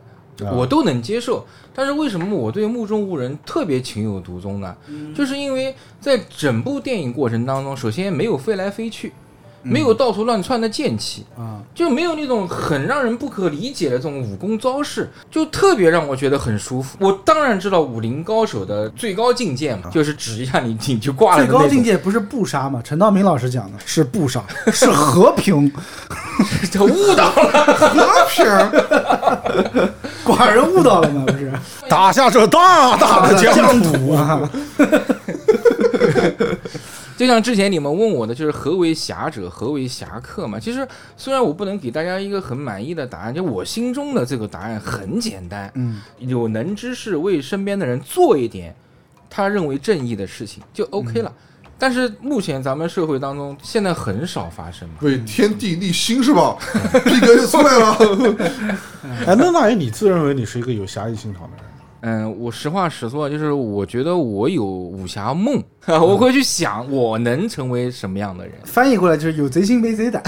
B: 啊
D: 我都能接受。但是为什么我对目中无人特别情有独钟呢？就是因为在整部电影过程当中，首先没有飞来飞去，没有到处乱窜的剑气，
B: 嗯啊，
D: 就没有那种很让人不可理解的这种武功招式，就特别让我觉得很舒服。我当然知道武林高手的最高境界嘛，就是指一下你你就挂
B: 啊
D: 了
B: 最
D: 的那
B: 高
D: 种。
B: 境 界不是不杀吗？陈道明老师讲的是不杀， 是和平，
D: 这误导了。
E: 和平儿。
B: 寡人误导了吗？ 不是，
C: 打下这大大的疆土
B: 啊，
D: 就像之前你们问我的，就是何为侠者，何为侠客嘛。其实虽然我不能给大家一个很满意的答案，就我心中的这个答案很简单，
B: 嗯，
D: 有能之士为身边的人做一点他认为正义的事情就
B: 嗯
D: OK 了。但是目前咱们社会当中，现在很少发生嘛。
E: 为天地立心是 吧？逼哥就出来了，
C: 哎，那大爷，你自认为你是一个有侠义心肠的人？
D: 嗯，我实话实说，就是我觉得我有武侠梦， 我会去想我能成为什么样的人，
B: 翻译过来就是有贼心没贼胆。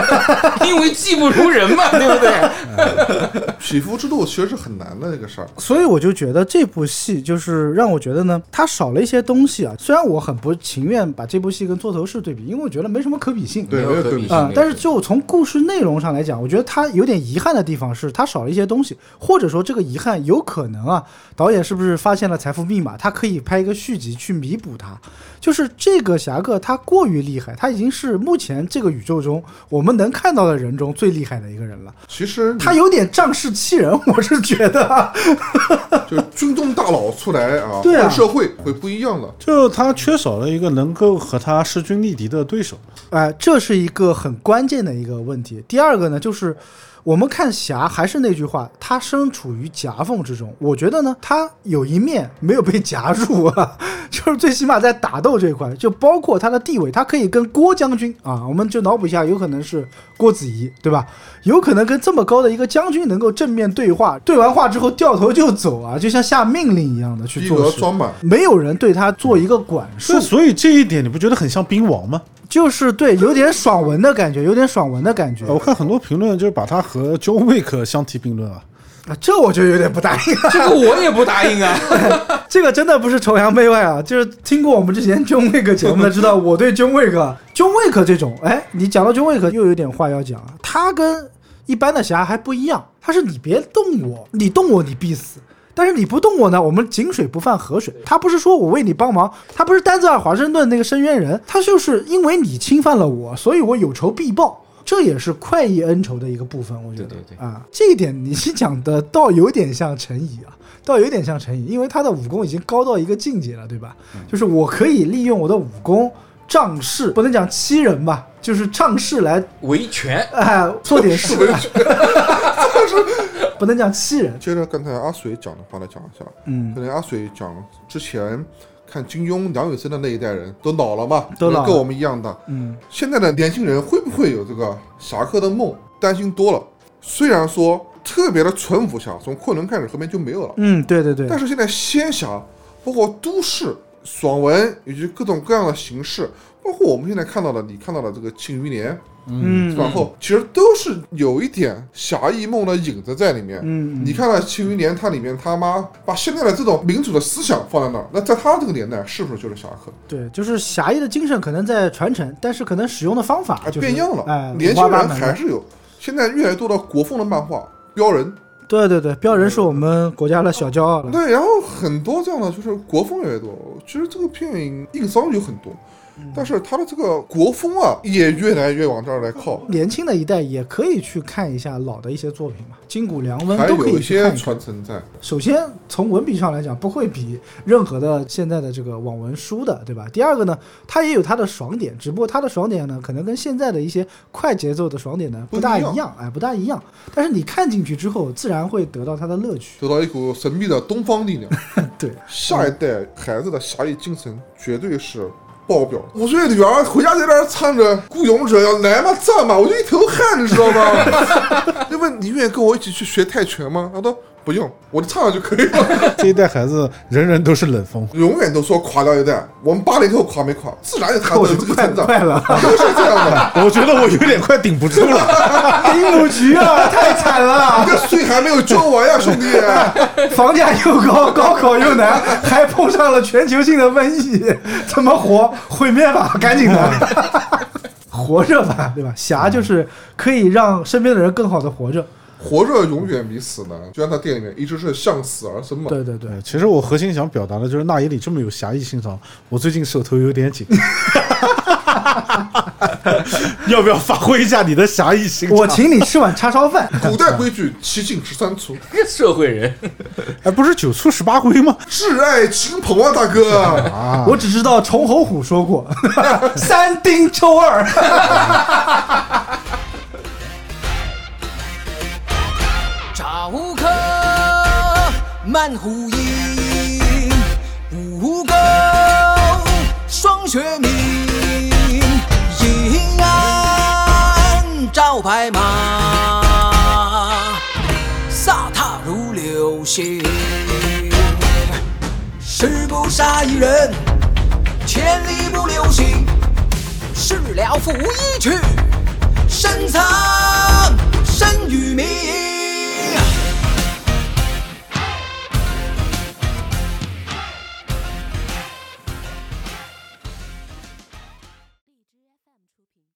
D: 因为技不如人嘛，对不对？
E: 匹夫之路其实是很难的那个事儿。
B: 所以我就觉得这部戏就是让我觉得呢，它少了一些东西啊。虽然我很不情愿把这部戏跟《座头市》对比，因为我觉得没什么可比性。
E: 对
D: 没有
E: 没有
D: 可
E: 对
D: 比
E: 比
D: 性
B: 啊、
D: 没有
B: 但是
D: 可比
B: 就从故事内容上来讲，我觉得它有点遗憾的地方是它少了一些东西，或者说这个遗憾有可能啊，导演是不是发现了财富密码，他可以拍一个续集去弥补它？就是这个侠客他过于厉害，他已经是目前这个宇宙中我们能看到的人中最厉害的一个人了。
E: 其实你
B: 他有点仗势欺人，我是觉得啊，
E: 就是军中大佬出来啊，
B: 对啊
E: 混社会会不一样的。
C: 就他缺少了一个能够和他势均力敌的对手。
B: 哎、这是一个很关键的一个问题。第二个呢，就是我们看侠，还是那句话，他身处于夹缝之中。我觉得呢，他有一面没有被夹住啊， 就是最起码在打斗这一块，就包括他的地位，他可以跟郭将军啊，我们就脑补一下，有可能是郭子仪，对吧？有可能跟这么高的一个将军能够正面对话，对完话之后掉头就走啊，就像下命令一样的去
E: 逼
B: 做
E: 格
B: 事。
E: 装满，
B: 没有人对他做一个管束
C: 所以，，所以这一点你不觉得很像兵王吗？
B: 就是对有点爽文的感觉，有点爽文的感觉。
C: 呃我看很多评论就是把他和 John Wick 相提并论啊。
B: 啊，这我就有点不答应了。
D: 这个我也不答应啊。
B: 这个真的不是崇洋媚外啊， 就是听过我们之前 John Wick 节目的知道，我对 John Wick，John Wick 这种，哎，你讲到 John Wick 又有点话要讲啊，他跟一般的侠还不一样，他是你别动我，你动我你必死。但是你不动我呢，我们井水不犯河水。他不是说我为你帮忙，他不是丹泽尔华盛顿那个申冤人，他就是因为你侵犯了我，所以我有仇必报，这也是快意恩仇的一个部分。我觉得
D: 对对对
B: 啊，这一点你讲的倒有点像陈乙啊，倒有点像陈乙，因为他的武功已经高到一个境界了，对吧？就是我可以利用我的武功仗势，不能讲欺人吧，就是仗势来
D: 维权，
B: 哎做点事，不能讲欺人。
E: 接着刚才阿水讲的话来讲一下，
B: 嗯
E: 可能阿水讲之前看金庸、梁羽生的那一代人都老了嘛，
B: 都老了
E: 跟我们一样大。
B: 嗯
E: 现在的年轻人会不会有这个侠客的梦？担心多了。虽然说特别的纯武侠从昆仑开始后面就没有了，
B: 嗯，对对对，
E: 但是现在仙侠，包括都市爽文以及各种各样的形式，包括我们现在看到的，你看到的这个《庆余年》
B: 嗯
E: 然后其实都是有一点侠义梦的影子在里面。
B: 嗯
E: 你看了《庆余年》，它里面他妈把现在的这种民主的思想放在那儿，那在他这个年代是不是就是侠客？
B: 对，就是侠义的精神可能在传承，但是可能使用的方法
E: 哎，
B: 就是
E: 变样了，
B: 哎，
E: 年
B: 五花
E: 轻
B: 八
E: 人
B: 门
E: 还
B: 的
E: 是有。现在越来越多的国风的漫画，标人，
B: 对对对，标人是我们国家的小骄傲了。
E: 对，然后很多这样的就是国风越来越多。其实这个片硬伤有很多，但是他的这个国风啊，也越来越往这儿来靠。
B: 年轻的一代也可以去看一下老的一些作品嘛，筋骨良温
E: 还
B: 都可以
E: 有一
B: 去
E: 些
B: 看一看。
E: 传承在，
B: 首先从文笔上来讲，不会比任何的现在的这个网文书的，对吧？第二个呢，它也有它的爽点，只不过它的爽点呢，可能跟现在的一些快节奏的爽点呢
E: 不
B: 不大
E: 一样
B: 一样，哎，不大一样。但是你看进去之后，自然会得到它的乐趣。
E: 得到一股神秘的东方力量。
B: 对，
E: 下一代孩子的侠义精神绝对是爆表。五岁女儿回家在那儿唱着《孤勇者要来嘛战嘛》，我就一头汗，你知道吗？ 就问你愿意跟我一起去学泰拳吗？他说不用，我就唱了就可以了。
C: 这一代孩子人人都是冷 锋，
E: 永远都说垮掉一代，我们八零后垮没垮？自然有他
B: 我
E: 的
B: 就
E: 这个
B: 快
E: 成长，
B: 快了，
E: 都是这样的。
C: 我觉得我有点快顶不住了。
B: 丁母局啊，太惨了
E: 你，这税还没有交完呀， 兄弟！
B: 房价又高，高考又难，还碰上了全球性的瘟疫，怎么活？毁灭吧，赶紧的，活着吧，对吧？侠就是可以让身边的人更好的活着。
E: 活着永远比死难，就像他店里面一直是向死而生嘛。
B: 对对对，
C: 对，其实我核心想表达的就是那爷里这么有侠义心肠，我最近手头有点 紧，要不要发挥一下你的侠义心肠？
B: 我请你吃碗叉烧饭。
E: 古代规矩，七进十三出。
D: 社 会人，
C: 哎，不是九处十八归吗？
E: 挚爱亲朋啊，大哥，
C: 啊，
B: 我只知道崇侯虎说过“三丁周二
A: 查无可，满壶饮，五沟霜雪明，银鞍照白马，飒沓如流星。十不杀一人，千里不留行，事了拂衣去，深藏